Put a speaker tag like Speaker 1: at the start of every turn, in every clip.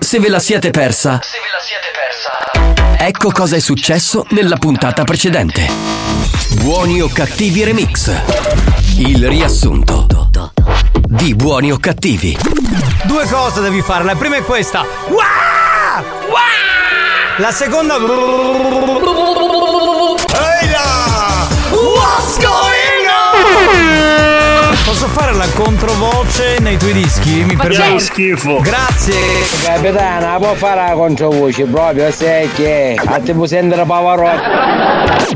Speaker 1: se ve la siete persa. Se ve la siete persa. Ecco cosa è successo nella puntata precedente. Buoni o cattivi remix. Il riassunto di buoni o cattivi.
Speaker 2: Due cose devi fare. La prima è questa. Uah! Uah! La seconda. Ehi là! What's going on? Posso fare la controvoce nei tuoi dischi? Mi
Speaker 3: Ma
Speaker 2: permetti?
Speaker 3: certo. schifo.
Speaker 2: Grazie.
Speaker 4: Capitana, può fare la controvoce proprio, sai che a te può sentire Pavarotti.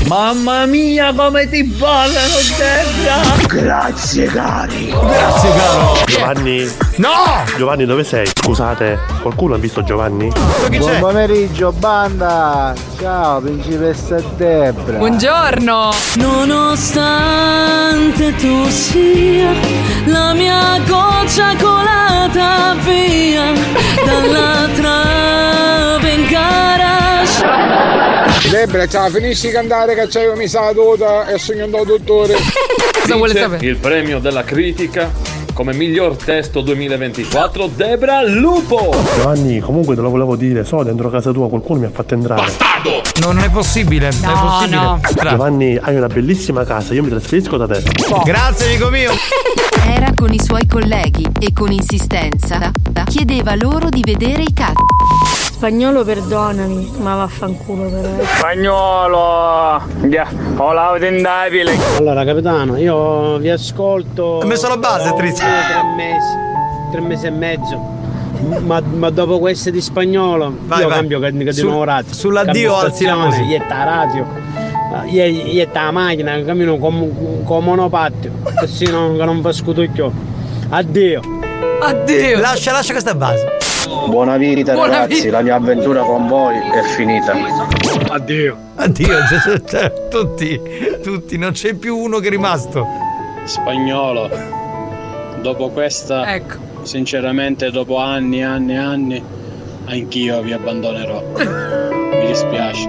Speaker 3: Mamma mia come ti ballano Debra!
Speaker 2: Grazie, caro.
Speaker 5: Giovanni,
Speaker 2: No!
Speaker 5: Giovanni dove sei? Scusate, qualcuno ha visto Giovanni?
Speaker 2: Chi
Speaker 6: Buon
Speaker 2: c'è?
Speaker 6: pomeriggio, banda! Ciao, principessa Debra!
Speaker 7: Buongiorno! Nonostante tu sia la mia goccia colata via dalla trave in garage.
Speaker 6: Debra, ciao, finisci di cantare che c'è mi sa tuta e sogno un dottore!
Speaker 7: Cosa vuole sapere?
Speaker 8: Il premio della critica come miglior testo 2024 Debra Lupo.
Speaker 5: Giovanni, comunque te lo volevo dire, so dentro casa tua qualcuno mi ha fatto entrare.
Speaker 2: No, non è possibile. non è
Speaker 7: No,
Speaker 2: possibile.
Speaker 7: no.
Speaker 2: Tra-
Speaker 5: Giovanni, hai una bellissima casa, io mi trasferisco da te.
Speaker 2: Grazie, amico mio.
Speaker 9: Era con i suoi colleghi e con insistenza da- da- chiedeva loro di vedere i cazzi.
Speaker 10: Spagnolo perdonami, ma vaffanculo però.
Speaker 3: Spagnolo! Ho l'autendabile!
Speaker 6: Allora, capitano, io vi ascolto.
Speaker 2: Ha messo la base, Trizia.
Speaker 6: da Tre mesi, tre mesi e mezzo. Ma, ma dopo queste di spagnolo,
Speaker 2: Vai,
Speaker 6: io
Speaker 2: vai.
Speaker 6: cambio che
Speaker 2: Sul-
Speaker 6: continuo radio.
Speaker 2: sull'addio
Speaker 6: Cambio
Speaker 2: alzi la
Speaker 6: stazione,
Speaker 2: musica.
Speaker 6: Ietta la radio. Ie- Ietta la macchina, cammino con, con monopattino. Così non, che non va scuducchio. Addio.
Speaker 7: Addio!
Speaker 2: Lascia, lascia questa base.
Speaker 4: Buona vita
Speaker 7: Buona
Speaker 4: ragazzi,
Speaker 7: vita.
Speaker 4: la mia avventura con voi è finita.
Speaker 2: Addio. tutti, tutti, non c'è più uno che è rimasto.
Speaker 3: Spagnolo! Dopo questa,
Speaker 7: Ecco.
Speaker 3: sinceramente, dopo anni e anni e anni, anch'io vi abbandonerò. Mi dispiace.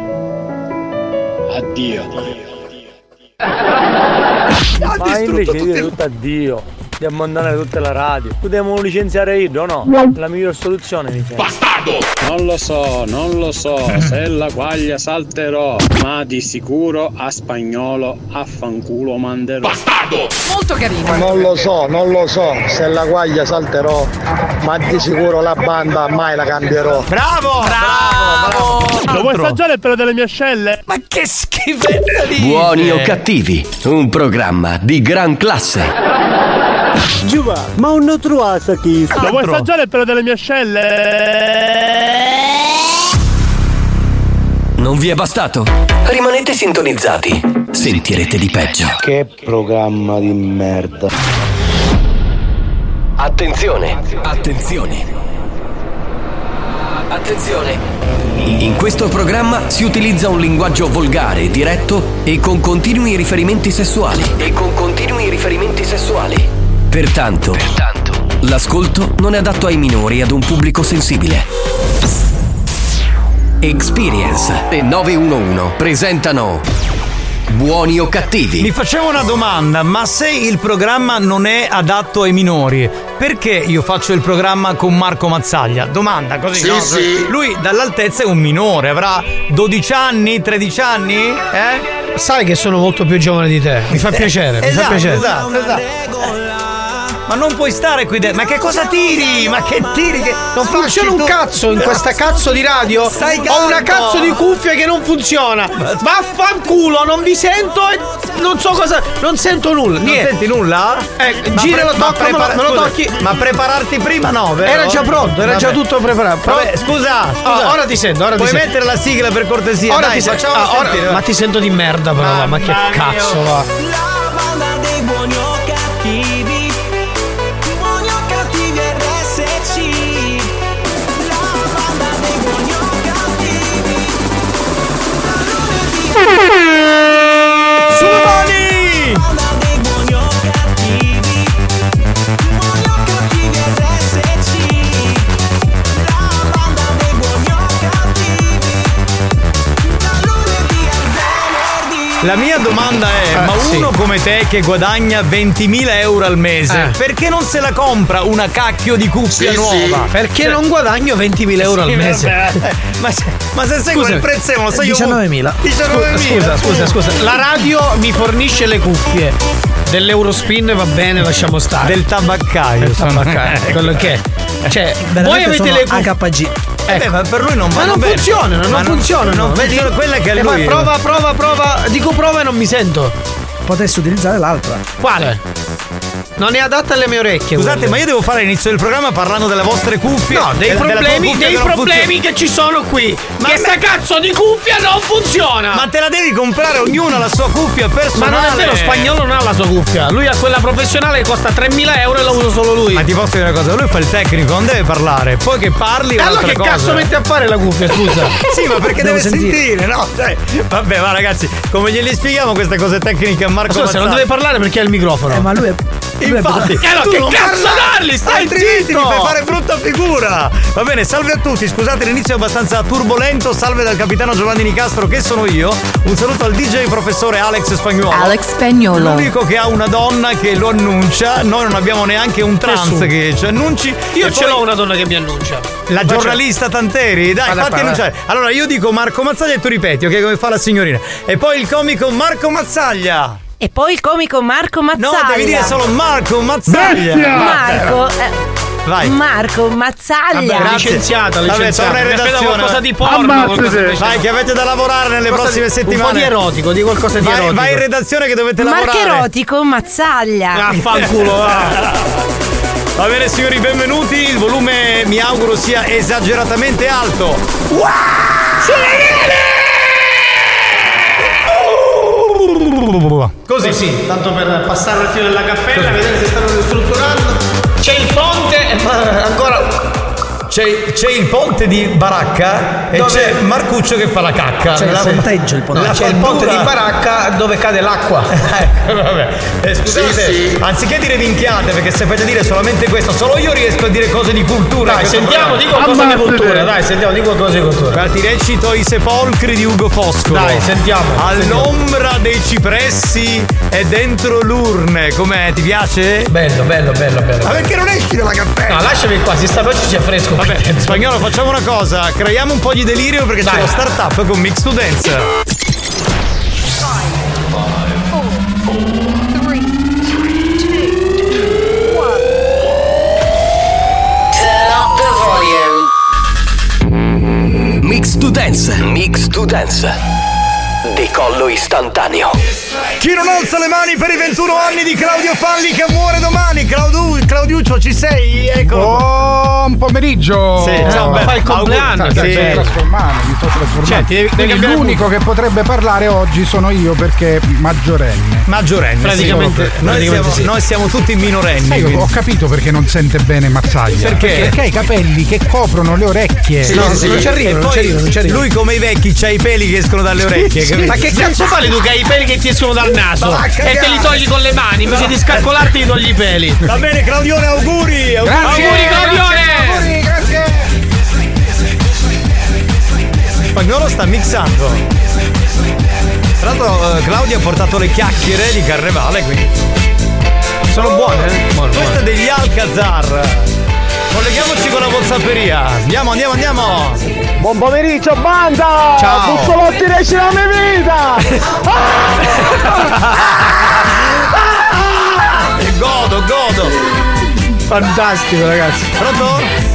Speaker 3: Addio.
Speaker 2: Ma invece io tutto addio.
Speaker 3: Non lo so, non lo so se la guaglia salterò, ma di sicuro a spagnolo a fanculo manderò.
Speaker 7: Molto carino.
Speaker 6: Non lo so, non lo so se la guaglia salterò, ma di sicuro la banda mai la cambierò.
Speaker 2: Bravo! Bravo!
Speaker 5: Lo vuoi assaggiare il pelo delle mie ascelle?
Speaker 2: Ma che schifezza di.
Speaker 1: Buoni o cattivi, un programma di gran classe.
Speaker 6: Giuva, ma un truasa chi?
Speaker 5: Lo vuoi assaggiare il pelo delle mie ascelle?
Speaker 1: Non vi è bastato? Rimanete sintonizzati. Sentirete di peggio.
Speaker 6: Che programma di merda.
Speaker 1: Attenzione! Attenzione! Attenzione! In questo programma si utilizza un linguaggio volgare, diretto e con continui riferimenti sessuali. E con continui riferimenti sessuali. Pertanto, l'ascolto non è adatto ai minori e ad un pubblico sensibile. Experience e 911 presentano Buoni o cattivi?
Speaker 2: Mi facevo una domanda, ma se il programma non è adatto ai minori, perché io faccio il programma con Marco Mazzaglia? Domanda così. no? Lui dall'altezza è un minore, avrà 12 anni, 13 anni? Eh?
Speaker 3: Sai che sono molto più giovane di te, mi fa piacere, Eh, mi fa
Speaker 2: Esatto,
Speaker 3: piacere.
Speaker 2: esatto, esatto. Ma non puoi stare qui dentro. Ma che cosa tiri? Ma che tiri? Che...
Speaker 3: Non funziona un cazzo in questa cazzo di radio.
Speaker 2: Stai
Speaker 3: Ho una
Speaker 2: calmo.
Speaker 3: cazzo di cuffia che non funziona. Vaffanculo, non vi sento e non so cosa. Non sento nulla.
Speaker 2: Non
Speaker 3: niente.
Speaker 2: senti nulla?
Speaker 3: Eh,
Speaker 2: Ma
Speaker 3: gira
Speaker 2: pre-
Speaker 3: lo
Speaker 2: ma
Speaker 3: tocco, me lo-
Speaker 2: prepara-
Speaker 3: me lo
Speaker 2: scusa,
Speaker 3: tocchi.
Speaker 2: Ma prepararti prima no, vero?
Speaker 3: Era già pronto, era già tutto preparato. Pro-
Speaker 2: Vabbè, scusa, scusa.
Speaker 3: Ah, ora ti sento, ora ti
Speaker 2: Puoi
Speaker 3: sento.
Speaker 2: mettere la sigla per cortesia?
Speaker 3: Ora
Speaker 2: Dai,
Speaker 3: ti sen-
Speaker 2: facciamo
Speaker 3: ah, ora-
Speaker 2: sentire,
Speaker 3: ma
Speaker 2: va.
Speaker 3: ti sento di merda, però. va, Ma che
Speaker 2: Mamma mia.
Speaker 3: cazzo, va.
Speaker 2: Sumoni! La mia domanda è:
Speaker 3: Eh,
Speaker 2: ma
Speaker 3: sì.
Speaker 2: uno come te che guadagna 20.000 euro al mese,
Speaker 3: Eh.
Speaker 2: perché non se la compra una cacchio di cuffia
Speaker 3: Sì, sì.
Speaker 2: nuova? Cioè
Speaker 3: Perché non guadagno 20.000 euro al
Speaker 2: Sì,
Speaker 3: mese?
Speaker 2: vabbè. ma, se- ma se sei quel
Speaker 3: Scusami,
Speaker 2: prezzemolo, sai io.
Speaker 3: 19.000.
Speaker 2: 19.000.
Speaker 3: Scusa, scusa, scusa. La radio mi fornisce le cuffie. Dell'Eurospin va bene, lasciamo stare.
Speaker 2: Del tabaccaio. Ecco.
Speaker 3: Del tabaccaio. quello che è. Cioè, voi avete le Ecco. cuffie.
Speaker 2: HPG. Eh beh, ma per lui non
Speaker 3: Ma
Speaker 2: vanno
Speaker 3: non
Speaker 2: bene.
Speaker 3: funzionano, non
Speaker 2: Ma
Speaker 3: funzionano.
Speaker 2: non
Speaker 3: vedi?
Speaker 2: funzionano, quella che a
Speaker 3: E
Speaker 2: lui-
Speaker 3: poi prova, prova, prova. Dico prova e non mi sento.
Speaker 11: Potessi utilizzare l'altra.
Speaker 3: Quale? Non è adatta alle mie orecchie.
Speaker 2: Scusate,
Speaker 3: quella.
Speaker 2: ma io devo fare l'inizio del programma parlando delle vostre cuffie. Eh,
Speaker 3: No, dei
Speaker 2: della- della tua
Speaker 3: problemi,
Speaker 2: cuffia
Speaker 3: dei
Speaker 2: che non
Speaker 3: problemi
Speaker 2: funziona.
Speaker 3: che ci sono qui.
Speaker 2: Ma
Speaker 3: che
Speaker 2: me-
Speaker 3: sta cazzo di cuffia non funziona!
Speaker 2: Ma te la devi comprare, ognuno ha la sua cuffia
Speaker 3: Ma
Speaker 2: personale.
Speaker 3: non è vero, spagnolo non ha la sua cuffia. Lui ha quella professionale che costa 3.000 euro e la usa solo lui.
Speaker 2: Ma ti posso dire una cosa, lui fa il tecnico, non deve parlare. Poi che parli
Speaker 3: E
Speaker 2: è
Speaker 3: allora
Speaker 2: un'altra
Speaker 3: che cazzo
Speaker 2: cosa.
Speaker 3: mette a fare la cuffia, scusa?
Speaker 2: Sì, ma perché deve sentire, no? Cioè, vabbè, ma ragazzi, come glieli spieghiamo queste cose tecniche a Marco
Speaker 3: Scusa, se non
Speaker 2: Mazzara?
Speaker 3: deve parlare perché ha il microfono.
Speaker 11: Eh, ma lui è.
Speaker 2: Infatti,
Speaker 3: E allora
Speaker 2: tu
Speaker 3: che
Speaker 2: non
Speaker 3: cazzo
Speaker 2: parla-
Speaker 3: dargli? Stai
Speaker 2: Altrimenti
Speaker 3: zitto!
Speaker 2: mi fai fare brutta figura! Va bene, salve a tutti, scusate l'inizio è abbastanza turbolento, salve dal capitano Giovanni Nicastro che sono io, un saluto al DJ professore Alex Spagnuolo.
Speaker 12: Alex Spagnolo.
Speaker 2: L'unico che ha una donna che lo annuncia, noi non abbiamo neanche un trans
Speaker 3: Nessuno.
Speaker 2: che ci annunci.
Speaker 3: Io
Speaker 2: E
Speaker 3: ce
Speaker 2: poi
Speaker 3: l'ho una donna che mi annuncia.
Speaker 2: La
Speaker 3: Faccio-
Speaker 2: giornalista Tanteri, dai,
Speaker 3: Vada a
Speaker 2: fatti
Speaker 3: parlare.
Speaker 2: annunciare. Allora io dico Marco Mazzaglia e tu ripeti, ok, come fa la signorina. E poi il comico Marco Mazzaglia.
Speaker 13: E poi il comico Marco
Speaker 2: No,
Speaker 13: Mazzaglia.
Speaker 2: devi dire solo Marco Mazzaglia.
Speaker 13: Marco. eh,
Speaker 2: Vai.
Speaker 13: Marco Mazzaglia.
Speaker 2: Vabbè, grazie. Vabbè, torna in
Speaker 3: Mi aspetta
Speaker 2: redazione.
Speaker 3: qualcosa di porno, Ammazzate. qualcosa di-
Speaker 2: Vai, che avete da lavorare nelle
Speaker 3: Qualcosa di-
Speaker 2: prossime
Speaker 3: un po'
Speaker 2: settimane.
Speaker 3: di erotico, di qualcosa di
Speaker 2: vai,
Speaker 3: erotico.
Speaker 2: Vai in redazione che dovete
Speaker 13: Marco
Speaker 2: lavorare.
Speaker 13: erotico Mazzaglia.
Speaker 2: Vaffanculo, va. Va bene signori, benvenuti. Il volume mi auguro sia esageratamente alto. Così.
Speaker 3: Così, tanto per passare un attimo nella cappella, vedere se stanno ristrutturando. C'è il ponte e ma- ancora.
Speaker 2: C'è, c'è il ponte di Baracca e
Speaker 3: Dove-
Speaker 2: c'è Marcuccio che fa la cacca.
Speaker 3: C'è il
Speaker 11: ponteggio, il ponte.
Speaker 3: C'è il ponte di
Speaker 2: fattura-
Speaker 3: Baracca dove cade l'acqua.
Speaker 2: Ecco, vabbè. Eh, scusate, anziché dire minchiate, perché sapete dire solamente questo, solo io riesco a dire cose di cultura.
Speaker 3: Dai,
Speaker 2: in questo
Speaker 3: sentiamo, di
Speaker 2: programma.
Speaker 3: qualcosa di cultura. Dai, sentiamo, di qualcosa di cultura.
Speaker 2: Guarda, ti recito i sepolcri di Ugo Foscolo.
Speaker 3: Dai, sentiamo,
Speaker 2: All'ombra dei cipressi e dentro l'urne. Com'è? Ti piace?
Speaker 3: Bello, bello, bello, bello.
Speaker 2: Ma perché non esci dalla cappella?
Speaker 3: No, lasciami qua, si sta facendo c'è fresco. Vabbè,
Speaker 2: Spagnolo, facciamo una cosa, creiamo un po' di delirio perché c'è
Speaker 3: Dai.
Speaker 2: lo startup con Mix to Dance.
Speaker 1: Mix to dance. Mix to dance. Decollo istantaneo.
Speaker 2: Chi non alza le mani per i 21 anni di Claudio Falli che muore domani? Claudu- Claudiuccio, ci sei? Eccolo.
Speaker 11: Buon pomeriggio! Eh,
Speaker 2: Sì, ciao, bello.
Speaker 11: Fai il
Speaker 3: cioè,
Speaker 2: compleanno,
Speaker 11: Sta-
Speaker 2: sì.
Speaker 11: sto trasformando, mi sto trasformando.
Speaker 2: Cioè, ti devi- devi
Speaker 11: Quindi
Speaker 2: cambiare
Speaker 11: l'unico che potrebbe parlare oggi sono io perché maggiorenne.
Speaker 2: Maggiorenne,
Speaker 11: Praticamente-
Speaker 2: sì. Noi,
Speaker 11: praticamente
Speaker 2: siamo,
Speaker 11: sì.
Speaker 2: noi siamo tutti minorenni.
Speaker 11: Sai,
Speaker 2: quindi.
Speaker 11: ho capito perché non sente bene Mazzaglia.
Speaker 2: Perché?
Speaker 11: Perché ha i capelli che coprono le
Speaker 3: Eh,
Speaker 11: orecchie.
Speaker 2: No, e poi Lui come i vecchi c'ha i peli che escono dalle orecchie. capito?
Speaker 3: Ma che cazzo fai tu che hai i peli che ti escono dal naso?
Speaker 2: Ma va a
Speaker 3: e te
Speaker 2: cagare.
Speaker 3: li togli con le mani, invece di scalcolarti ti togli i peli.
Speaker 2: Va bene, Claudione, auguri!
Speaker 3: Grazie, Auguri, Claudione!
Speaker 11: Auguri, grazie!
Speaker 2: Spagnolo sta mixando. Tra l'altro, eh, Claudio ha portato le chiacchiere di Carnevale, quindi. Sono buone? Questa è degli Alcazar. Colleghiamoci con la Whatsapperia. Andiamo, andiamo, andiamo!
Speaker 6: Buon pomeriggio, banda!
Speaker 2: Ciao.
Speaker 6: Buzzolotti riesce la mia vita!
Speaker 2: E godo, godo!
Speaker 11: Fantastico, ragazzi.
Speaker 2: Pronto?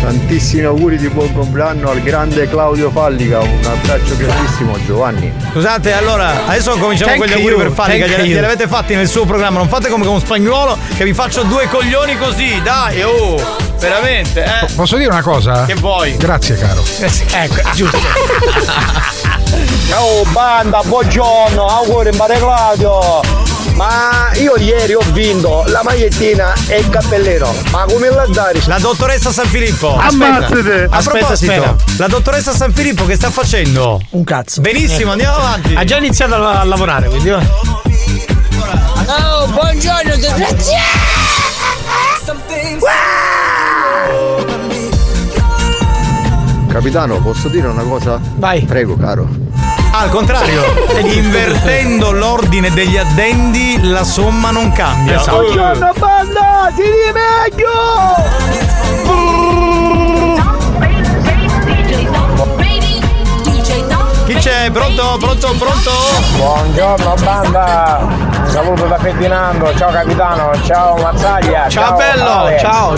Speaker 7: Tantissimi auguri di buon compleanno al grande Claudio Fallica, un abbraccio grandissimo Giovanni.
Speaker 2: Scusate, allora, adesso cominciamo
Speaker 7: Thank
Speaker 2: con gli auguri
Speaker 7: you,
Speaker 2: per Falli, che
Speaker 7: thank
Speaker 2: gliel-
Speaker 7: you.
Speaker 2: gliel'avete fatti nel suo programma, non fate come con un spagnolo che vi faccio due coglioni così, dai, oh, veramente, eh.
Speaker 11: Posso dire una cosa?
Speaker 2: Che vuoi?
Speaker 11: Grazie, caro.
Speaker 2: Ecco, giusto.
Speaker 6: Ciao banda, buongiorno, auguri Mario Claudio! Ma Ah, io ieri ho vinto la magliettina e il cappellino, ma come la dare?
Speaker 2: La dottoressa San Filippo.
Speaker 6: Ammazzate.
Speaker 2: A
Speaker 6: Aspetta,
Speaker 2: proposito,
Speaker 6: aspetta.
Speaker 2: la dottoressa San Filippo che sta facendo?
Speaker 11: Un cazzo.
Speaker 2: Benissimo, andiamo avanti.
Speaker 3: Ha già iniziato a, a lavorare, quindi va.
Speaker 14: Oh, buongiorno, grazie!
Speaker 7: Capitano, posso dire una cosa? Vai. Prego, caro.
Speaker 2: Ah, al contrario, invertendo l'ordine degli addendi, la somma non cambia.
Speaker 7: Buongiorno banda, si
Speaker 2: Chi c'è? Pronto? Pronto? Pronto?
Speaker 6: Buongiorno banda, un saluto da Ferdinando, ciao capitano, ciao Mazzaglia.
Speaker 2: Ciao, bello,
Speaker 6: Ale.
Speaker 2: ciao,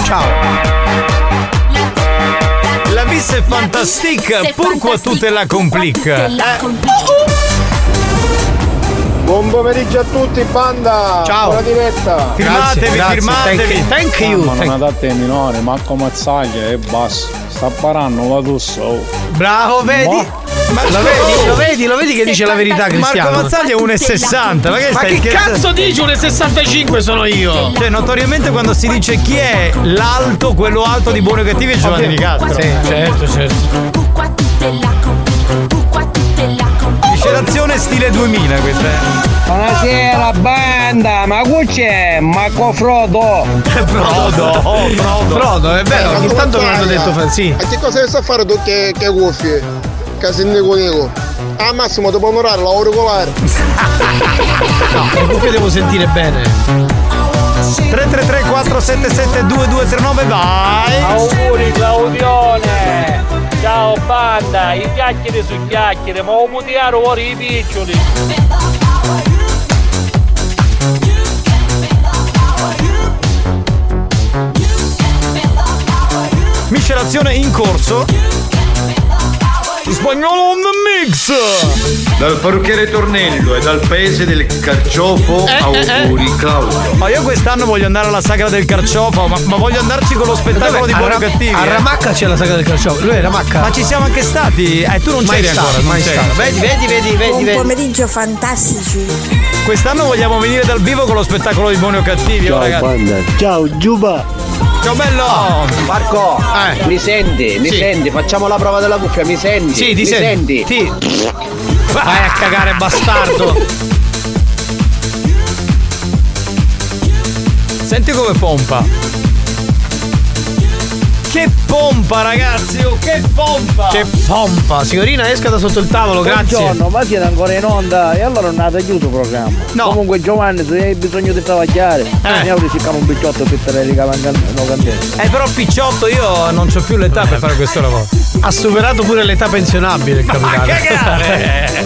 Speaker 2: La vis è fantastica, pur qua tu te la complica.
Speaker 15: Buon pomeriggio a tutti, banda!
Speaker 2: Ciao.
Speaker 15: Buona diretta!
Speaker 2: Firmatevi, firmatevi. Thank you,
Speaker 11: Ma
Speaker 2: thank-
Speaker 11: non adatte ai minori, manco mazzaglia e basta. Sta parando la tussa. oh.
Speaker 2: Bravo, vedi? Ma
Speaker 3: Lo vedi, lo vedi, lo vedi che dice la verità, Cristiano?
Speaker 2: Marco Mazzaglia è 1,60. Ma che,
Speaker 3: Ma
Speaker 2: stai
Speaker 3: che
Speaker 2: scherzando?
Speaker 3: cazzo dici? 1,65 sono io!
Speaker 2: Cioè, notoriamente quando si dice chi è l'alto, quello alto di buoni o cattivi è Giovanni Di Castro.
Speaker 3: Sì, certo, certo.
Speaker 2: Miscelazione stile 2000 questa è.
Speaker 7: Buonasera banda, ma qui c'è Marco Frodo.
Speaker 2: Frodo, oh, Frodo.
Speaker 3: Frodo, è vero, ogni tanto me l'hanno detto fra- sì.
Speaker 16: E che cosa ne sa fare tu che, che cuffie? Casinico Nico. Al massimo dopo un'ora l'auricolare.
Speaker 3: No, le cuffie devo sentire bene.
Speaker 2: 333 477 2239 vai!
Speaker 7: Auguri Claudione! Ciao banda, i chiacchiere su chiacchiere, ma un mutiaro ora i piccioli!
Speaker 2: Miscelazione in corso. Spagnolo on the mix!
Speaker 17: Dal parrucchiere Tornello e dal paese del carciofo
Speaker 2: Eh, eh,
Speaker 17: auguri Claudio.
Speaker 2: Ma io quest'anno voglio andare alla sagra del carciofo, ma, ma voglio andarci con lo spettacolo
Speaker 3: Dove?
Speaker 2: di buoni
Speaker 3: A
Speaker 2: o
Speaker 3: Ra-
Speaker 2: cattivi.
Speaker 3: a
Speaker 2: eh.
Speaker 3: Ramacca c'è la sagra del carciofo. Lui è Ramacca.
Speaker 2: Ma ci siamo anche stati. Eh, tu non
Speaker 3: Mai
Speaker 2: c'eri
Speaker 3: stato,
Speaker 2: ancora, non
Speaker 3: mai
Speaker 2: c'eri.
Speaker 3: stato. Vedi, vedi, vedi, vedi, vedi.
Speaker 10: pomeriggio fantastici.
Speaker 2: Quest'anno vogliamo venire dal vivo con lo spettacolo di buoni o cattivi, oh, ragazzi. Oh,
Speaker 6: ciao Giuba.
Speaker 2: Ciao bello!
Speaker 6: Marco,
Speaker 3: Eh.
Speaker 6: mi senti, mi
Speaker 2: Sì.
Speaker 6: senti, facciamo la prova della cuffia, mi senti?
Speaker 2: Sì, ti
Speaker 6: mi
Speaker 2: senti.
Speaker 6: senti?
Speaker 2: Vai a cagare bastardo! Senti come pompa! Che pompa ragazzi! oh, che pompa!
Speaker 3: Che pompa! Signorina, esca da sotto il tavolo, grazie.
Speaker 6: Buongiorno, ma siete ancora in onda e allora non avete chiuso il programma. Comunque Giovanni, se hai bisogno di travagliare,
Speaker 3: Eh.
Speaker 6: andiamo a cercare un picciotto per te le candele.
Speaker 2: Eh però picciotto io non ho più l'età per fare questo lavoro.
Speaker 3: Ha superato pure l'età pensionabile il capitano.
Speaker 2: cagare!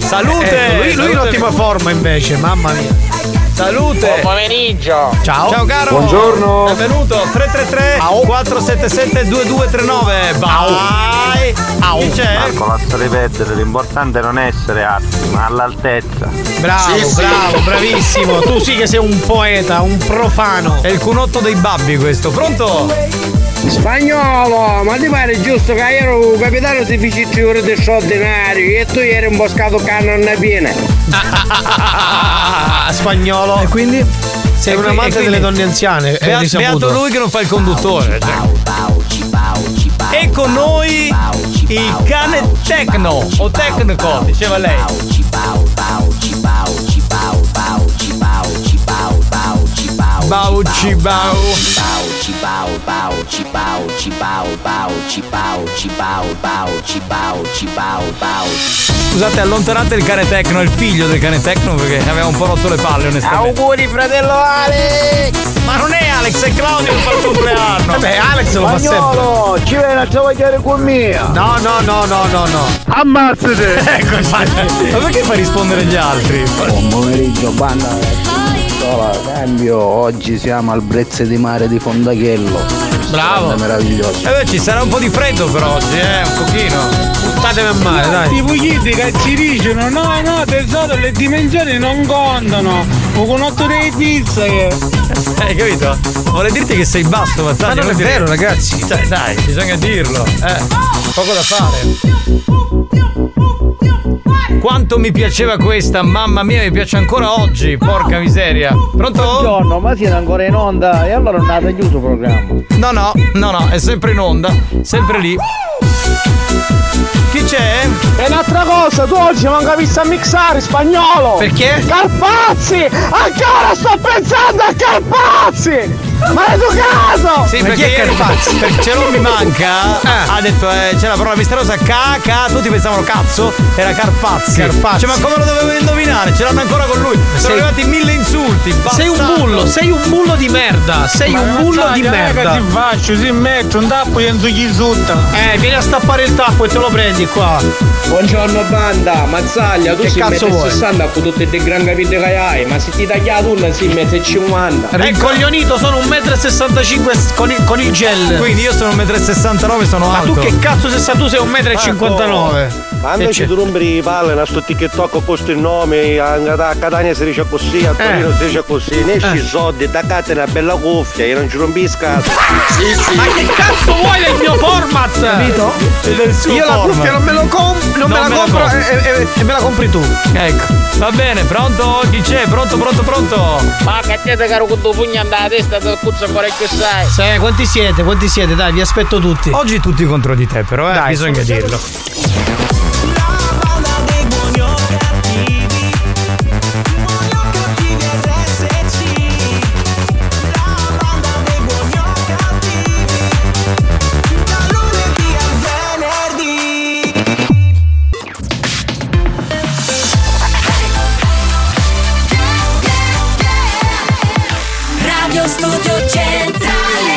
Speaker 2: Salute!
Speaker 3: Eh, lui, lui in
Speaker 2: Salute.
Speaker 3: ottima forma invece, mamma mia.
Speaker 2: Salute!
Speaker 3: Buon
Speaker 2: pomeriggio! Ciao! Ciao caro!
Speaker 3: Buongiorno.
Speaker 2: Benvenuto! 333 477 2239 Vai!
Speaker 18: Ah,
Speaker 2: Chi
Speaker 3: Cioè, eh?
Speaker 2: c'è?
Speaker 19: Marco, lascia ripetere, l'importante non è essere alti, ma all'altezza.
Speaker 3: Bravo,
Speaker 19: Sì, sì.
Speaker 3: bravo, bravissimo. Tu sì che sei un poeta, un profano.
Speaker 2: È il cunotto dei babbi questo, pronto?
Speaker 7: Spagnolo, ma ti pare giusto che ero capitano ti feci tre ore di straordinario e tu eri un boscato cannone piena?
Speaker 3: spagnolo. E quindi? Sei
Speaker 2: E
Speaker 3: un
Speaker 2: qui-
Speaker 3: amante
Speaker 2: e quindi-
Speaker 3: delle donne anziane. è
Speaker 2: Bea-
Speaker 3: risaputo.
Speaker 2: beato lui che non fa il conduttore. cioè. E con noi il cane tecno o tecnico, diceva lei. Bauci bau. Scusate, allontanate il cane tecno, il figlio del cane tecno perché aveva un po' rotto le palle, onestamente.
Speaker 7: Auguri fratello Alex!
Speaker 2: Ma non è Alex, è Claudio che fa il compleanno.
Speaker 3: Vabbè, Eh Alex lo fa
Speaker 7: Spagnolo, ci vieni a travagliare con me!
Speaker 3: No, no, no, no, no, no.
Speaker 7: Ammazzate!
Speaker 2: ecco, infatti. Ma perché fai rispondere gli altri?
Speaker 6: Buon pomeriggio, banda. Cambio, oggi siamo al brezze di mare di Fondachello.
Speaker 2: Bravo.
Speaker 6: meraviglioso.
Speaker 2: E Eh beh, ci sarà un po' di freddo per oggi, eh, un pochino. Buttatemi a mare, dai.
Speaker 20: Tipo chiedi che ci dicono no no tesoro le dimensioni non contano o con otto dei pizza che
Speaker 2: Eh, Hai capito? Vuole dirti che sei basso, Mazzani.
Speaker 3: Ma non è
Speaker 2: dire-
Speaker 3: vero, ragazzi.
Speaker 2: Cioè, dai, bisogna dirlo. Eh, poco da fare. Quanto mi piaceva questa, mamma mia, mi piace ancora oggi, porca miseria. Pronto?
Speaker 6: Buongiorno, ma siete ancora in onda e allora non avete chiuso il programma.
Speaker 2: No, no, no, no, è sempre in onda, sempre lì. Chi c'è?
Speaker 7: E un'altra cosa, tu oggi non capisci a mixare spagnolo!
Speaker 2: Perché?
Speaker 7: Carpazzi! Ancora sto pensando a Carpazzi!
Speaker 6: Ma è tuo caso!
Speaker 2: Sì, perché
Speaker 6: è
Speaker 2: ieri fa? Perché ce l'ho mi manca.
Speaker 6: Ah.
Speaker 2: Ha detto, eh, c'è la parola misteriosa caca. Tutti pensavano cazzo, era Carpazzi.
Speaker 6: Carpazzi.
Speaker 2: Cioè, ma come lo dovevo indovinare? Ce l'hanno ancora con lui. Sono
Speaker 6: Sei-
Speaker 2: arrivati mille insulti.
Speaker 6: Sei un bullo, sei un bullo di merda, sei un bullo
Speaker 2: eh,
Speaker 6: di merda.
Speaker 2: ti
Speaker 6: faccio, si metto un tappo e non zutta. Eh, vieni a stappare il tappo e te lo prendi qua.
Speaker 21: Buongiorno banda, Mazzaglia, tu
Speaker 6: Che
Speaker 21: sei in
Speaker 6: cazzo
Speaker 21: mezzo
Speaker 6: vuoi?
Speaker 21: 60 con tutte le gran capite che hai, ma se ti taglia la tulla sei in mezzo e 50.
Speaker 2: ecco.
Speaker 6: Rincoglionito, sono 1,65 m con il, con il gel.
Speaker 2: Quindi io sono 1,69 m, sono
Speaker 6: Ma
Speaker 2: alto.
Speaker 6: tu che cazzo sei stato? Tu sei 1,59 m.
Speaker 22: Ma invece tu rompi le palle, una sto TikTok con questo il nome, a a Catania si dice così, a Torino
Speaker 23: Eh.
Speaker 22: si dice così, ne esci i soldi, taccate una bella cuffia, io non ci rompi scatto.
Speaker 6: Ma che cazzo vuoi del mio format?
Speaker 22: Capito?
Speaker 6: Io la cuffia non me, lo comp- non me la compro e, e- e me la compri tu.
Speaker 2: Ecco. Va bene, pronto? Chi c'è? Pronto, pronto, pronto?
Speaker 23: Ma cacchiate caro con tuo pugno andare a testa del cuzzo ancora che sai.
Speaker 6: Sì, quanti siete? Quanti siete? Dai, vi aspetto tutti.
Speaker 2: Oggi tutti contro di te, però, eh,
Speaker 6: Dai.
Speaker 2: bisogna dirlo.
Speaker 7: Radio Studio Centrale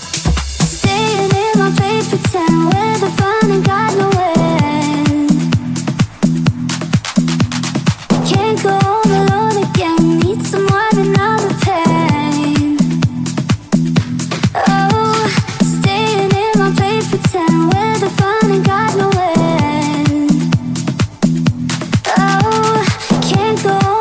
Speaker 7: Staying in my place, pretend we're the fun and got no end. Can't go all alone again, need someone and all the pain. Oh, staying Oh, Oh, Oh,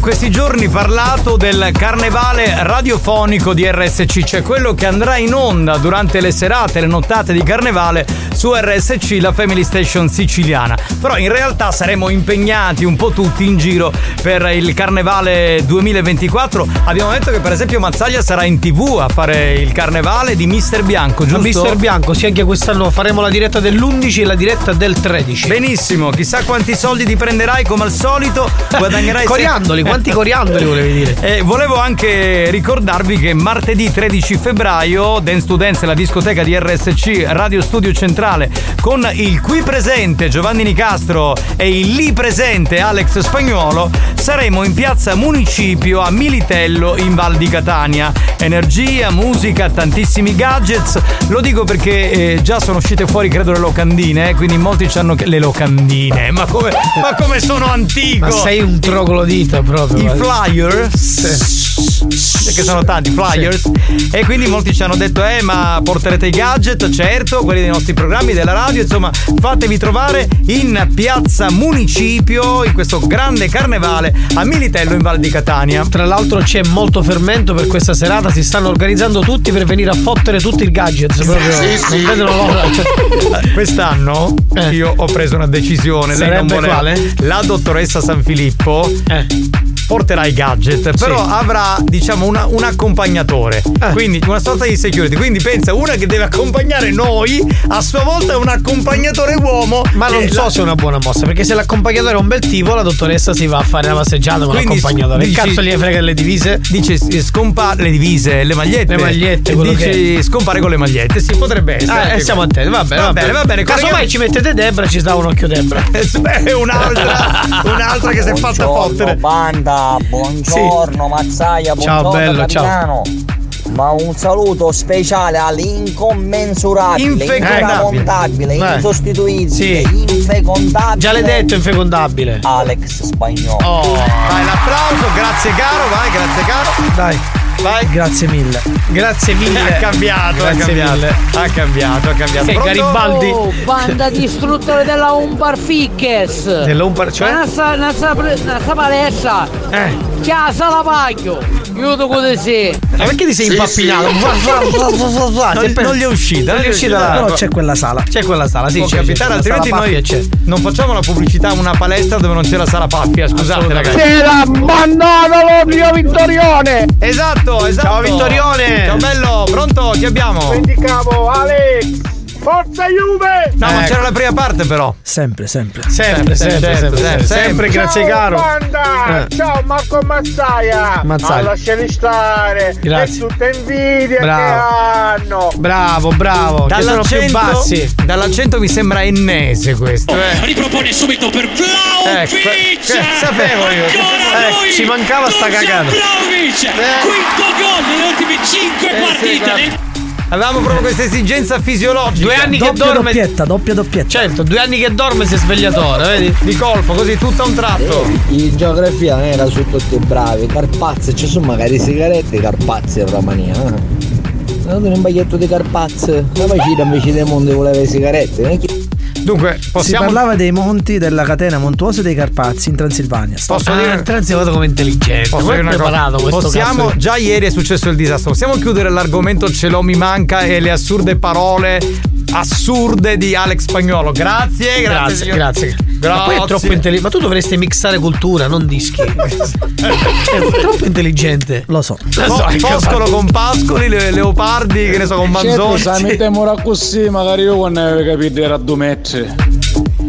Speaker 2: questi giorni parlato del carnevale radiofonico di RSC, cioè quello che andrà in onda durante le serate, le nottate di carnevale su RSC, la Family Station siciliana. Però in realtà saremo impegnati un po' tutti in giro per il carnevale 2024. Abbiamo detto che per esempio Mazzaglia sarà in tv a fare il carnevale di Mister Bianco, giusto?
Speaker 3: Mister Bianco, sì, anche quest'anno faremo la diretta dell'11 e la diretta del 13.
Speaker 2: Benissimo, chissà quanti soldi ti prenderai come al solito, guadagnerai
Speaker 3: Coriandoli, quanti coriandoli volevi dire?
Speaker 2: E volevo anche ricordarvi che martedì 13 febbraio Dance to Dance, la discoteca di RSC Radio Studio Centrale con il qui presente Giovanni Nicastro e il lì presente Alex Spagnuolo saremo in piazza Municipio a Militello in Val di Catania. Energia, musica, tantissimi gadgets. Lo dico perché eh, già sono uscite fuori credo le locandine, eh, quindi molti ci hanno ch- le locandine. Ma come, ma come sono antico!
Speaker 3: Ma sei un troglodita proprio.
Speaker 2: I flyer che sono tanti flyers e quindi molti ci hanno detto eh ma porterete i gadget certo quelli dei nostri programmi della radio insomma fatevi trovare in piazza municipio in questo grande carnevale a Militello in Val di Catania
Speaker 3: Tra l'altro c'è molto fermento per questa serata, si stanno organizzando tutti per venire a fottere tutti il gadget. Proprio.
Speaker 2: Sì, sì.
Speaker 3: Non vedono l'ora. cioè. Eh.
Speaker 2: Quest'anno io ho preso una decisione. lei non
Speaker 3: Sarebbe
Speaker 2: vuole
Speaker 3: quale?
Speaker 2: la dottoressa San Filippo.
Speaker 23: Eh.
Speaker 2: Porterà i gadget, Eh, però avrà diciamo una- un accompagnatore,
Speaker 3: Eh.
Speaker 2: quindi una sorta di security. Quindi pensa una che deve accompagnare noi, a sua volta un accompagnatore uomo.
Speaker 3: Ma non
Speaker 2: Eh,
Speaker 3: so
Speaker 2: la-
Speaker 3: se è una buona mossa, perché se l'accompagnatore è un bel tipo, la dottoressa si va a fare una passeggiata con
Speaker 2: Quindi
Speaker 3: l'accompagnatore. Che
Speaker 2: dici- Ah,
Speaker 3: cazzo gli frega le divise?
Speaker 2: Dice eh, scompa le divise, le magliette. Eh,
Speaker 3: Le magliette, quello
Speaker 2: Dice
Speaker 3: che-
Speaker 2: scompare con le magliette. Sì, potrebbe essere.
Speaker 3: Ah,
Speaker 2: anche
Speaker 3: e siamo
Speaker 2: quello.
Speaker 3: attenti, va bene, va bene.
Speaker 2: va bene.
Speaker 3: Casomai
Speaker 2: colleghiamo-
Speaker 3: ci mettete Debra, ci sta un occhio Debra.
Speaker 2: Beh, un'altra, un'altra che si è fatta fottere.
Speaker 18: Banda, buongiorno Mazzaia,
Speaker 3: Ciao,
Speaker 18: buongiorno
Speaker 3: bello, ciao.
Speaker 18: capitano. Ma un saluto speciale all'incommensurabile,
Speaker 3: Infecondabile.
Speaker 18: infecondabile,
Speaker 3: Eh.
Speaker 18: insostituibile,
Speaker 3: Sì.
Speaker 18: infecondabile.
Speaker 3: Già l'hai detto, è infecondabile. Oh.
Speaker 18: Alex Spagnolo.
Speaker 2: Vai, l'applauso, grazie caro, vai, grazie caro.
Speaker 3: Dai.
Speaker 2: Vai.
Speaker 3: Grazie mille. Grazie mille.
Speaker 2: Ha cambiato, ha
Speaker 3: Grazie
Speaker 2: cambiato.
Speaker 3: mille.
Speaker 2: Ha cambiato, ha cambiato.
Speaker 3: Che
Speaker 2: Pronto?
Speaker 3: Garibaldi?
Speaker 7: Oh, banda distruttore della Umpar Ficches!
Speaker 3: Dell'Umpar- cioè?
Speaker 7: Nessa, nessa, nessa palestra!
Speaker 3: Eh.
Speaker 7: Chiasa la paglio! Io dico di sì!
Speaker 3: Ma perché ti sei
Speaker 7: Sì,
Speaker 3: impappinato?
Speaker 7: sì.
Speaker 3: Vla, vla, vla, vla, vla, vla.
Speaker 2: Non-
Speaker 3: Sei per-
Speaker 2: non gli è uscita,
Speaker 3: Non gli è uscita la- Però c'è quella sala. C'è quella sala, sì.
Speaker 2: Può
Speaker 3: c'è,
Speaker 2: capitare,
Speaker 3: c'è, c'è,
Speaker 2: altrimenti
Speaker 3: la sala
Speaker 2: noi
Speaker 3: paffia c'è.
Speaker 2: non facciamo la pubblicità a una palestra dove non c'è la sala pappia. Scusate, ragazzi.
Speaker 6: C'era abbandono l'obbligo Vittorione!
Speaker 2: Esatto, esatto.
Speaker 6: Ciao, Vittorione.
Speaker 2: Ciao bello, pronto? Chi abbiamo?
Speaker 6: Vendicavo Alex! Forza Juve! Ecco.
Speaker 2: No, ma c'era la prima parte però.
Speaker 13: Sempre, sempre.
Speaker 3: Ecco. Sempre, sempre, sempre, sempre, sempre, grazie caro.
Speaker 6: Banda.
Speaker 3: Eh.
Speaker 6: Ciao Marco Mazzaia!
Speaker 3: Mazzaia.
Speaker 6: Ma lasciali stare!
Speaker 3: Grazie.
Speaker 6: È tutta invidia
Speaker 3: Bravo.
Speaker 6: che hanno!
Speaker 3: Bravo, bravo. Che sono più bassi.
Speaker 2: dall'accento mi sembra ennese questo. eh. Ecco,
Speaker 3: Ripropone subito per Vlaovic. sapevo io. Eh, ci mancava sta cagata. Eh.
Speaker 24: Quinto gol nelle ultime 5 partite.
Speaker 2: Avevamo proprio questa esigenza fisiologica.
Speaker 3: Due anni che
Speaker 13: Doppia
Speaker 3: dorme.
Speaker 13: doppietta, doppia doppietta.
Speaker 3: Certo, due anni che dorme si è svegliatore, vedi?
Speaker 2: Di colpo, così tutto a un tratto.
Speaker 13: In geografia non era su tutti bravi, carpazze, ci sono magari sigarette, carpazze in Romania. No, eh. un baglietto di carpazze. La macina invece dei mondi voleva le sigarette.
Speaker 2: Dunque,
Speaker 13: Si
Speaker 2: possiamo.
Speaker 13: parlava dei monti della catena montuosa dei Carpazi in Transilvania.
Speaker 2: Posso
Speaker 3: Ah,
Speaker 2: dire,
Speaker 3: transivato come intelligente.
Speaker 2: Posso
Speaker 3: come
Speaker 2: dire
Speaker 3: è
Speaker 2: una cosa?
Speaker 3: preparato questo
Speaker 2: Possiamo,
Speaker 3: cazzo di-
Speaker 2: già ieri è successo il disastro. Possiamo chiudere l'argomento ce l'ho mi manca e le assurde parole assurde di Alex Spagnolo. Grazie, grazie.
Speaker 3: Grazie,
Speaker 2: signor-
Speaker 3: grazie. Ma poi è
Speaker 2: Grazie.
Speaker 3: troppo intelligente. Ma tu dovresti mixare cultura, non dischi. è troppo intelligente. Lo so. Lo so.
Speaker 2: Po- Foscolo con Pascoli, le- Leopardi, che ne so, con Manzoni.
Speaker 11: mettiamo così, magari io quando avevo capito era due metri.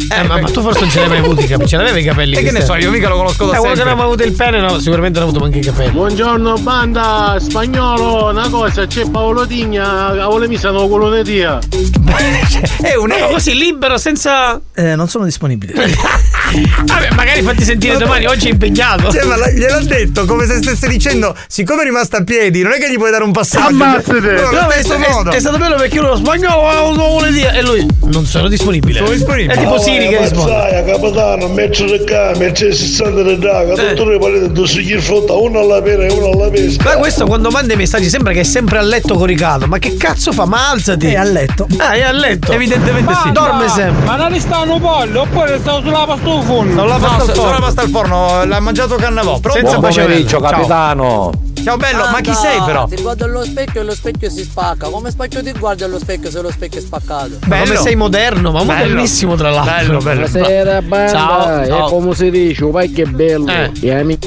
Speaker 3: Eh, ma, ma tu forse non ce l'hai mai avuti, i capelli? Ce l'avevi i capelli?
Speaker 11: E che ne
Speaker 3: Cristiano?
Speaker 11: so, io mica lo conosco da
Speaker 3: eh, quello che
Speaker 11: sempre.
Speaker 3: non aveva avuto il pene, no, sicuramente non ha avuto anche i capelli.
Speaker 11: Buongiorno banda, spagnolo, una cosa, c'è Paolo Digna, cavolo mi sono quello di dia.
Speaker 3: È un ego così libero, senza.
Speaker 13: Eh, non sono disponibile.
Speaker 3: Vabbè, magari fatti sentire domani, oggi è impegnato.
Speaker 2: Cioè, ma la- gliel'ho detto come se stesse dicendo: siccome è rimasto a piedi, non è che gli puoi dare un passaggio. cioè, No,
Speaker 3: No,
Speaker 2: allo
Speaker 3: è,
Speaker 2: stesso
Speaker 3: è-
Speaker 2: modo.
Speaker 3: è stato bello perché uno spagnolo ha avuto un dire e lui non sono disponibile.
Speaker 2: Cioè, Sono disponibile.
Speaker 3: È tipo sì,
Speaker 7: Giri che risponde.
Speaker 25: Mazzaia, capitano, metro di ca, metro di 60 di
Speaker 2: Cioè,
Speaker 25: daga, tutte le palette di sugli frutta, una alla pera e una alla pesca.
Speaker 2: Ma questo quando manda i messaggi sembra che è sempre a letto coricato. Ma che cazzo fa? Ma alzati! È a letto. Ah, è a letto.
Speaker 7: Evidentemente sì.
Speaker 2: Dorme sempre.
Speaker 7: Ma non stanno pollo, oppure stavo sulla pasta al forno.
Speaker 2: No, so-
Speaker 7: Sulla pasta al forno, l'ha mangiato Cannavò. Pronto?
Speaker 2: Senza
Speaker 7: Buon
Speaker 2: baciarello.
Speaker 7: pomeriggio,
Speaker 2: Ciao. Ciao Oh, bello, ma chi sei però?
Speaker 26: Ti guardo allo specchio e lo specchio si spacca. Come spacchio ti guardi allo specchio se lo specchio è spaccato?
Speaker 2: Ma Come sei moderno, ma
Speaker 26: Bello.
Speaker 2: modernissimo tra l'altro.
Speaker 26: Bello, bello.
Speaker 16: Buonasera, banda.
Speaker 2: Ciao,
Speaker 16: E
Speaker 2: ciao.
Speaker 16: come si dice, oh, vai che bello.
Speaker 2: Eh.
Speaker 16: E ami-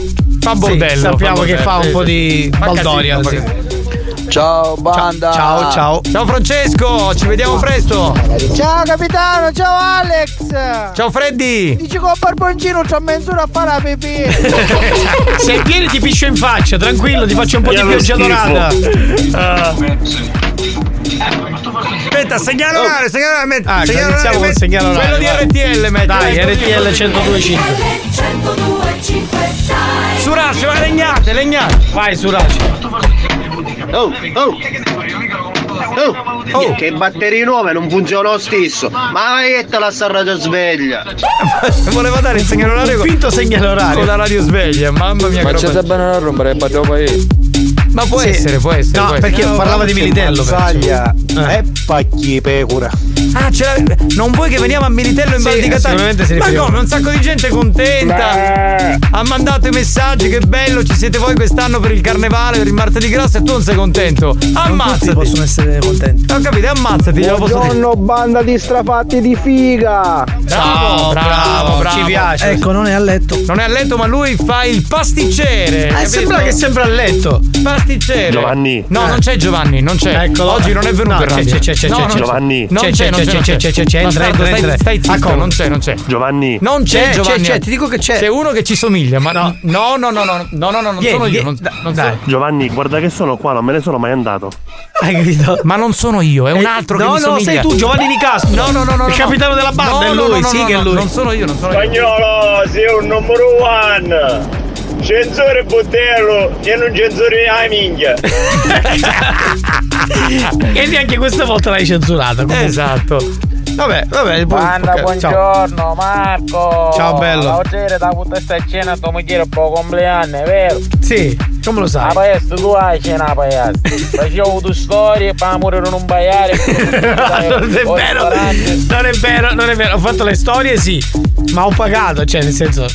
Speaker 2: Fa bordello, fa sappiamo che fa un po' di baldoria.
Speaker 16: Ciao,
Speaker 2: banda. Ciao, ciao. Ciao Francesco, ci vediamo presto.
Speaker 6: Ciao capitano, ciao Alex!
Speaker 2: Ciao Freddy.
Speaker 6: Dici con barboncino c'ho mezz'ora a fare la pipì!
Speaker 2: Se hai pieno ti piscio in faccia, tranquillo, ti faccio un po' di pioggia dorata. Ah.
Speaker 7: Aspetta, segnalare, segnalare, metti.
Speaker 2: Ah,
Speaker 7: segnalare,
Speaker 2: iniziamo con
Speaker 7: metti.
Speaker 2: segnalare.
Speaker 7: Quello di
Speaker 2: vai.
Speaker 7: RTL, metti.
Speaker 2: Dai,
Speaker 7: metti.
Speaker 2: RTL 1025.
Speaker 7: Surace, vai legnate, legnate.
Speaker 2: Vai Surace.
Speaker 27: Oh, oh. Oh, oh, che batteria nuove non funziona lo stesso. Ma vai che te la sarà sveglia.
Speaker 2: Voleva dare il segnale orario. con-
Speaker 27: Finto segnale orario.
Speaker 2: Con la radio sveglia, mamma mia.
Speaker 16: Ma
Speaker 2: che
Speaker 16: c'è
Speaker 2: roba.
Speaker 16: da bene a rompere, ma dopo io.
Speaker 2: Ma può
Speaker 16: Sì.
Speaker 2: essere, può essere.
Speaker 16: No,
Speaker 2: può essere.
Speaker 16: perché parlava di Militello, penso.
Speaker 2: Mazzaglia e pacchi pecora. Ah, ce l'ha- non vuoi che veniamo a Militello in
Speaker 7: Sì,
Speaker 2: Val di Catania?
Speaker 7: sicuramente si
Speaker 2: Ma
Speaker 7: riferiva.
Speaker 2: come? Un sacco di gente è contenta. Ha mandato i messaggi, che bello, ci siete voi quest'anno per il carnevale, per il martedì grasso e tu non sei contento. Ammazzati. possono essere contenti. Ho capito, ammazzati, glielo posso dire.
Speaker 16: Buongiorno, banda di strafatti di figa.
Speaker 2: Bravo, bravo, bravo, ci piace.
Speaker 16: Ecco,
Speaker 2: non è a letto. Non è a letto, ma lui fa il pasticcere.
Speaker 16: Eh,
Speaker 2: capito?
Speaker 16: sembra che è sempre a letto.
Speaker 2: Pasticcere.
Speaker 5: Giovanni.
Speaker 2: No, non c'è Giovanni, non c'è.
Speaker 5: Eccolo.
Speaker 2: Oggi non è venuto.
Speaker 5: No,
Speaker 2: in
Speaker 5: c'è,
Speaker 2: radio.
Speaker 5: c'è, c'è, c'è,
Speaker 2: No,
Speaker 5: c'è,
Speaker 2: non
Speaker 5: c'è. Giovanni.
Speaker 2: Non
Speaker 5: C'è,
Speaker 2: c'è,
Speaker 5: c'è,
Speaker 2: non c'è,
Speaker 5: c'è,
Speaker 2: non c'è,
Speaker 5: c'è, c'è, c'è, entra,
Speaker 2: Bastardo,
Speaker 5: entra,
Speaker 2: stai-
Speaker 5: entra.
Speaker 2: Stai zitto,
Speaker 5: Ecco.
Speaker 2: non c'è, non c'è.
Speaker 5: Giovanni.
Speaker 2: Non c'è,
Speaker 5: C'è, c'è,
Speaker 2: Giovanni.
Speaker 5: c'è, ti dico che c'è.
Speaker 2: C'è uno che ci somiglia, ma no, no, no, no, no, no, no, no, non sono io. Non, non sono-
Speaker 5: Giovanni, guarda che sono qua, non me ne sono mai andato.
Speaker 2: Hai capito? Eh, Ma non sono io, è un altro che
Speaker 5: no,
Speaker 2: mi
Speaker 5: no,
Speaker 2: somiglia.
Speaker 5: sei tu, Giovanni Nicastro.
Speaker 2: No, no, no, no.
Speaker 5: Il
Speaker 2: no.
Speaker 5: capitano della banda,
Speaker 2: No,
Speaker 5: è
Speaker 2: no,
Speaker 5: lui,
Speaker 2: no,
Speaker 5: sì
Speaker 2: no,
Speaker 5: che è
Speaker 2: no,
Speaker 5: lui.
Speaker 2: Non sono io, non sono io.
Speaker 28: Spagnolo, sei un numero one! Censore Botello, e non censore a minchia!
Speaker 2: e neanche questa volta l'hai censurata. Cioè, Esatto. Vabbè, vabbè.
Speaker 6: Banda,
Speaker 2: ok, ciao.
Speaker 6: buongiorno Marco!
Speaker 2: Ciao, bello.
Speaker 6: La oggi da tutta sta cena tua moglie è un po' compleanno, è vero?
Speaker 2: Sì, come lo sai?
Speaker 6: A paese tu hai cena a paese Facevo tu storie, pa morire non baiare
Speaker 2: non è vero, non è vero, non è vero. Ho fatto le storie, sì, ma ho pagato, cioè, nel senso.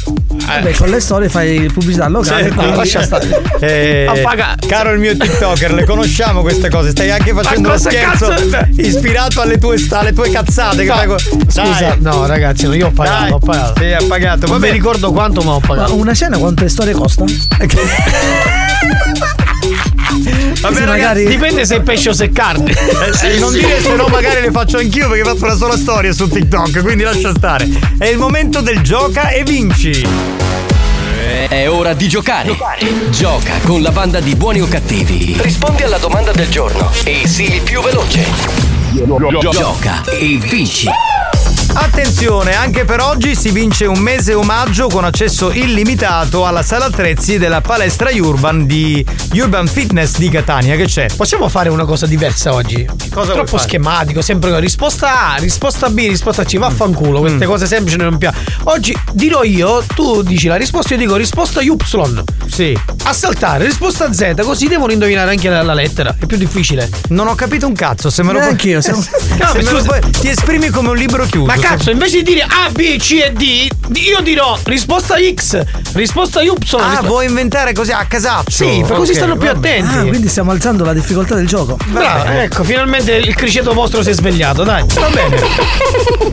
Speaker 3: Vabbè, con le storie fai pubblicità locale.
Speaker 2: Certo.
Speaker 3: quindi- lascia stare.
Speaker 7: Eh,
Speaker 2: Ha pagato.
Speaker 7: Caro il mio TikToker, le conosciamo queste cose. Stai anche facendo
Speaker 2: Ma
Speaker 7: uno
Speaker 2: cosa
Speaker 7: scherzo
Speaker 2: cazzo-
Speaker 7: ispirato alle tue, sta- alle tue cazzate. che
Speaker 2: No,
Speaker 7: fai co-
Speaker 2: Scusa,
Speaker 7: Dai.
Speaker 2: no, ragazzi, no, io ho pagato,
Speaker 7: Dai.
Speaker 2: ho pagato.
Speaker 7: Sì, ha pagato.
Speaker 2: Non
Speaker 7: Vabbè.
Speaker 2: mi ricordo quanto, ma ho
Speaker 3: Ma
Speaker 2: pagato.
Speaker 3: una cena quante storie costa?
Speaker 7: Eh,
Speaker 2: Vabbè,
Speaker 3: ragazzi, magari-
Speaker 2: dipende se è pesce o se è carne.
Speaker 7: Eh, sì, non dire se no magari le faccio anch'io perché faccio una sola storia su TikTok, quindi lascia stare. È il momento del gioca e vinci.
Speaker 1: Eh, È ora di giocare. Gioca con la banda di buoni o cattivi. Rispondi alla domanda del giorno e sii il più veloce. Gioca e vinci.
Speaker 7: Attenzione, anche per oggi si vince un mese omaggio con accesso illimitato alla sala attrezzi della palestra Urban di Urban Fitness di Catania che c'è.
Speaker 2: Possiamo fare una cosa diversa oggi?
Speaker 7: Cosa vuoi
Speaker 2: Troppo
Speaker 7: fare? Mm.
Speaker 2: schematico, sempre con risposta A, risposta B, risposta C, vaffanculo, queste cose semplici non mi piacciono. Oggi dirò io, tu dici la risposta, io dico risposta Y.
Speaker 7: Sì.
Speaker 2: A saltare, risposta Z, così devono indovinare anche la, la lettera. È più difficile.
Speaker 7: Non ho capito un cazzo, se me lo
Speaker 2: Neanche io, se-
Speaker 7: No,
Speaker 2: se me lo puoi-
Speaker 7: ti esprimi come un libro chiuso.
Speaker 2: Ma cazzo, Cioè, invece di dire A, B, C e D, di- io dirò risposta X, risposta Y.
Speaker 7: Ah,
Speaker 2: risposta-
Speaker 7: vuoi inventare così a casaccio?
Speaker 2: Sì, per così stanno più attenti.
Speaker 3: Ah, quindi stiamo alzando la difficoltà del gioco.
Speaker 2: Bravo, ecco, finalmente il criceto vostro si è svegliato, dai. Va bene.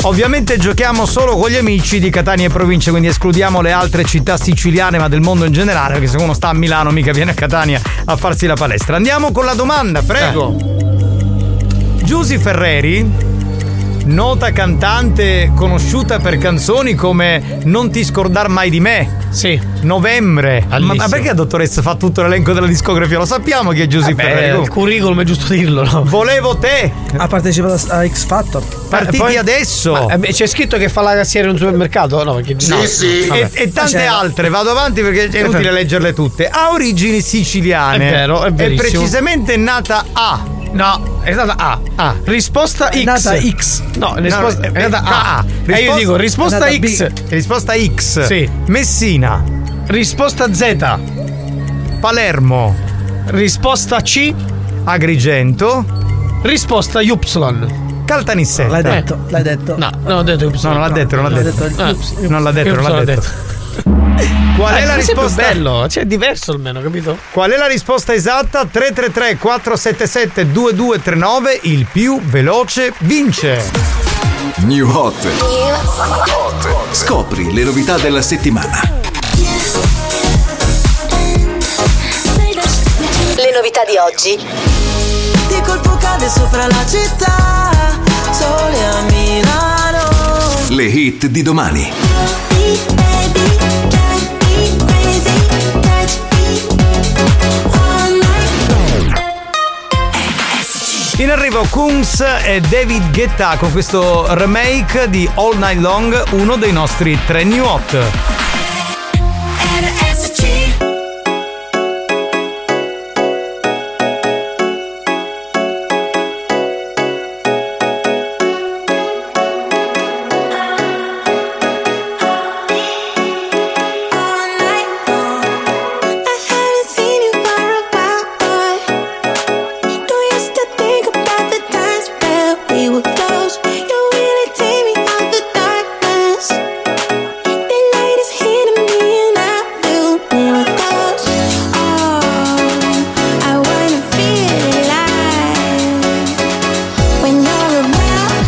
Speaker 7: Ovviamente giochiamo solo con gli amici di Catania e provincia, quindi escludiamo le altre città siciliane, ma del mondo in generale, perché se uno sta a Milano mica viene a Catania a farsi la palestra. Andiamo con la domanda, prego. Giusy Ferreri, nota cantante conosciuta per canzoni come Non ti scordar mai di me.
Speaker 2: Sì.
Speaker 7: Novembre. Ma, ma perché la dottoressa fa tutto l'elenco della discografia? Lo sappiamo chi è Giusy
Speaker 2: Vabbè,
Speaker 7: Ferreri.
Speaker 2: il curriculum è giusto dirlo, no?
Speaker 7: Volevo te! Eh,
Speaker 3: Ha partecipato a X Factor.
Speaker 7: Partiti
Speaker 2: Poi-
Speaker 7: adesso!
Speaker 2: Ma, eh, c'è scritto che fa la cassiera in un supermercato? No, perché no.
Speaker 7: E, e tante altre, vado avanti perché è inutile leggerle tutte. Ha origini siciliane.
Speaker 2: È vero, è verissimo.
Speaker 7: precisamente nata a
Speaker 2: No, è stata A.
Speaker 29: Ah,
Speaker 2: Risposta X.
Speaker 3: È nata X.
Speaker 2: No, risposta,
Speaker 3: No,
Speaker 2: è nata A.
Speaker 3: no.
Speaker 2: E io
Speaker 3: Risposta-
Speaker 2: dico risposta
Speaker 3: è nata
Speaker 2: X. Risposta X.
Speaker 29: Sì.
Speaker 2: Messina. Risposta Z. Palermo. Risposta C. Agrigento. Risposta Y. Caltanissetta.
Speaker 3: L'hai detto, l'hai detto.
Speaker 2: No, non l'ha detto. No, non l'ha detto, Eh. non l'ha
Speaker 3: L'ha
Speaker 2: detto.
Speaker 3: detto Y.
Speaker 2: Non l'ha detto, non l'ha
Speaker 3: Y.
Speaker 2: detto. Qual è la risposta?
Speaker 6: bello, cioè è diverso almeno, capito?
Speaker 2: Qual è la risposta esatta? 333 477 2239 il più veloce vince.
Speaker 22: New Hot. Scopri le novità della settimana.
Speaker 7: Le novità di oggi. Di colpo cade sopra la città, sole a Milano.
Speaker 22: Le hit di domani.
Speaker 2: In arrivo Kungs e David Guetta con questo remake di All Night Long, uno dei nostri tre new hot.
Speaker 13: Oh,
Speaker 7: When you're around,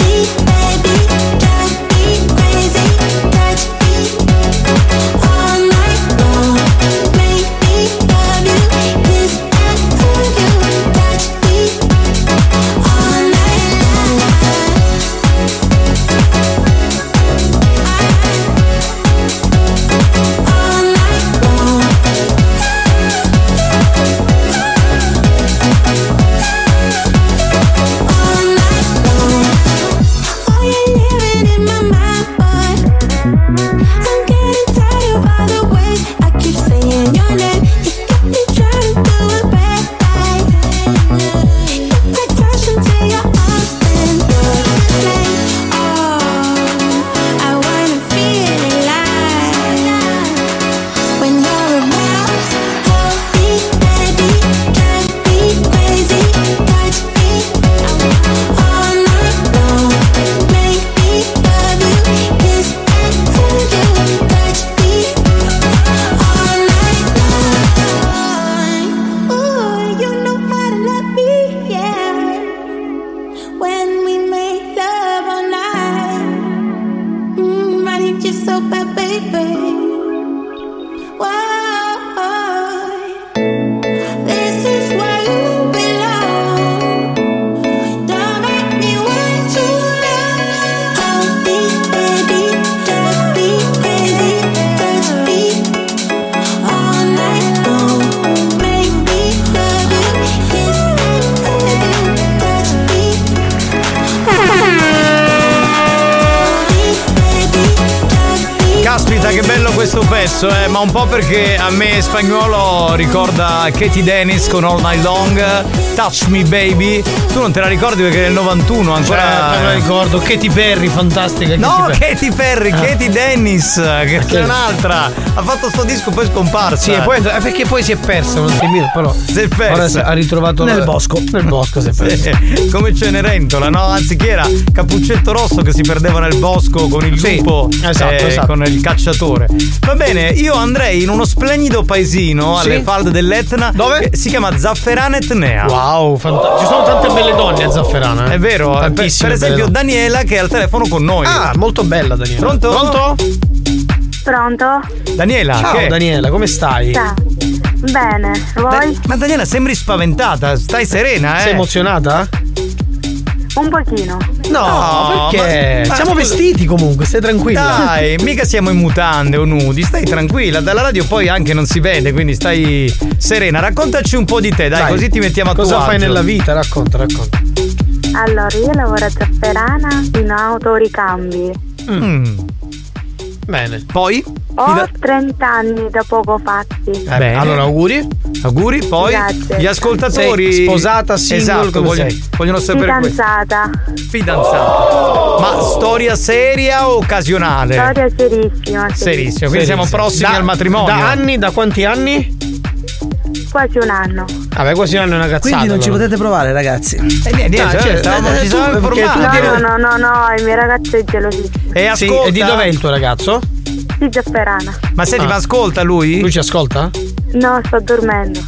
Speaker 7: beat, baby, drive me crazy, touch me all night long. Make me love you, kiss and hug you, touch me all night long. All night long. All night long. Oh, you're living in my mind, boy. I'm getting tired of all the ways I keep saying your name. You got me trying to do it back. If I crash into your arms, then you're to blame. Oh, I wanna feel alive when you're around. Oh, beat, baby, drive me crazy, touch me. All night long, make me love you, kiss and hug you, touch me all night long. Ooh, you know how to love me, yeah. When we make love all night, mm, I need you so bad, baby. Whoa, this is where you belong. Don't make me want you now. Touch me, baby, touch me crazy, touch me all night long. Make me love you, kiss and touch me.
Speaker 2: Caspita che bello questo pezzo, eh, ma un po' perché a me spagnolo ricorda Katie Dennis con All Night Long, Touch Me Baby. Tu non te la ricordi perché nel 91 ancora eh.
Speaker 6: Certo, me la ricordo. Katy Perry, fantastica.
Speaker 2: No,
Speaker 6: Katy
Speaker 2: Katy Perry,
Speaker 6: Perry. Ah.
Speaker 2: Katy Dennis, che c'è
Speaker 6: ok.
Speaker 2: un'altra. Ha fatto sto disco poi è scomparsa.
Speaker 6: Sì, e poi- eh, perché poi si è persa, non si è mira, però.
Speaker 2: Si è persa.
Speaker 6: Ora si- ha ritrovato
Speaker 2: Nel
Speaker 6: bosco. Nel bosco si è persa.
Speaker 2: Sì, come Cenerentola, no? Anzi, chi era? Cappuccetto Rosso che si perdeva nel bosco con il lupo, eh,
Speaker 6: esatto, esatto.
Speaker 2: con il cacciatore. Va bene, io andrei in uno splendido paesino alle
Speaker 6: Sì?
Speaker 2: falde dell'Etna. Dove? Si chiama Zafferana Etnea.
Speaker 6: Wow, fantastico. Ci sono tante belle donne a Zafferana. eh.
Speaker 2: È vero, eh, per, per
Speaker 6: Tantissime belle
Speaker 2: esempio
Speaker 6: donne.
Speaker 2: Daniela che è al telefono con noi.
Speaker 6: Ah, molto bella Daniela.
Speaker 2: Pronto?
Speaker 6: Pronto?
Speaker 10: Pronto?
Speaker 2: Daniela,
Speaker 6: Ciao
Speaker 2: che?
Speaker 6: Daniela, come stai?
Speaker 10: Ciao. Bene, voi?
Speaker 2: Da- ma Daniela sembri spaventata, stai serena, eh?
Speaker 6: Sei emozionata?
Speaker 10: Un pochino.
Speaker 2: No,
Speaker 6: perché? Siamo vestiti comunque, stai tranquilla.
Speaker 2: Dai, mica siamo in mutande o nudi, stai tranquilla, dalla radio poi anche non si vede, quindi stai serena. Raccontaci un po' di te, dai,
Speaker 6: Dai,
Speaker 2: così ti mettiamo a tuo
Speaker 6: Cosa fai
Speaker 2: agio.
Speaker 6: nella vita? Racconta, racconta.
Speaker 10: Allora, io lavoro a Zafferana in autoricambi.
Speaker 2: Mm.
Speaker 6: Bene. Eh,
Speaker 2: Poi?
Speaker 10: Ho 30 anni da poco fatti.
Speaker 2: Eh,
Speaker 6: allora auguri.
Speaker 2: Auguri, poi
Speaker 10: Grazie.
Speaker 2: gli ascoltatori.
Speaker 6: Sei sposata, single,
Speaker 2: esatto,
Speaker 6: come
Speaker 2: vogliono,
Speaker 6: sei?
Speaker 2: vogliono sapere questo.
Speaker 10: Fidanzata.
Speaker 2: Fidanzata. Ma storia seria o occasionale?
Speaker 10: Storia serissima.
Speaker 2: Serissimo, quindi siamo prossimi
Speaker 6: Da-
Speaker 2: al matrimonio.
Speaker 6: Da anni, da quanti anni?
Speaker 10: Quasi un anno.
Speaker 6: Vabbè, quasi un anno è una cazzata.
Speaker 3: Quindi non ci potete provare, ragazzi. Eh,
Speaker 2: niente, niente,
Speaker 6: certo.
Speaker 2: cioè, stavamo- ci stavamo informando.
Speaker 10: certo. No, no, no, no, no, il mio ragazzo è gelosissimo.
Speaker 2: E
Speaker 6: Sì,
Speaker 2: ascolta.
Speaker 6: e di dov'è il tuo ragazzo?
Speaker 10: Sì, Zafferana.
Speaker 2: Ma senti,
Speaker 6: Ah.
Speaker 2: ma ascolta lui?
Speaker 6: Lui ci ascolta?
Speaker 10: No, sto dormendo.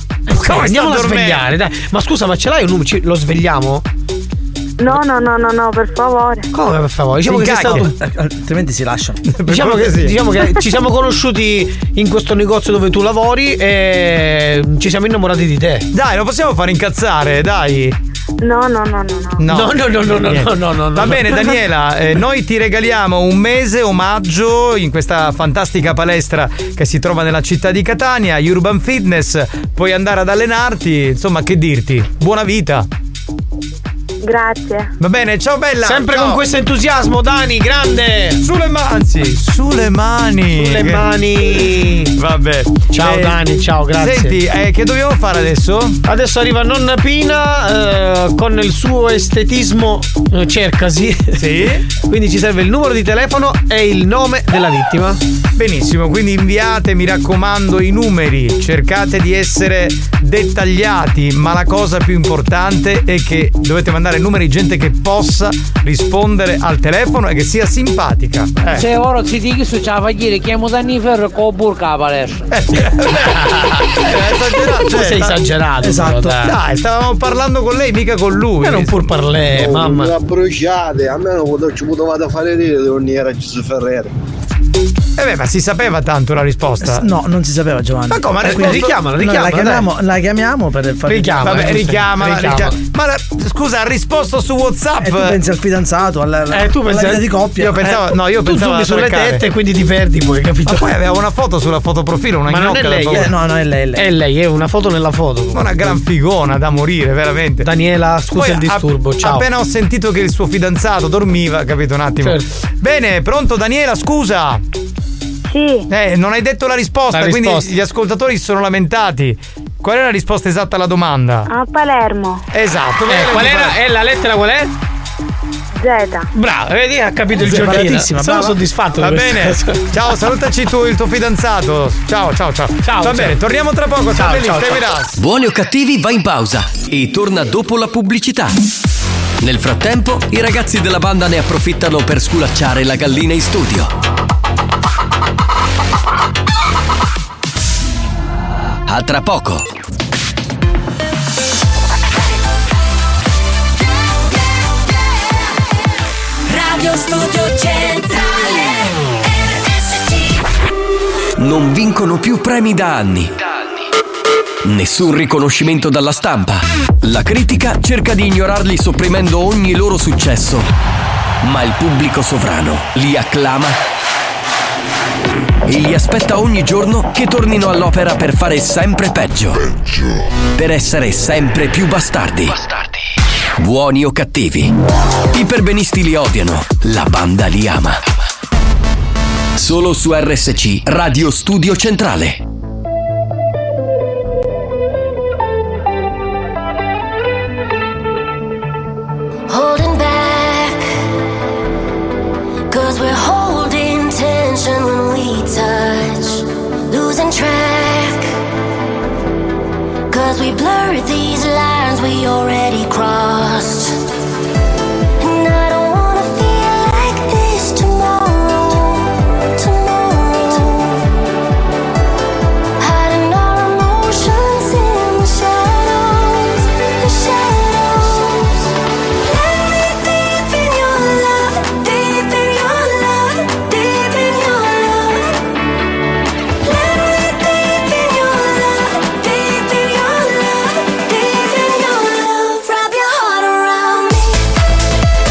Speaker 6: No, andiamo a
Speaker 2: dormendo.
Speaker 6: svegliare, dai. Ma scusa, ma ce l'hai un numero? Ci- Lo svegliamo?
Speaker 10: No, no, no, no, no, per favore.
Speaker 6: Come per favore? Diciamo
Speaker 3: Si
Speaker 6: che sei
Speaker 3: incacchia.
Speaker 6: stato.
Speaker 3: Altrimenti si lasciano.
Speaker 6: Diciamo che, diciamo che ci siamo conosciuti in questo negozio dove tu lavori e ci siamo innamorati di te.
Speaker 2: Dai, lo possiamo far incazzare, dai.
Speaker 10: No, no, no, no, no.
Speaker 6: No, no, no, no, no, no, no, no,
Speaker 2: Va
Speaker 6: no.
Speaker 2: bene, Daniela, eh, noi ti regaliamo un mese omaggio in questa fantastica palestra che si trova nella città di Catania, Urban Fitness. Puoi andare ad allenarti, insomma, che dirti? Buona vita.
Speaker 10: Grazie.
Speaker 2: Va bene, ciao bella.
Speaker 6: Sempre con questo entusiasmo, Dani, grande!
Speaker 2: Sulle mani, anzi, sulle mani.
Speaker 6: Sulle mani.
Speaker 2: Vabbè.
Speaker 6: Ciao
Speaker 2: Eh,
Speaker 6: Dani, ciao, grazie.
Speaker 2: Senti, eh, che dobbiamo fare adesso?
Speaker 6: Adesso arriva nonna Pina eh, con il suo estetismo eh, cercasi.
Speaker 2: Sì.
Speaker 6: Quindi ci serve il numero di telefono e il nome della vittima.
Speaker 2: Benissimo, quindi inviate, mi raccomando, i numeri, cercate di essere dettagliati, ma la cosa più importante è che dovete mandare numeri di gente che possa rispondere al telefono e che sia simpatica. Eh.
Speaker 30: Se ora si dice su c'è la fagliere, chiamo Danny Ferro con burca a palestra.
Speaker 2: Eh, esagerato,
Speaker 6: Tu sei esagerato.
Speaker 3: Esatto.
Speaker 6: però, dai.
Speaker 2: Dai, stavamo parlando con lei, mica con lui.
Speaker 3: Eh,
Speaker 6: Era un pur parlè, mamma.
Speaker 31: La bruciate, almeno quando ci potevate fare ridere dove non era Gesù Ferrero.
Speaker 2: Eh beh, ma si sapeva tanto la risposta.
Speaker 3: No, non si sapeva Giovanni.
Speaker 2: Ma come, ha
Speaker 3: Eh,
Speaker 2: risposto-
Speaker 6: richiamala,
Speaker 3: Noi
Speaker 6: richiamala,
Speaker 3: la, chiamiamo, la chiamiamo per fare
Speaker 6: Richiamala.
Speaker 2: Vabbè, richiamala,
Speaker 6: Richiamala.
Speaker 2: richiamala. Ma la- scusa, ha risposto su WhatsApp.
Speaker 3: E Eh, tu pensi al fidanzato, alla,
Speaker 6: Eh, tu
Speaker 3: alla
Speaker 6: pensi-
Speaker 3: vita di coppia. Eh,
Speaker 2: Io pensavo, no, io
Speaker 6: tu
Speaker 2: pensavo
Speaker 6: zoomi
Speaker 2: alla
Speaker 6: sulle
Speaker 2: Treccare.
Speaker 6: tette e quindi ti perdi poi, capito?
Speaker 2: Ma poi aveva una foto sulla fotoprofilo, una
Speaker 6: Ma non è
Speaker 2: gnocca da
Speaker 6: lei,
Speaker 2: paura.
Speaker 3: Eh, no, no, è lei, è lei.
Speaker 6: È lei, è una foto nella foto.
Speaker 2: Ma Una gran figona da morire, veramente.
Speaker 6: Daniela, scusa
Speaker 2: Poi
Speaker 6: il disturbo,
Speaker 2: app-
Speaker 6: ciao.
Speaker 2: Appena ho sentito che il suo fidanzato dormiva, capito un attimo.
Speaker 6: Certo.
Speaker 2: Bene, pronto Daniela, scusa.
Speaker 10: Sì,
Speaker 2: Eh, non hai detto la risposta,
Speaker 6: La
Speaker 2: quindi
Speaker 6: risposta.
Speaker 2: gli ascoltatori si sono lamentati. Qual era la risposta esatta alla domanda?
Speaker 10: a Palermo.
Speaker 2: Esatto,
Speaker 6: Eh,
Speaker 2: bene,
Speaker 6: qual
Speaker 2: ti
Speaker 6: era?
Speaker 2: fa-
Speaker 6: eh, la lettera qual è?
Speaker 10: Z.
Speaker 6: Bravo, vedi, ha capito il giochino.
Speaker 3: Preparatissima,
Speaker 6: Sono
Speaker 3: brava.
Speaker 6: soddisfatto.
Speaker 2: Va
Speaker 6: di questa
Speaker 2: bene,
Speaker 6: cosa.
Speaker 2: ciao, salutaci tu, il tuo fidanzato. Ciao, ciao, ciao.
Speaker 6: Ciao,
Speaker 2: Va
Speaker 6: ciao.
Speaker 2: bene, torniamo tra poco.
Speaker 6: Ciao,
Speaker 2: stai lì,
Speaker 6: ciao,
Speaker 2: stai
Speaker 6: ciao.
Speaker 2: là.
Speaker 1: Buoni o cattivi va in pausa e torna dopo la pubblicità. Nel frattempo, i ragazzi della banda ne approfittano per sculacciare la gallina in studio. A tra poco.
Speaker 7: Radio Studio Centrale RSC
Speaker 1: Non vincono più premi da anni. Nessun riconoscimento dalla stampa. La critica cerca di ignorarli sopprimendo ogni loro successo. Ma il pubblico sovrano li acclama e li aspetta ogni giorno che tornino all'opera per fare sempre peggio. Per essere sempre più bastardi. Buoni o cattivi. I perbenisti li odiano, la banda li ama. Solo su RSC Radio Studio Centrale.
Speaker 7: Holding back Cause we're holding tension when we touch Losing track Cause we blur these lines we already crossed And I don't wanna feel like this tomorrow Tomorrow Hiding our emotions in the shadows The shadows Let me deep in your love Deep in your love Deep in your love Let me deep in your love Deep in your love Deep in your love Wrap your heart around Oh,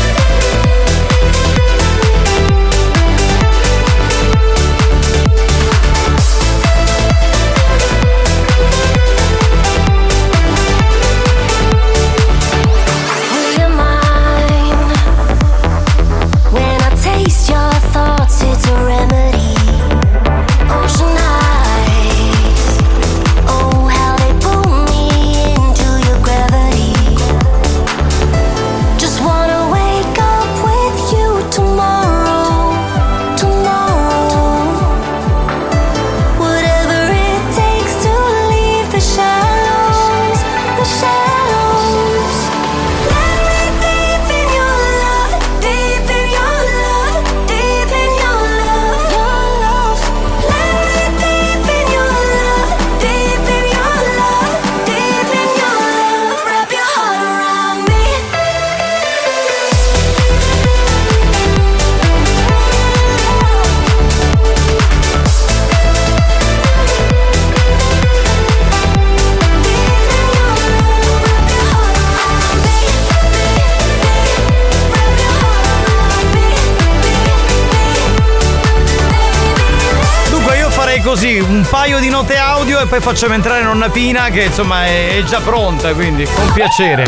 Speaker 2: così un paio di note audio e poi facciamo entrare nonna Pina che insomma è, è già pronta, quindi con piacere.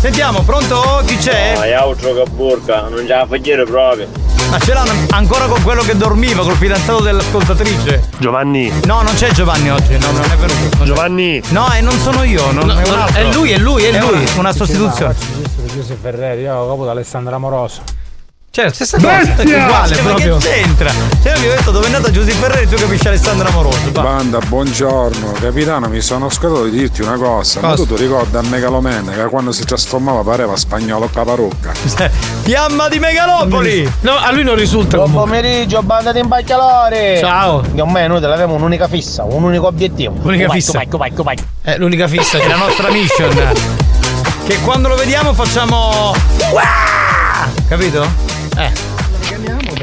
Speaker 2: Sentiamo, pronto? Chi c'è?
Speaker 32: Ma è altro che burca, non ce la fa dire proprio.
Speaker 2: Ma ce l'hanno ancora con quello che dormiva, col fidanzato dell'ascoltatrice.
Speaker 33: Giovanni.
Speaker 2: No, non c'è Giovanni oggi, no, non è venuto.
Speaker 33: Giovanni.
Speaker 2: No, e non sono io, non,
Speaker 3: No,
Speaker 2: è un
Speaker 3: no,
Speaker 2: altro.
Speaker 3: è lui, è lui, è lui.
Speaker 2: Una, una sostituzione.
Speaker 6: Giuseppe Ferreri, io capo da Alessandra Amoroso.
Speaker 3: Eh,
Speaker 2: Cioè, stessa cosa, è uguale proprio. Ma che c'entra? Cioè, io ho detto dove è andata Giuseppe Ferreri, tu capisci Alessandra Amoroso.
Speaker 34: Banda, buongiorno. Capitano, mi sono scordato di dirti una cosa. Ma
Speaker 2: Cosa?
Speaker 34: tu ti ricordi a Megalomene che quando si trasformava pareva spagnolo caparocca.
Speaker 2: Eh. Fiamma di Megalopoli!
Speaker 3: No, a lui non risulta.
Speaker 6: Buon pomeriggio, banda di impacchialori!
Speaker 3: Ciao.
Speaker 6: Io me noi avevamo un'unica fissa, un unico obiettivo.
Speaker 2: Unica
Speaker 6: Vai,
Speaker 2: fissa.
Speaker 6: Vai, vai, vai.
Speaker 3: È Eh, l'unica fissa
Speaker 2: È la nostra mission. Che quando lo vediamo facciamo. Uah! Capito? Eh.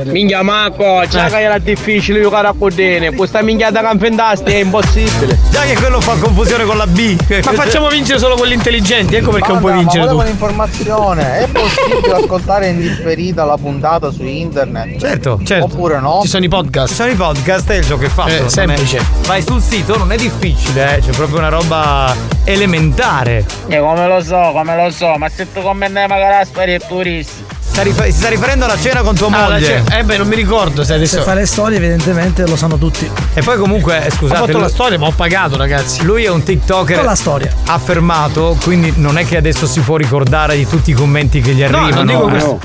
Speaker 6: Minchia Marco, c'è che era difficile giocare a Codene, questa minchiata campendasti è impossibile.
Speaker 2: Già che quello fa confusione con la B.
Speaker 3: Ma facciamo vincere solo quelli intelligenti, ecco perché non puoi vincere tu.
Speaker 35: un'informazione, è possibile ascoltare in differita la puntata su internet?
Speaker 2: Certo, certo.
Speaker 35: Oppure no?
Speaker 3: Ci sono i podcast.
Speaker 2: Ci sono i podcast, è il gioco che fatto.
Speaker 3: Eh,
Speaker 2: non è-
Speaker 3: semplice.
Speaker 2: Vai sul sito, non è difficile, eh, c'è proprio una roba elementare.
Speaker 6: E Eh, come lo so, come lo so, ma se tu come andiamo a Caraspari e turisti.
Speaker 2: Sta rifer- si sta riferendo alla cena con tua
Speaker 6: Ah, la
Speaker 2: moglie.
Speaker 6: cena.
Speaker 3: Eh beh, non mi ricordo se adesso.
Speaker 36: Se fa le storie, evidentemente lo sanno tutti.
Speaker 2: E poi comunque, eh, scusate.
Speaker 36: Ho fatto la
Speaker 2: storia, ma ho pagato, ragazzi. Lui è un TikToker.
Speaker 36: Con la storia.
Speaker 2: Affermato, quindi non è che adesso si può ricordare di tutti i commenti che
Speaker 36: No,
Speaker 2: gli arrivano. Eh. Ah,
Speaker 36: non dico questo.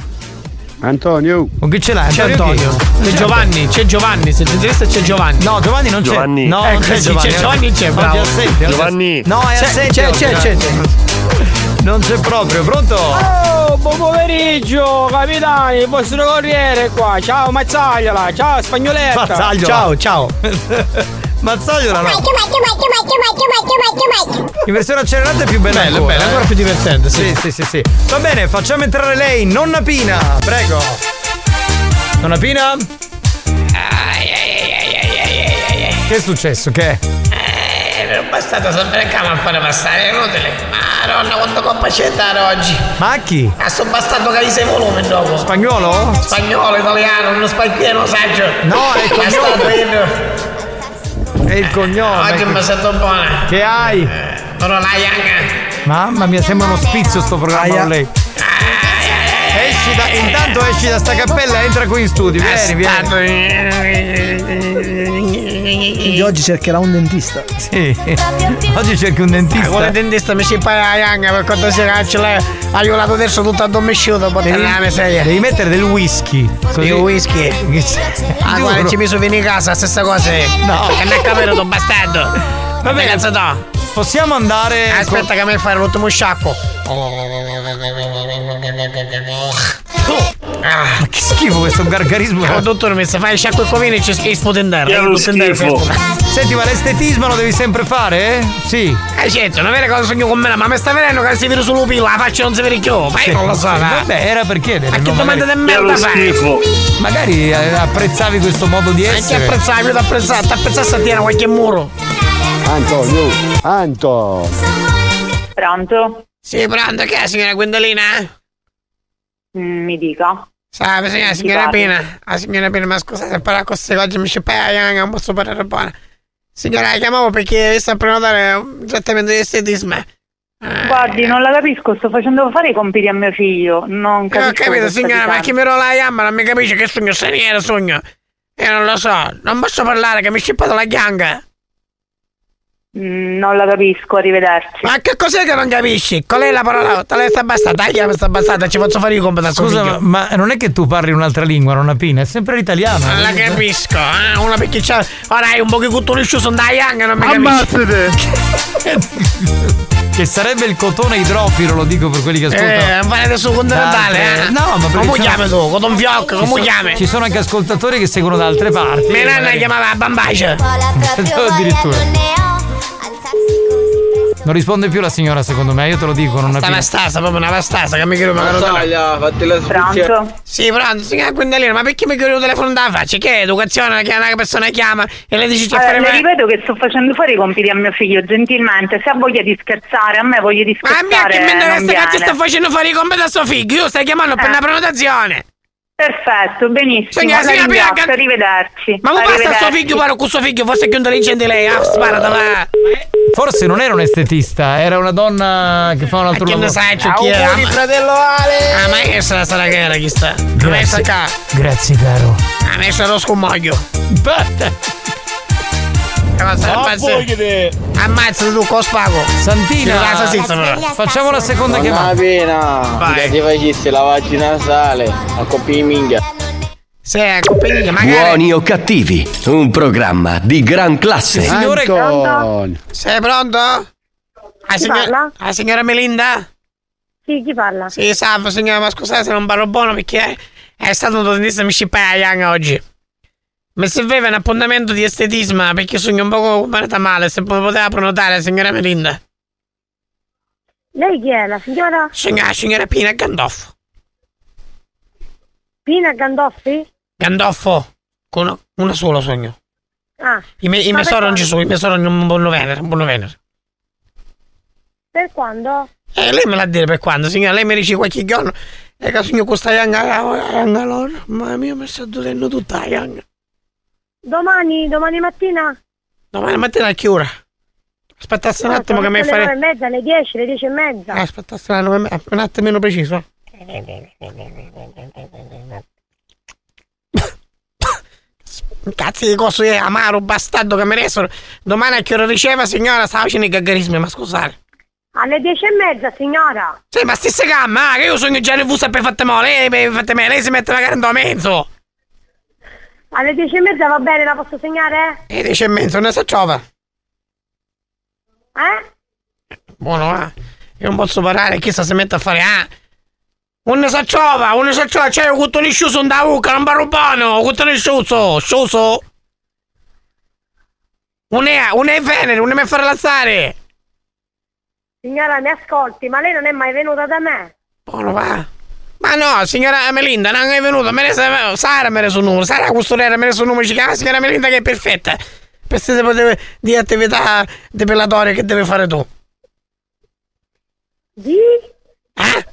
Speaker 34: Antonio.
Speaker 2: Con chi ce l'hai?
Speaker 3: C'è Antonio. C'è Giovanni, c'è Giovanni, se c'è interessa c'è Giovanni.
Speaker 2: No, Giovanni non c'è.
Speaker 3: Giovanni.
Speaker 2: No, non
Speaker 3: Ecco,
Speaker 2: c'è
Speaker 3: sì,
Speaker 2: Giovanni.
Speaker 3: c'è Giovanni, c'è,
Speaker 2: Oggi
Speaker 3: bravo.
Speaker 2: è assente, oggi è-
Speaker 3: Giovanni.
Speaker 2: No, è
Speaker 3: C'è,
Speaker 2: assente.
Speaker 3: c'è,
Speaker 2: oggi,
Speaker 3: c'è,
Speaker 2: eh.
Speaker 3: c'è, c'è.
Speaker 2: Non c'è proprio, pronto?
Speaker 6: Oh, buon pomeriggio, capitani, il vostro corriere qua. Ciao Mazzagliola, ciao Spagnoletta.
Speaker 2: Mazzagliola. ciao. Mazzagliola no. In versione accelerata è più bella
Speaker 3: Bello,
Speaker 2: ancora.
Speaker 3: bello,
Speaker 2: eh.
Speaker 3: ancora più divertente, sì.
Speaker 2: Sì, sì, sì, sì. Va bene, facciamo entrare lei, nonna Pina, prego. Nonna Pina? Che è successo? Che è?
Speaker 37: Eh, ho passato sempre in cama a fare passare inutile. Madonna, quanto coppa c'è da oggi?
Speaker 2: Ma chi?
Speaker 37: Ah, sono bastato che gli sei volume dopo.
Speaker 2: Spagnolo?
Speaker 37: Spagnolo, italiano, uno spagnolo, saggio.
Speaker 2: No, è cognome.
Speaker 37: Bastardo, io-
Speaker 2: È il cognome.
Speaker 37: Oggi mi sento buona.
Speaker 2: Che hai?
Speaker 37: Sono la Yang.
Speaker 2: Mamma mia, sembra uno spizio sto programma con lei. Esci da, intanto esci da sta cappella e entra qui in studio. Vieni,
Speaker 36: Quindi
Speaker 2: vieni.
Speaker 36: oggi cercherà un dentista.
Speaker 2: Sì. Oggi cerchi un dentista.
Speaker 3: Con il dentista mi si paga la yanga per quanto si caccia l'ha aiutato adesso tutto addomesciuto, portare la miseria.
Speaker 2: Devi mettere del whisky. Così.
Speaker 3: Il whisky. Ah, guarda,
Speaker 2: Giuro.
Speaker 3: ci mi sono venuto in casa, stessa cosa. eh.
Speaker 2: No.
Speaker 3: Che ne capito, tu bastardo. Va bene, cazzo no.
Speaker 2: Possiamo andare.
Speaker 3: Aspetta che a me fare l'ultimo sciacquo.
Speaker 2: Ma che schifo questo gargarismo.
Speaker 3: Oh, dottore, mi sa fai il sciacquo e covini e ci e sputo in terra.
Speaker 2: Che è uno
Speaker 3: Io sputo in terra,
Speaker 2: schifo.
Speaker 3: fai sputo.
Speaker 2: Senti, ma l'estetismo lo devi sempre fare, eh? Sì.
Speaker 3: Eh certo, non vero cosa sogno con me, ma mi sta venendo che si vede solo pilla, la faccia non si vede più, ma io non lo so,
Speaker 2: Sì,
Speaker 3: ma-
Speaker 2: Vabbè, era per chiedere.
Speaker 3: Ma che
Speaker 2: no,
Speaker 3: domanda
Speaker 2: magari-
Speaker 3: di merda Che fai? schifo.
Speaker 2: Magari eh, apprezzavi questo modo di
Speaker 3: Anche
Speaker 2: essere.
Speaker 3: apprezzare, io ti apprezzare, ti apprezzare se tiene qualche muro.
Speaker 34: Antonio. Anto.
Speaker 38: Pronto?
Speaker 3: Sì, pronto, che è signora Guendolina?
Speaker 38: Mm, mi dica.
Speaker 3: Salve, signora,
Speaker 38: Chi
Speaker 3: signora
Speaker 38: parla?
Speaker 3: Pina. Ah, signora Pina, ma scusate, però così oggi mi ci paga, non posso parlare buona. Signora, la chiamavo perché vi sta a prenotare un trattamento di estetismo.
Speaker 38: Guardi, non la capisco, sto facendo fare i compiti a mio figlio. Non
Speaker 3: Eh,
Speaker 38: capisco.
Speaker 3: ho capito,
Speaker 38: questa
Speaker 3: signora, ma
Speaker 38: disanima.
Speaker 3: chi mi rola la gamba non mi capisce che sogno straniero sogno. Io non lo so, non posso parlare che mi è scippato la ghianga.
Speaker 38: Mm, Non la capisco, arrivederci.
Speaker 3: Ma che cos'è che non capisci? Qual è la parola? Te l'hai sta bastata, taglia sta bastata, ci posso fare io compito a suo
Speaker 2: Scusa,
Speaker 3: figlio.
Speaker 2: ma ma non è che tu parli un'altra lingua, nonna Pina, è sempre l'italiano.
Speaker 3: Non la capisco, eh? una perché c'è. Ora hai un po' che cuttone su sono da Yang, non mi capisci.
Speaker 2: Che sarebbe il cotone idrofilo, lo dico per quelli che
Speaker 3: Eh,
Speaker 2: ascoltano.
Speaker 3: fare adesso continentale, eh?
Speaker 2: Altre- No, ma perché
Speaker 3: Come
Speaker 2: sono-
Speaker 3: chiami tu? Cotton fiocco,
Speaker 2: Ci
Speaker 3: come
Speaker 2: so-
Speaker 3: chiami?
Speaker 2: Ci sono anche ascoltatori che seguono da altre parti.
Speaker 3: Mia nonna
Speaker 2: Magari-
Speaker 3: chiamava Bambace.
Speaker 2: Addirittura. Non risponde più la signora, secondo me, io te lo dico, nonna
Speaker 3: Sta
Speaker 2: Pina.
Speaker 3: vastasa, proprio una vastasa che mi chiede una
Speaker 6: Taglia, fatti la
Speaker 38: Pronto?
Speaker 3: Sì, pronto, signora Guendalino, ma perché mi chiede il telefono dalla faccia? Che è educazione che una persona chiama e lei dice c'è
Speaker 38: Allora,
Speaker 3: fare
Speaker 38: le
Speaker 3: male?
Speaker 38: ripeto che sto facendo fare i compiti a mio figlio, gentilmente. Se ha voglia di scherzare, a me voglia di
Speaker 3: Ma a
Speaker 38: scherzare.
Speaker 3: me che mentre
Speaker 38: non Eh.
Speaker 3: questa cazzo
Speaker 38: viene.
Speaker 3: sta facendo fare i compiti a suo figlio, io stai chiamando per una prenotazione.
Speaker 39: Perfetto, benissimo.
Speaker 3: Signora,
Speaker 39: la
Speaker 3: signora
Speaker 39: ringrazio,
Speaker 3: Bianca-
Speaker 39: arrivederci.
Speaker 3: Ma come basta suo
Speaker 39: Arrivederci.
Speaker 3: figlio, paro con suo figlio, forse è più intelligente lei, ah, sparata, ma...
Speaker 40: Forse non era un estetista, era una donna che fa un altro
Speaker 3: Che ne
Speaker 40: lavoro.
Speaker 3: sai, c'è chi era?
Speaker 40: Auguri,
Speaker 3: fratello Ale! Ah, ma che sarà, sarà che era, chissà. Ha messo
Speaker 40: Grazie.
Speaker 3: qua,
Speaker 40: Grazie, caro.
Speaker 3: ha messo lo scumoglio.
Speaker 40: Ma
Speaker 3: Ammazza tu con spago.
Speaker 40: Santina, facciamo la seconda chiamata.
Speaker 3: Vai.
Speaker 6: Vai. Ti facessi la vagina nasale, a coppi minchia.
Speaker 3: Sì, ecco, quindi magari.
Speaker 1: Buoni o cattivi, un programma di gran classe.
Speaker 3: Signore-
Speaker 1: Anton.
Speaker 3: Sei pronto?
Speaker 41: Chi
Speaker 3: Ah, signor-
Speaker 41: parla?
Speaker 3: ah, signora Melinda?
Speaker 41: Sì, chi parla?
Speaker 3: Sì, salve signora, ma scusate se non parlo buono perché è stato un dentista mi scippa a Young oggi. Mi serveva un appuntamento di estetismo perché sogno un poco parata male, se me lo poteva prenotare signora Melinda.
Speaker 39: Lei chi è? La signora
Speaker 3: Signora, signora Pina Gandolfo.
Speaker 39: Pina Gandolfi?
Speaker 3: Gandolfo, con una, una sola sogno.
Speaker 39: Ah,
Speaker 3: I miei, i miei
Speaker 39: ma per
Speaker 3: sorori non
Speaker 39: quando?
Speaker 3: ci sono, i miei sorori un buon venere, un buon venere.
Speaker 39: Per quando?
Speaker 3: E lei me l'ha dire per quando, signora, lei mi dice qualche giorno. E che sogno questa Young, young eh, allora, mamma mia, mi sta dolendo tutta eh, la Young.
Speaker 39: Domani, domani mattina?
Speaker 3: Domani mattina a che ora? Aspettassi un attimo che mi
Speaker 39: Alle nove e
Speaker 3: fare.
Speaker 39: mezza, alle 10, alle 10 e mezza.
Speaker 3: Ah, Aspettassi un attimo, un attimo meno preciso. Cazzo di coso è amaro bastardo che mi restano. Domani a che ora riceva signora stavo facendo i gaggarismi, ma scusate.
Speaker 39: Alle 10 e mezza, signora.
Speaker 3: Sì, ma stessa gamma, ah, che io sogno già nervosa per fatte male, lei per fatte male, lei si mette magari in mezzo.
Speaker 39: Alle 10 e mezza va bene, la posso segnare?
Speaker 3: E dice in mezzo, non si trova.
Speaker 39: Eh?
Speaker 3: Buono, ah. Io non posso parlare, chissà si mette a fare, ah. Un sacciova, un sacciova, c'è un cuttone sciuso un da ucca, non parlo buono, un cuttone sciuso, sciuso. Un è, un è venere, un è me fare lazzare.
Speaker 39: Signora, mi ascolti, ma lei non è mai venuta da me.
Speaker 3: Buono, va. Ma no, signora Melinda, non è venuta, me ne sa- Sara me ne sono numero, Sara custodiera me ne sono numero, ci chiama signora Melinda che è perfetta. Per se poteva di attività depilatoria che deve fare tu.
Speaker 39: Di?
Speaker 3: Ah?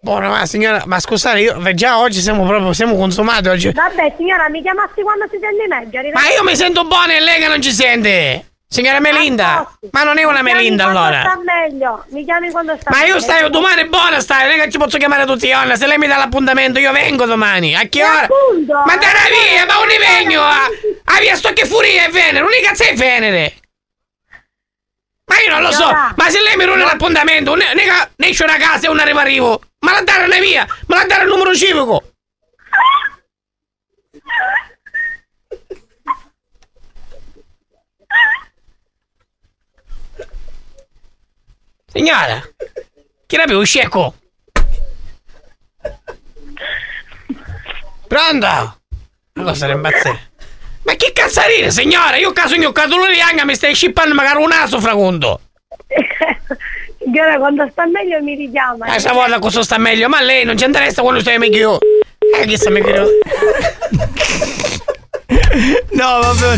Speaker 3: Buono, ma signora, ma scusate, io già oggi siamo proprio, siamo consumati oggi.
Speaker 39: Vabbè, signora, mi chiamassi quando si sente meglio. arrivederci.
Speaker 3: Ma io mi sento buona e lei che non ci sente. Signora Melinda, ma non è una
Speaker 39: Mi chiami
Speaker 3: Melinda
Speaker 39: quando
Speaker 3: allora.
Speaker 39: Sta meglio. Mi chiami quando sta
Speaker 3: Ma
Speaker 39: meglio.
Speaker 3: io stai domani buona stai, non è che ci posso chiamare tutti ora. Se lei mi dà l'appuntamento io vengo domani. A che
Speaker 39: Ma
Speaker 3: ora?
Speaker 39: appunto,
Speaker 3: Ma andare via, ma un vengo!
Speaker 39: Ma
Speaker 3: Ah, Ah, via sto che furia è Venere, unica cazzo è Venere. Ma io non lo so,
Speaker 39: Signora.
Speaker 3: ma se lei mi rulla l'appuntamento, ne, ne, ne esce una casa e una arriva arrivo. Ma la dare una via, ma la dare il numero civico. Signora, chi la più scieco? Pronto? Ma cosa ne impazzire? Ma che cazzarine, signora? Io caso io caduto di anga mi stai scippando magari un naso fracondo.
Speaker 39: Signora, quando sta meglio mi richiama.
Speaker 3: Ma se vuole cosa sta meglio, ma lei non ci interessa quando stai meglio io. Eh, che sta meglio io?
Speaker 2: No, vabbè.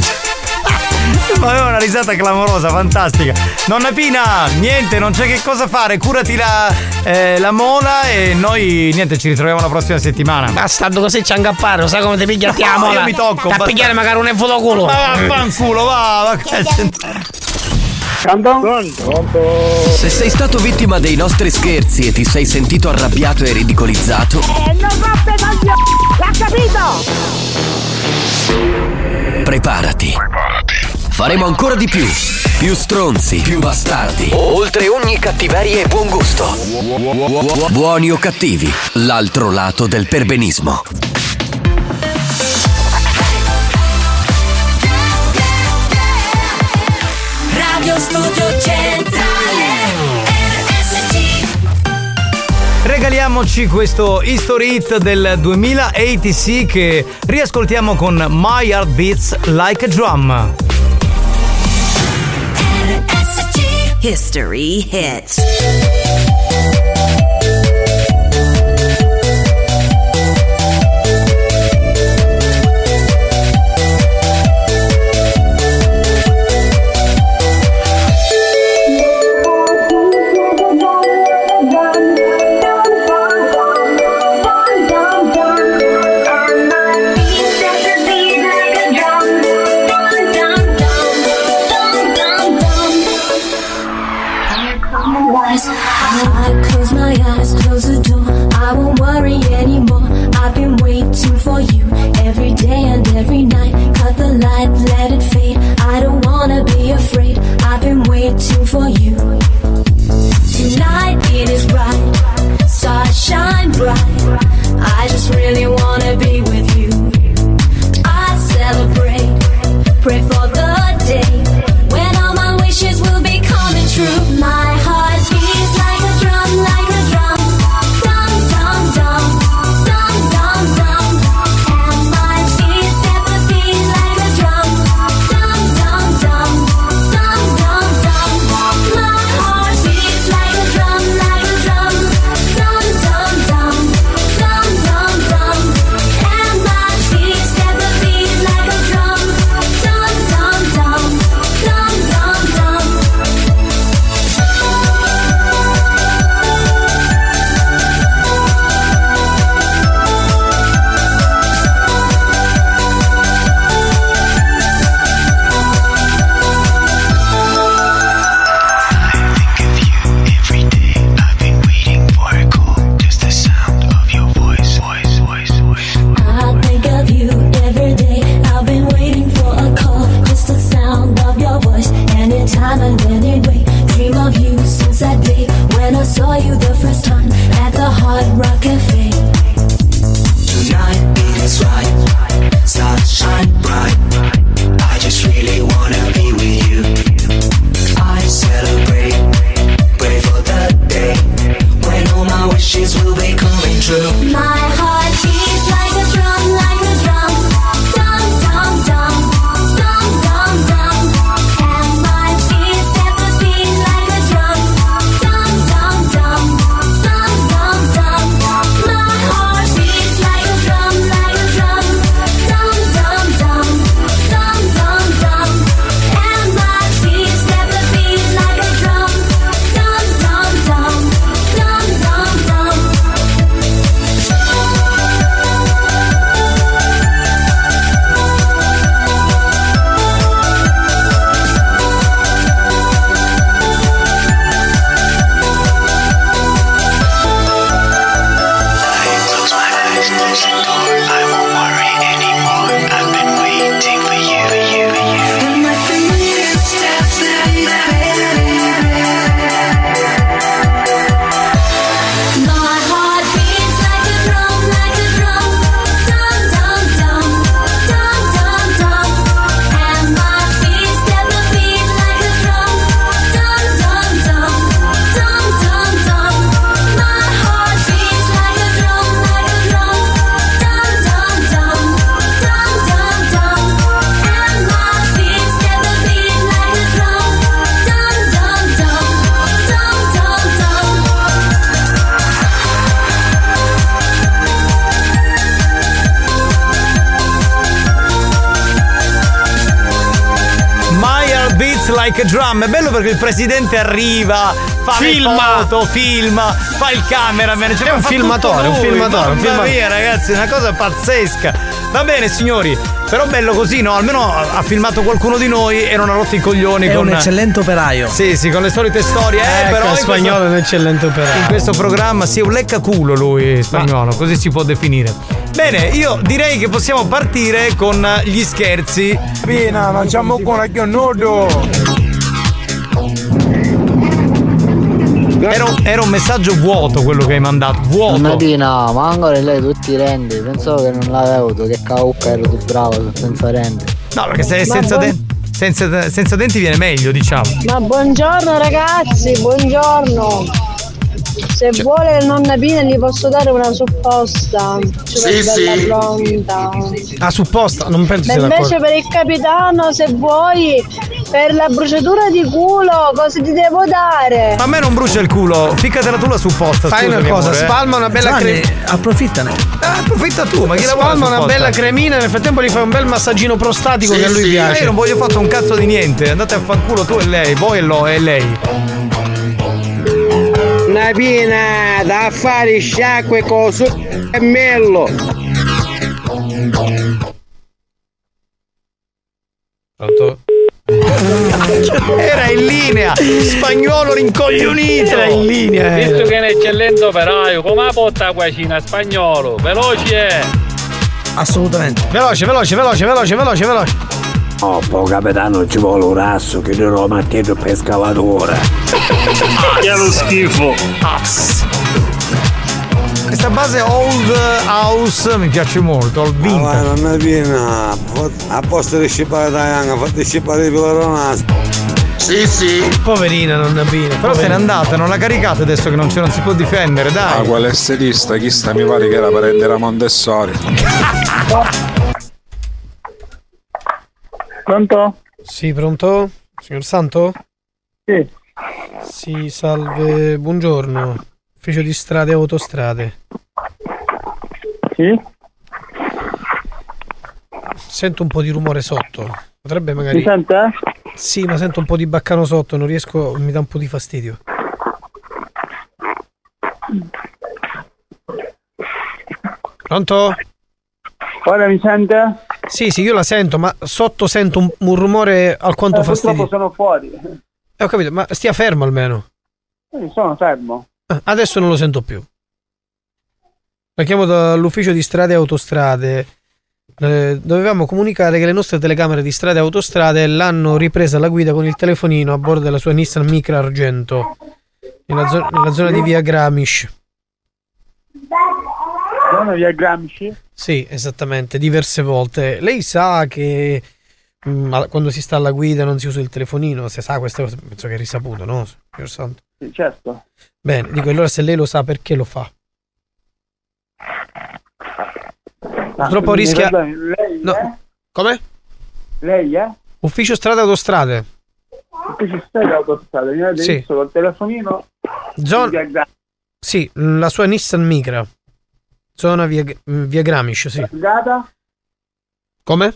Speaker 2: Ah, Ma aveva una risata clamorosa, fantastica. Nonna Pina, niente, non c'è che cosa fare. Curati la, eh, la mola e noi, niente, ci ritroviamo la prossima settimana.
Speaker 3: Bastardo così c'è angappato, sai come ti piglia ti amo.
Speaker 2: io mi tocco.
Speaker 3: Da
Speaker 2: basta.
Speaker 3: pigliare magari un infotoculo.
Speaker 2: Ma vaffanculo, va, va. che c'entra?
Speaker 1: Se sei stato vittima dei nostri scherzi e ti sei sentito arrabbiato e ridicolizzato,
Speaker 38: E non rompe coglio! L'ha capito?
Speaker 1: preparati. Faremo ancora di più. Più stronzi, più bastardi. Oltre ogni cattiveria e buon gusto. Buoni o cattivi, l'altro lato del perbenismo.
Speaker 38: Radio Studio Centrale RSC
Speaker 2: Regaliamoci questo History Hit del 2000 ATC che riascoltiamo con My Heart Beats Like a Drum.
Speaker 7: History hit.
Speaker 38: Dun, dun, dun, dun, dun, dun.
Speaker 7: wise. I close my eyes, close the door. I won't worry anymore. I've been waiting for you every day and every night. Cut the light, let it fade. I don't wanna be afraid. I've been waiting for you. Tonight it is bright, stars shine bright. I just really wanna be with you. I celebrate, pray for the day when all my wishes will be coming true. My heart beats like a drum, like a drum, dum dum dum, dum dum dum, and my feet step a beat like a drum, dum dum dum, dum dum dum. My heart beats like a drum, like a drum, dum dum dum, dum dum dum, and my feet step a beat like a drum, dum dum dum, dum dum dum. I think of you every day. I've been waiting for a call, just the sound of your voice. Anytime and anyway, dream of you since that day when I saw you the first time at the Hard Rock Cafe.
Speaker 42: Tonight it is right, stars shine bright. I just really wanna be with you. I celebrate, pray for the day when all my wishes will be coming true.
Speaker 7: My heart beats like a drum, like a drum, dum dum dum, dum dum dum, and my feet step a beat like a drum, dum dum dum, dum dum dum. My heart beats like a drum, like a drum, dum dum dum, dum dum dum, and my feet step a beat like a drum, dum dum dum, dum dum dum. My heart beats like a drum, like a drum, dum dum dum, dum dum dum, and my feet step a beat like a drum, dum dum dum, dum dum dum. My heart beats like a drum, like a drum, dum dum dum, dum dum dum, and my feet step a beat like a drum, dum dum dum, dum dum dum.
Speaker 2: My Heart Beats Like a Drum. È bello perché il presidente arriva, fa
Speaker 43: Filma.
Speaker 2: le foto, filma, fa il cameraman. Cioè,
Speaker 43: È un
Speaker 2: fa
Speaker 43: filmatore,
Speaker 2: tutto
Speaker 43: un
Speaker 2: lui.
Speaker 43: filmatore, un
Speaker 2: Mamma
Speaker 43: filmatore.
Speaker 2: mia, ragazzi, è una cosa pazzesca. Va bene, signori, però bello così, no? Almeno ha ha filmato qualcuno di noi e non ha rotto i coglioni
Speaker 1: È
Speaker 2: con.
Speaker 1: un eccellente operaio.
Speaker 2: Sì, sì, con le solite storie, eh,
Speaker 1: Ecco,
Speaker 2: però. in
Speaker 1: spagnolo
Speaker 2: questo... è un eccellente operaio. In questo programma, sì, è un leccaculo lui, spagnolo, così si può definire. Bene, io direi che possiamo partire con gli scherzi. Pina, mangiamo con anche un nudo. Era un, era un messaggio vuoto quello che hai mandato, vuoto.
Speaker 44: Mattina, ma ancora lei tutti i rendi, pensavo che non l'avevo avuto, che caucca ero tu bravo senza rendi.
Speaker 2: No, perché se senza,
Speaker 44: Ma
Speaker 2: denti- senza- senza denti viene meglio, diciamo.
Speaker 9: Ma buongiorno ragazzi, buongiorno. Se vuole nonna Pina gli posso dare una supposta. Cioè
Speaker 43: Sì,
Speaker 9: bella
Speaker 43: sì.
Speaker 9: pronta.
Speaker 43: Ah, supposta, non penso
Speaker 9: Ma
Speaker 43: sia d'accordo.
Speaker 9: invece per il capitano, se vuoi, per la bruciatura di culo, cosa ti devo dare?
Speaker 2: Ma a me non brucia il culo, ficcatela tu la supposta.
Speaker 9: Fai
Speaker 2: scusami,
Speaker 9: una cosa,
Speaker 2: amore, eh.
Speaker 9: spalma una bella
Speaker 1: Gianni,
Speaker 2: crema.
Speaker 1: approfittane.
Speaker 2: approfitta tu, ma chi la vuole
Speaker 9: Spalma
Speaker 2: la
Speaker 9: una
Speaker 2: supposta?
Speaker 9: bella cremina, nel frattempo gli fai un bel massaggino prostatico che a lui
Speaker 2: Ma
Speaker 9: piace.
Speaker 2: Io non voglio fatto un cazzo di niente. Andate a fanculo tu e lei, voi e lo e lei.
Speaker 6: Una pina da fare sciacque con su e mello.
Speaker 2: Era il lì
Speaker 5: linea! Spagnolo rincoglionito!
Speaker 45: Era in linea, eh.
Speaker 34: Visto che è un eccellente operaio, come porta cucina spagnolo? Veloce!
Speaker 46: Assolutamente.
Speaker 5: Veloce, veloce, veloce, veloce, veloce, veloce.
Speaker 3: Oh, po capitano ci vuole un rasso che non lo mattietto per scavatore.
Speaker 5: Che lo schifo.
Speaker 2: Ah,
Speaker 5: Questa base old house mi piace molto, ho vinto.
Speaker 47: Ma non è piena, a posto di scippare Diana, fate scippare il peperonaspo.
Speaker 5: Sì, sì. Poverina nonna Bina. Però se n'è andata, non la caricate adesso che non, ce- non si può difendere,
Speaker 11: Ah,
Speaker 5: dai.
Speaker 11: quale estetista, chi sta mi pare che era parente era Montessori.
Speaker 2: Pronto? Sì, pronto? Signor Santo? Sì. Sì, salve, buongiorno. Ufficio di strade e autostrade. Sì? Sento un po' di rumore sotto. Potrebbe magari.
Speaker 37: Mi sente?
Speaker 2: Sì, ma sento un po' di baccano sotto, non riesco, mi dà un po' di fastidio. Pronto? Ora mi sente? Sì, sì, io la sento, ma sotto sento un, un rumore alquanto
Speaker 37: Eh,
Speaker 2: fastidioso.
Speaker 37: purtroppo sono fuori.
Speaker 2: Eh, ho capito, ma stia fermo almeno.
Speaker 37: Eh, Sono fermo.
Speaker 2: Ah, Adesso non lo sento più. La chiamo dall'ufficio di strade e autostrade. Eh, dovevamo comunicare che le nostre telecamere di strade e autostrade l'hanno ripresa la guida con il telefonino a bordo della sua Nissan Micra Argento nella, zo- nella zona di via Gramish.
Speaker 37: Sono via Gramsci.
Speaker 2: Sì, esattamente, diverse volte. Lei sa che mm, alla- quando si sta alla guida non si usa il telefonino, se sa queste cose, penso che è risaputo, no? Signor Santo.
Speaker 37: Sì, certo.
Speaker 2: Bene, dico allora se lei lo sa perché lo fa. Purtroppo
Speaker 37: mi
Speaker 2: rischia-
Speaker 37: perdoni, Lei, eh?
Speaker 2: Come?
Speaker 37: Lei, eh?
Speaker 2: Ufficio strade e autostrade.
Speaker 37: Qui ci stai l'autostrada, mi avete
Speaker 2: Sì.
Speaker 37: visto col telefonino.
Speaker 2: Zon-
Speaker 37: Via Gra-
Speaker 2: Sì, la sua Nissan Micra. Zona via, via Gramish, sì.
Speaker 37: Gata?
Speaker 2: Come?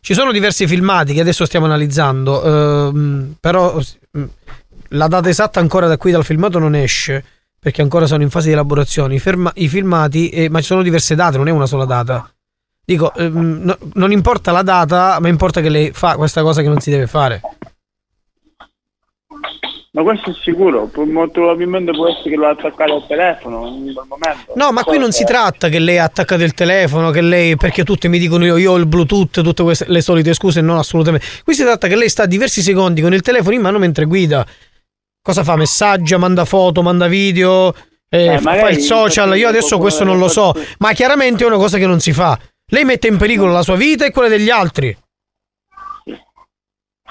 Speaker 2: Ci sono diversi filmati che adesso stiamo analizzando, ehm, però mm, la data esatta ancora da qui dal filmato non esce, perché ancora sono in fase di elaborazione. I, ferma- i filmati, eh, ma ci sono diverse date, non è una sola data. Dico, ehm, no- non importa la data, ma importa che lei fa questa cosa che non si deve fare.
Speaker 37: Ma questo è sicuro, può- molto probabilmente può essere che l'ho attaccato al telefono in quel momento.
Speaker 2: No, ma qui non si tratta che lei ha attaccato il telefono, che lei. perché tutti mi dicono io, io ho il Bluetooth, tutte queste, le solite scuse, non assolutamente. Qui si tratta che lei sta diversi secondi con il telefono in mano mentre guida. Cosa fa? Messaggia, manda foto, manda video, eh,
Speaker 37: Eh,
Speaker 2: fa- fa
Speaker 37: magari
Speaker 2: il social. Io adesso
Speaker 37: qualcuno
Speaker 2: questo non lo so, ma chiaramente è una cosa che non si fa. Lei mette in pericolo la sua vita e quella degli altri.
Speaker 37: Ma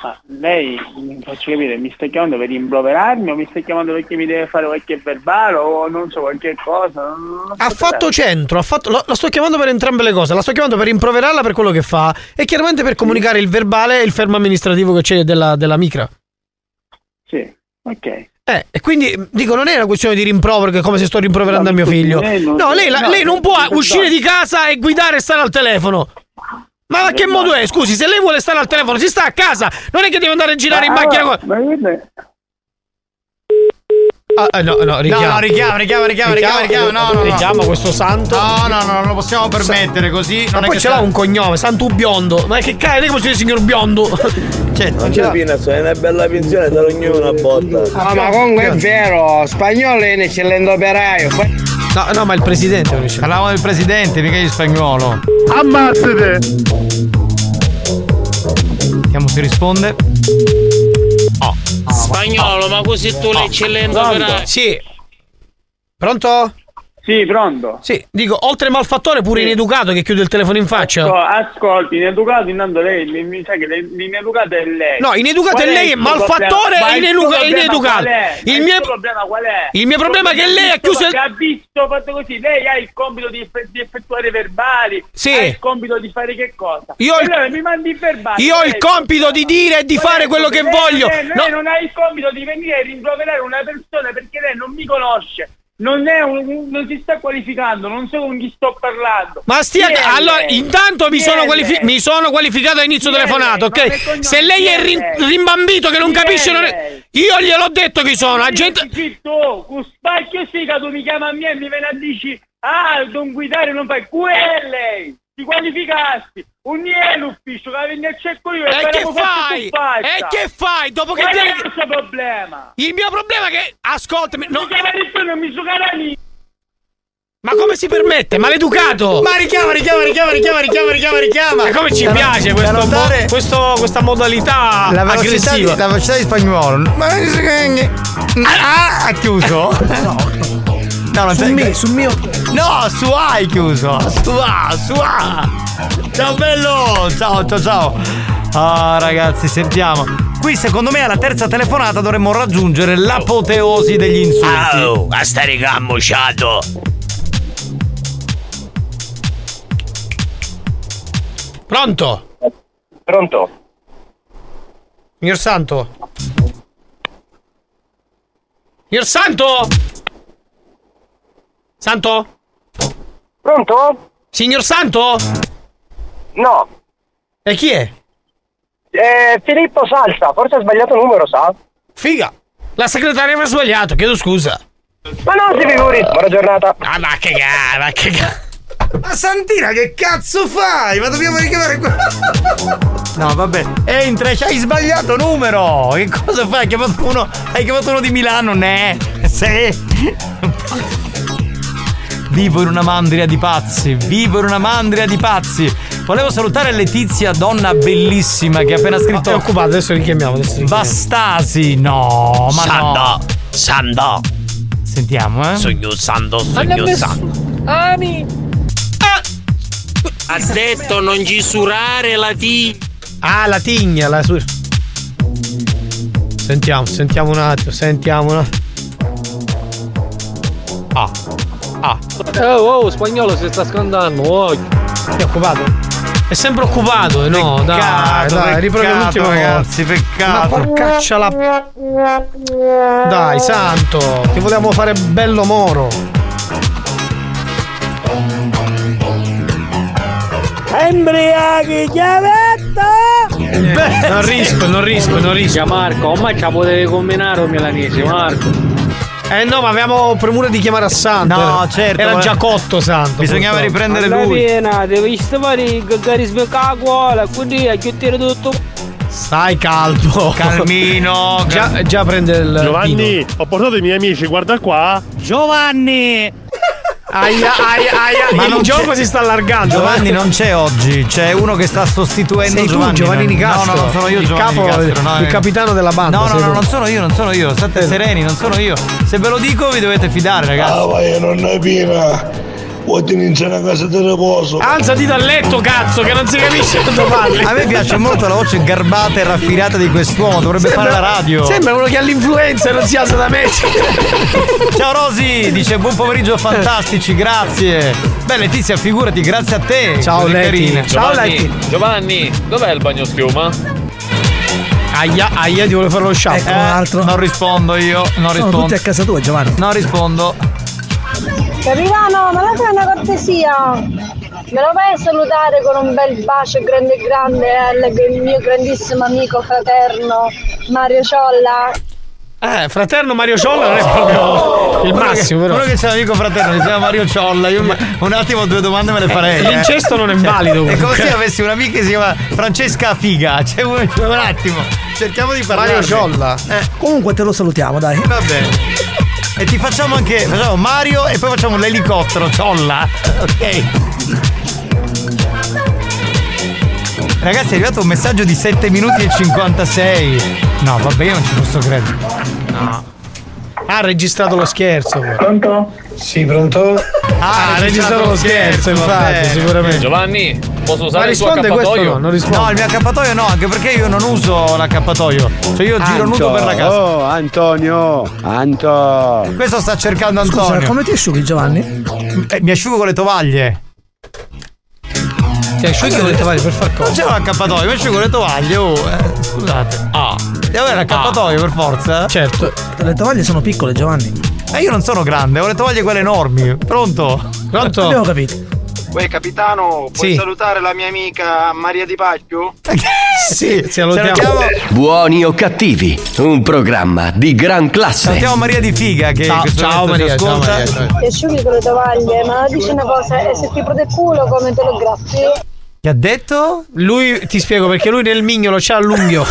Speaker 37: Ah, lei, mi faccio capire, mi stai chiamando per rimproverarmi o mi stai chiamando perché mi deve fare qualche verbale o non so, qualche cosa? Non, non so
Speaker 2: Ha
Speaker 37: che
Speaker 2: fatto
Speaker 37: fare.
Speaker 2: centro, ha fatto- la, la sto chiamando per entrambe le cose, la sto chiamando per rimproverarla per quello che fa e chiaramente per comunicare il verbale e il fermo amministrativo che c'è della, della micra.
Speaker 37: Sì, ok.
Speaker 2: Eh, e quindi dico, non è una questione di rimprovero, che è come se sto rimproverando a mio figlio.
Speaker 37: lei non-
Speaker 2: No, lei, la-
Speaker 37: no,
Speaker 2: lei non può
Speaker 37: no.
Speaker 2: uscire di casa e guidare e stare al telefono. Ma che modo è? Scusi, se lei vuole stare al telefono, si sta a casa, non è che deve andare a girare in
Speaker 37: Ah,
Speaker 2: macchina. con-
Speaker 37: Ma io
Speaker 2: Ah, eh, no, no, richiamo.
Speaker 5: No, no, richiamo, richiamo, richiamo, richiamo, richiamo, no, no, no.
Speaker 2: Richiamo questo santo.
Speaker 5: No, no, no, non lo possiamo permettere così.
Speaker 2: Ma
Speaker 5: Non è
Speaker 2: poi
Speaker 5: che
Speaker 2: ce
Speaker 5: sta-
Speaker 2: l'ha un cognome, Santu Biondo. Ma che cazzo, lei come si dice signor Biondo? cioè, non ce l'ha.
Speaker 7: è una bella pensione da ognuno a botta.
Speaker 6: Ah, ma comunque è vero, spagnolo è un eccellente operaio.
Speaker 2: No, no, ma il presidente
Speaker 5: Parlavamo del presidente, mica di spagnolo.
Speaker 37: Ammazzate!
Speaker 5: Vediamo se risponde. Oh.
Speaker 6: Ah, Spagnolo, ma così
Speaker 37: Oh.
Speaker 6: tu l'eccellente operaio.
Speaker 2: Sì. Pronto?
Speaker 37: Sì, pronto.
Speaker 2: Sì, dico, oltre malfattore pure ineducato che chiude il telefono in faccia.
Speaker 6: Ecco.
Speaker 37: No, Ecco, ascolti, ineducato intanto lei, mi- mi sa che le- l'ineducato è lei.
Speaker 2: No, ineducato
Speaker 37: Qual
Speaker 2: è
Speaker 37: il
Speaker 2: lei,
Speaker 37: suo
Speaker 2: malfattore
Speaker 37: problema?
Speaker 2: e
Speaker 37: Ma il
Speaker 2: ineduca-
Speaker 37: suo problema
Speaker 2: ineducato.
Speaker 37: qual è? Ma
Speaker 2: Il
Speaker 37: Il
Speaker 2: mio-
Speaker 37: mio problema qual è?
Speaker 2: il mio problema è che lei ha chiuso il-
Speaker 37: Ha visto, fatto così, lei ha il compito di, effe- di effettuare i verbali.
Speaker 2: Sì.
Speaker 37: Ha il compito di fare che cosa?
Speaker 2: Io ho il-
Speaker 37: Allora mi mandi i verbali.
Speaker 2: Io ho il
Speaker 37: lei-
Speaker 2: compito di dire e di
Speaker 37: Ho detto
Speaker 2: fare quello che
Speaker 37: lei-
Speaker 2: voglio.
Speaker 37: Lei, lei
Speaker 2: No,
Speaker 37: non ha il compito di venire a rimproverare una persona perché lei non mi conosce. Non, è un- non si sta qualificando, non so con chi sto parlando.
Speaker 2: Ma stia.
Speaker 37: Chi è
Speaker 2: Allora,
Speaker 37: lei?
Speaker 2: intanto mi
Speaker 37: Chi
Speaker 2: sono,
Speaker 37: è
Speaker 2: qualifi-
Speaker 37: lei?
Speaker 2: mi sono qualificato a inizio
Speaker 37: Chi è
Speaker 2: telefonata,
Speaker 37: lei? Ma che
Speaker 2: ok?
Speaker 37: cognome-
Speaker 2: Se lei
Speaker 37: chi
Speaker 2: è
Speaker 37: è
Speaker 2: rim-
Speaker 37: lei?
Speaker 2: rimbambito che non
Speaker 37: Chi è
Speaker 2: capisce. non è-
Speaker 37: lei?
Speaker 2: Io gliel'ho detto chi sono. Agente.
Speaker 37: Dici tu, con spacchio sì che tu mi chiama a me e mi viene a dici, ah, non guidare non fai, quello è lei! ti qualificasti, un è l'ufficio, che vieni a cerco io e,
Speaker 2: E che
Speaker 37: faremo quello
Speaker 2: fai?
Speaker 37: tu faccia.
Speaker 2: E che fai? Dopo che
Speaker 37: Qual è
Speaker 2: te-
Speaker 37: il tuo problema?
Speaker 2: Il mio problema è che. Ascoltami. No.
Speaker 37: non mi giocare a niente.
Speaker 2: Ma come si permette? Maleducato!
Speaker 3: Ma richiama, richiama, richiama, richiama, richiama, richiama, richiama.
Speaker 2: E come ci
Speaker 3: Da no-
Speaker 2: piace
Speaker 3: da
Speaker 2: questo mo-
Speaker 3: notare-
Speaker 2: questo- questa modalità
Speaker 3: La velocità di-
Speaker 2: aggressiva?
Speaker 3: la
Speaker 2: velocità di spagnolo. Ma ah, ha chiuso? No, non
Speaker 3: Su me,
Speaker 2: sul mio. No, su A hai chiuso. Su A, su A. Ciao bello! Ciao, ciao, ciao. Ah, ragazzi, sentiamo. Qui secondo me alla terza telefonata dovremmo raggiungere l'apoteosi degli insulti.
Speaker 48: Au, a stare cammucciato.
Speaker 6: Pronto?
Speaker 48: Pronto?
Speaker 6: Signor Santo?
Speaker 49: Signor Santo! Santo?
Speaker 48: Pronto?
Speaker 49: Signor Santo?
Speaker 48: No.
Speaker 49: E chi è?
Speaker 48: Eh, Filippo Salsa, forse ha sbagliato numero, sa?
Speaker 49: Figa! La segretaria mi ha sbagliato, chiedo scusa.
Speaker 48: Ma no, si figuri. Buona giornata.
Speaker 49: Ah, ma che gara, ma che gara.
Speaker 2: Ma Santina, che cazzo fai? Ma dobbiamo richiamare qua. No, vabbè. Entra, ci hai sbagliato numero. Che cosa fai? Hai chiamato uno, hai chiamato uno di Milano, ne? Sì. Vivo in una mandria di pazzi, vivo in una mandria di pazzi. Volevo salutare Letizia, donna bellissima che ha appena scritto.
Speaker 6: È occupato, adesso richiamiamo. Adesso richiamiamo.
Speaker 2: Bastasi, no, ma no.
Speaker 48: Sando, Sando.
Speaker 2: Sentiamo, eh.
Speaker 48: Sogno Sando,
Speaker 2: Hanno
Speaker 48: sogno
Speaker 2: messo-
Speaker 48: Sando.
Speaker 2: Ami. Ah.
Speaker 48: Ha detto non gisurare la T.
Speaker 6: Ah, la tigna, la sua. Sentiamo, sentiamo un attimo, sentiamo una.
Speaker 2: Ah. Ah.
Speaker 7: Oh, oh, spagnolo si sta scandando, oh.
Speaker 6: È occupato? È sempre occupato, eh, no? dai,
Speaker 7: Peccato,
Speaker 6: dai, riprovi
Speaker 7: peccato,
Speaker 6: l'ultima
Speaker 7: ragazzi,
Speaker 6: peccato. Eh. Ma porcaccia la. Dai, santo, ti volevamo fare bello moro.
Speaker 7: Embriachi, chiavetta!
Speaker 6: Eh, Non rispo, non rispo, non rispo.
Speaker 7: Ciao Marco, ma ci potete combinare un milanese, Marco.
Speaker 6: Eh no, ma avevamo premura di chiamare a Santo.
Speaker 7: No,
Speaker 6: Era-
Speaker 7: certo,
Speaker 6: Era
Speaker 7: ma-
Speaker 6: già cotto Santo. purtroppo.
Speaker 7: Alla piena, devi stare i gaggari sveccati a cuola, quindi a chiudere tutto.
Speaker 6: Stai calmo.
Speaker 2: Calmino.
Speaker 6: Oh. già, già prende il.
Speaker 5: Giovanni, ho portato i miei amici, guarda qua. Giovanni!
Speaker 6: Aia, aia, aia.
Speaker 2: Ma
Speaker 6: il
Speaker 2: non
Speaker 6: gioco
Speaker 2: c'è-
Speaker 6: si sta allargando.
Speaker 2: Giovanni
Speaker 6: eh.
Speaker 2: non c'è oggi, c'è uno che sta sostituendo
Speaker 6: Sei tu,
Speaker 2: Giovanni.
Speaker 6: Giovanni Nicastro.
Speaker 2: No, no, non sono io
Speaker 6: Il
Speaker 2: Giovanni
Speaker 6: capo-
Speaker 2: Nicastro, no,
Speaker 6: il
Speaker 2: eh.
Speaker 6: capitano della banda,
Speaker 2: No, no,
Speaker 6: sei
Speaker 2: no,
Speaker 6: tu.
Speaker 2: non sono io, non sono io, state sereni, non sono io. Se ve lo dico vi dovete fidare, ragazzi.
Speaker 50: Ah, vai, nonna Pina. Vuoi iniziare a casa di riposo?
Speaker 2: Alzati dal letto, cazzo, che non si capisce quando parli. A me piace molto la voce garbata e raffinata di quest'uomo, dovrebbe
Speaker 3: Sembra-
Speaker 2: fare la radio.
Speaker 3: Sembra uno che ha l'influenza e non si alza da me.
Speaker 2: Ciao Rosy, dice buon pomeriggio fantastici, grazie. Beh Letizia, figurati, grazie a te.
Speaker 6: Ciao,
Speaker 2: così
Speaker 6: Leti.
Speaker 2: carina.
Speaker 51: Giovanni, dov'è il bagno schiuma?
Speaker 6: Aia, aia, ti volevo fare lo sciapo.
Speaker 2: Eh, non rispondo io, non
Speaker 13: Sono
Speaker 2: rispondo.
Speaker 13: tutti a casa tua, Giovanni.
Speaker 2: Non rispondo.
Speaker 9: Capitano, ma la fai una cortesia? Me lo vai a salutare con un bel bacio grande grande
Speaker 13: eh,
Speaker 9: al g- mio grandissimo amico fraterno Mario Ciolla?
Speaker 6: Eh, fraterno Mario Ciolla non è proprio il
Speaker 2: Quello
Speaker 6: massimo,
Speaker 2: che,
Speaker 6: però.
Speaker 2: Quello che c'è un amico fraterno, si chiama Mario Ciolla. Io mi- un attimo, due domande me le farei. eh.
Speaker 6: L'incesto non è valido,
Speaker 2: È come
Speaker 6: comunque.
Speaker 2: se io avessi un'amica che si chiama Francesca Figa. Cioè, un, un attimo, cerchiamo di Eh. parlare.
Speaker 13: Mario Ciolla. Comunque te lo salutiamo, dai.
Speaker 2: Va bene. E ti facciamo anche. Facciamo Mario e poi facciamo l'elicottero Ciolla. Ok. Ragazzi, è arrivato un messaggio di 7 minuti e 56. No, vabbè, io non ci posso credere. No.
Speaker 6: Ha registrato lo scherzo. poi.
Speaker 37: Pronto?
Speaker 6: Sì, pronto? Ah, ha registrato lo scherzo, infatti, sicuramente.
Speaker 51: Giovanni, posso
Speaker 6: Ma
Speaker 51: usare il tuo
Speaker 6: risponde questo
Speaker 51: accappatoio?
Speaker 6: no, non risponde.
Speaker 2: No, il mio accappatoio no, anche perché io non uso l'accappatoio. Cioè io giro nudo per la casa.
Speaker 52: Oh, Antonio! Anto!
Speaker 2: Questo sta cercando Antonio.
Speaker 13: Scusa, come ti asciughi, Giovanni?
Speaker 2: Eh, mi asciugo con le tovaglie.
Speaker 6: Ti asciughi con le tovaglie per far
Speaker 2: Non
Speaker 6: cosa?
Speaker 2: c'è un accappatoio, mi asciugo con le tovaglie. Oh, eh, scusate. Ah. Devo avere l'accappatoio per forza. Eh,
Speaker 6: Certo.
Speaker 13: Le tovaglie sono piccole, Giovanni.
Speaker 2: E io non sono grande, ho le tovaglie quelle enormi. Pronto?
Speaker 6: Pronto?
Speaker 13: Abbiamo capito.
Speaker 38: Uè capitano, puoi
Speaker 1: Sì.
Speaker 38: salutare la mia amica Maria Di Pacchio?
Speaker 2: Eh,
Speaker 1: Sì,
Speaker 38: salutiamo. Salutiamo.
Speaker 1: Buoni o cattivi, un programma di gran classe.
Speaker 2: Salutiamo Maria di Figa che in questo momento ci ascolta.
Speaker 13: Ti asciughi con le tovaglie, ma dici una cosa, e se ti prode il culo come te lo graffi?
Speaker 2: Che ha detto?
Speaker 3: Lui ti spiego perché lui nel mignolo c'ha l'unghio.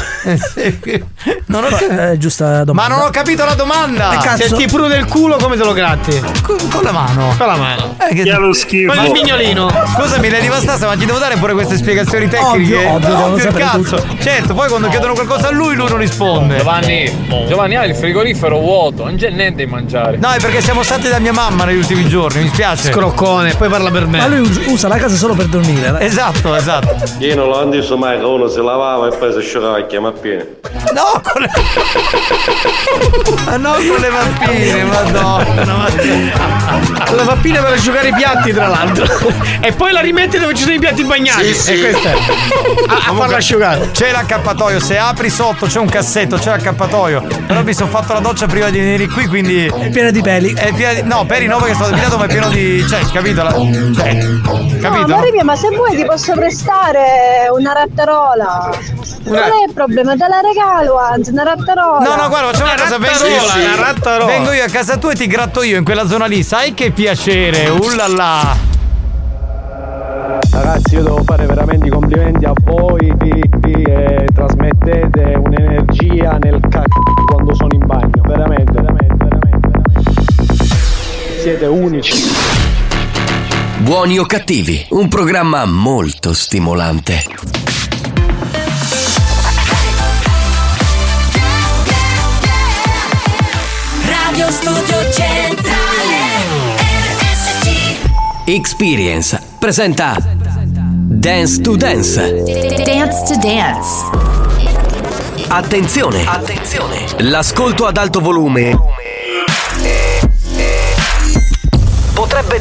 Speaker 36: non ho eh, giusta domanda.
Speaker 2: Eh, Ma non ho capito la domanda!
Speaker 3: Che cazzo?
Speaker 2: Se ti prude il culo come te lo gratti? Con, la mano. Con la mano. Eh, che lo schifo.
Speaker 3: Con il mignolino.
Speaker 2: Scusami, Lady Vastassa, ma ti devo dare pure queste spiegazioni tecniche.
Speaker 36: Ovvio, ovvio, devo
Speaker 2: il
Speaker 36: sapere
Speaker 2: cazzo. Certo, poi quando chiedono qualcosa a lui lui non risponde.
Speaker 5: Giovanni, Giovanni ha il frigorifero vuoto, non c'è niente da mangiare.
Speaker 2: No, è perché siamo stati da mia mamma negli ultimi giorni, mi spiace. Scroccone, poi parla per me.
Speaker 36: Ma lui us- usa la casa solo per dormire. dai.
Speaker 2: Esatto, esatto.
Speaker 33: Io non l'ho visto mai che uno si lavava e poi si asciugava e chiama pieno.
Speaker 2: No, Oh, con le... Ma no, con le vampine, madonna.
Speaker 3: La pappina per asciugare i piatti, tra l'altro. E poi la rimette dove ci sono i piatti bagnati. E questa è. A, a farla asciugare.
Speaker 2: C'è l'accappatoio, se apri sotto c'è un cassetto, c'è l'accappatoio. Però mi sono fatto la doccia prima di venire qui, quindi. È
Speaker 36: pieno di peli.
Speaker 2: È pieno di. No, peli no perché sono depilando, ma è pieno di. Cioè, capito? La- Cioè,
Speaker 13: No,
Speaker 2: capito?
Speaker 13: Maria mia, ma se vuoi ti posso prestare una rattarola. Non è il problema, te la regalo, anzi, una rattarola.
Speaker 2: No, no, guarda, facciamo una cosa, vengo io, vengo io a casa tua e ti gratto io in quella zona lì, sai che piacere, uh ullala!
Speaker 6: Ragazzi, io devo fare veramente i complimenti a voi e trasmettete un'energia nel cacchio quando sono in bagno. Veramente, veramente, veramente, veramente. Siete unici.
Speaker 1: Buoni o cattivi, un programma molto stimolante.
Speaker 7: Radio Studio Centrale RSC
Speaker 1: Experience presenta Dance to Dance.
Speaker 7: Dance to Dance
Speaker 1: Attenzione, attenzione. L'ascolto ad alto volume potrebbe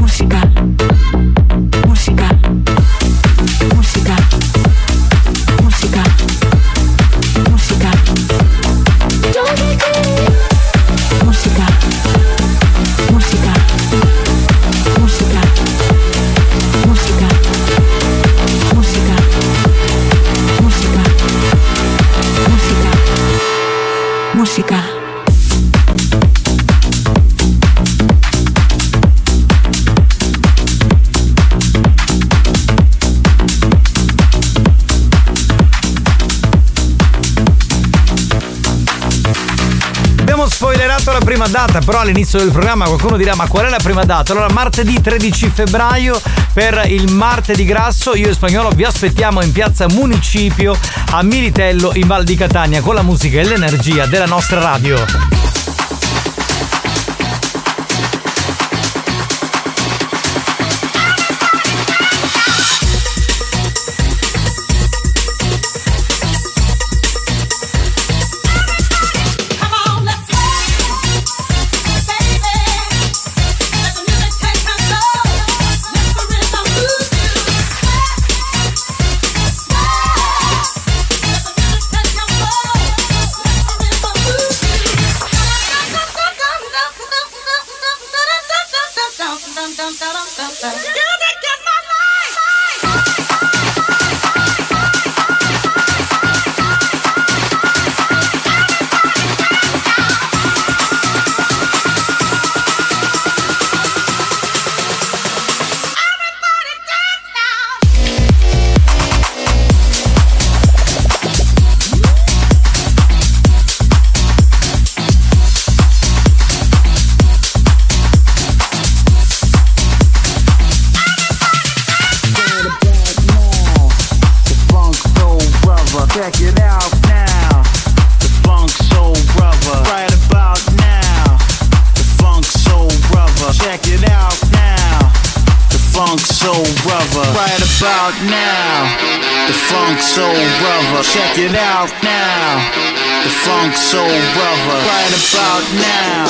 Speaker 39: Música. Música. Música. Música. Música.
Speaker 7: Don't get greedy.
Speaker 39: Música. Música. Música. Música. Música. Música. Música. Música.
Speaker 2: Abbiamo spoilerato la prima data, però all'inizio del programma qualcuno dirà ma qual è la prima data? Allora martedì 13 febbraio per il martedì grasso io e Spagnolo vi aspettiamo in piazza Municipio a Militello in Val di Catania con la musica e l'energia della nostra radio.
Speaker 18: about now. The Funk Soul Brother. Check it out now. The Funk Soul Brother. Right about now.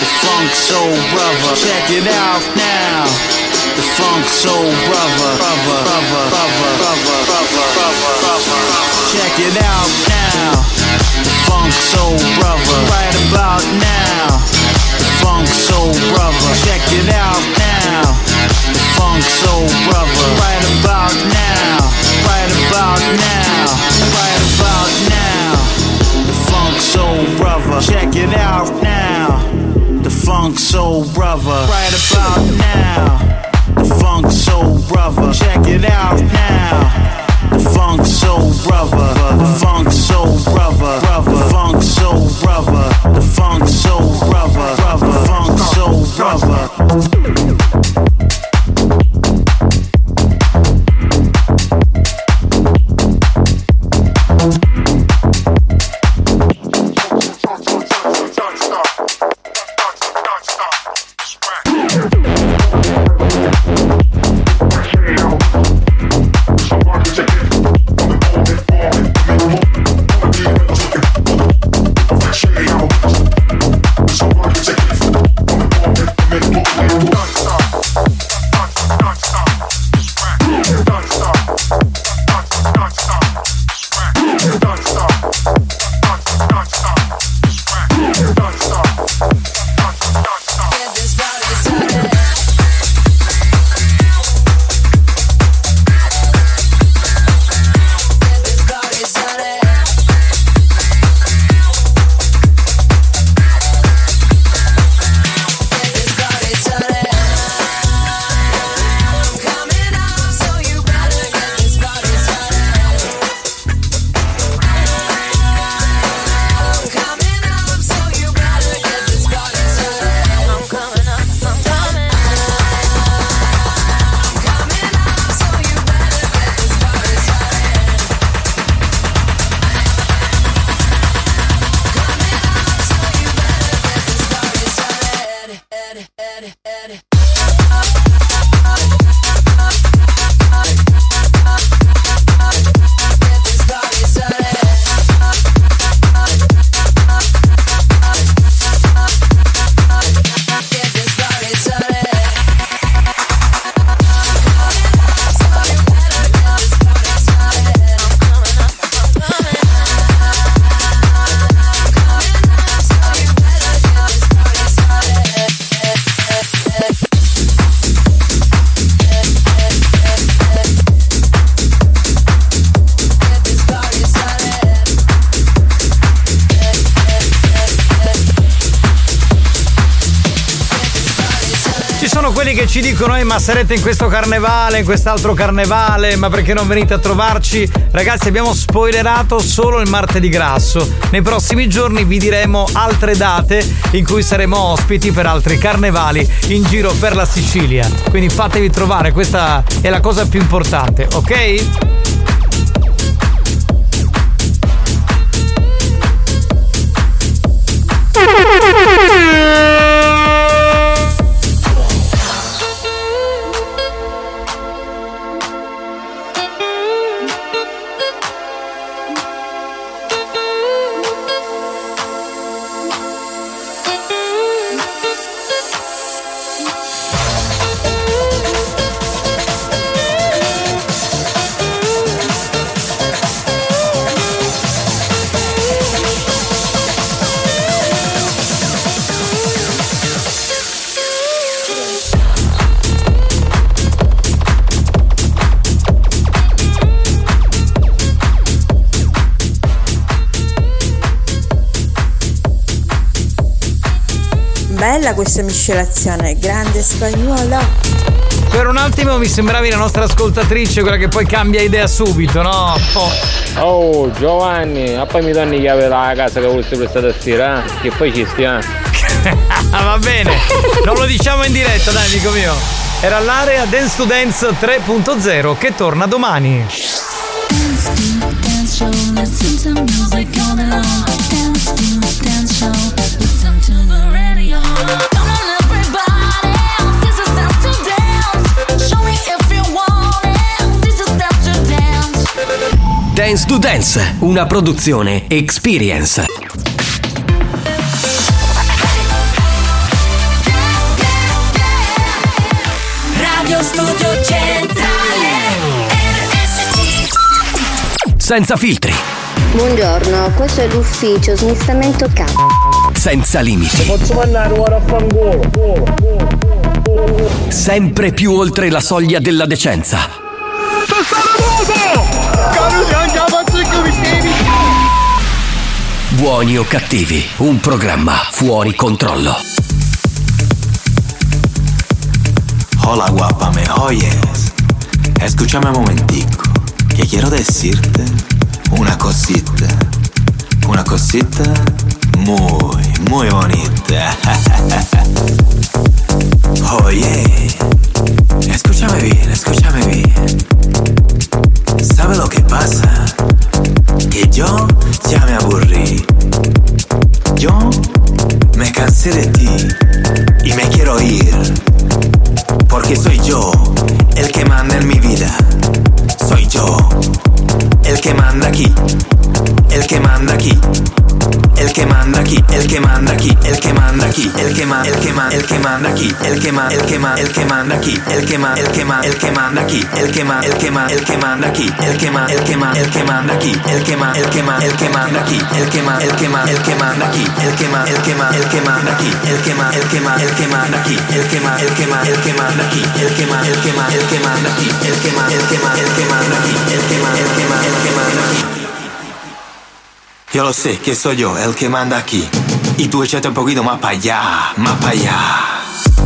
Speaker 18: The Funk Soul Brother. Check it out now. The Funk Soul Brother. Brother, brother, brother, brother, brother, brother, brother. Check it out now. The Funk Soul Brother. Right about now. The Funk Soul Brother. Check it out now. The Funk Soul Brother. Right about now. Right about now. Right about now. The Funk Soul Brother. Check it out now. The Funk Soul Brother. Right about now. The Funk Soul Brother. Check it out now. The Funk Soul Brother. The Funk Soul Brother. Brother. The Funk Soul Brother. The Funk Soul Brother. Brother. The Funk Soul Brother.
Speaker 2: Ci sono quelli che ci dicono, eh, ma sarete in questo carnevale, in quest'altro carnevale, ma perché non venite a trovarci? Ragazzi, abbiamo spoilerato solo il martedì grasso. Nei prossimi giorni vi diremo altre date in cui saremo ospiti per altri carnevali in giro per la Sicilia. Quindi fatevi trovare, questa è la cosa più importante, ok?
Speaker 34: Bella questa miscelazione, grande spagnolo.
Speaker 2: Per un attimo mi sembravi la nostra ascoltatrice, quella che poi cambia idea subito, no?
Speaker 5: Oh Giovanni, ma poi mi danno i chiave della casa che volete prestare a stirare, che poi ci stiamo.
Speaker 2: Ah, va bene, non lo diciamo in diretta, dai, amico mio. Era l'area Dance to Dance 3.0 che torna domani.
Speaker 39: Dance to dance show, listen to music all day long. Dance to dance show, listen to the radio. Come on, everybody, this is dance to dance. Show me if you want it.
Speaker 1: to Dance, una produzione Experience.
Speaker 7: Radio Studio Centrale RSC
Speaker 1: Senza filtri,
Speaker 53: Buongiorno, questo è l'ufficio smistamento cazzo.
Speaker 1: senza limiti,
Speaker 5: Posso mandare ora a fangolo?
Speaker 1: sempre più oltre la soglia della decenza. Buoni o cattivi, un programma fuori controllo.
Speaker 54: Hola guapame, oye. Escúchame un momentico, que quiero decirte una cosita. Una cosita muy, muy bonita. Oye, escúchame bien, escúchame bien. ¿Sabe lo que pasa? Que yo ya me aburrí. Yo me cansé de ti y me quiero ir. Porque soy yo el que manda en mi vida. Soy yo el que manda aquí. El que manda aquí. El que manda aquí, el que manda aquí, el que manda aquí, el que manda, el que manda, el que manda aquí, el que manda, el que manda, el que manda aquí, el que manda, el que manda, el que manda aquí, el que manda, el que manda, el que manda aquí, el que manda, el que manda, el que manda aquí, el que manda, el que manda, el que manda aquí, el que manda, el que manda, el que manda aquí, el que manda, el que manda, el que manda aquí, el que manda, el que manda, el que manda aquí, el que manda, el que manda, el que manda aquí, el que manda, el que manda, el que manda aquí, el que manda, el que manda, el que manda aquí, el que manda, el que manda, el que manda aquí. Yo lo sé, que soy yo el que manda aquí. Y tú échate un poquito más para allá, más para allá.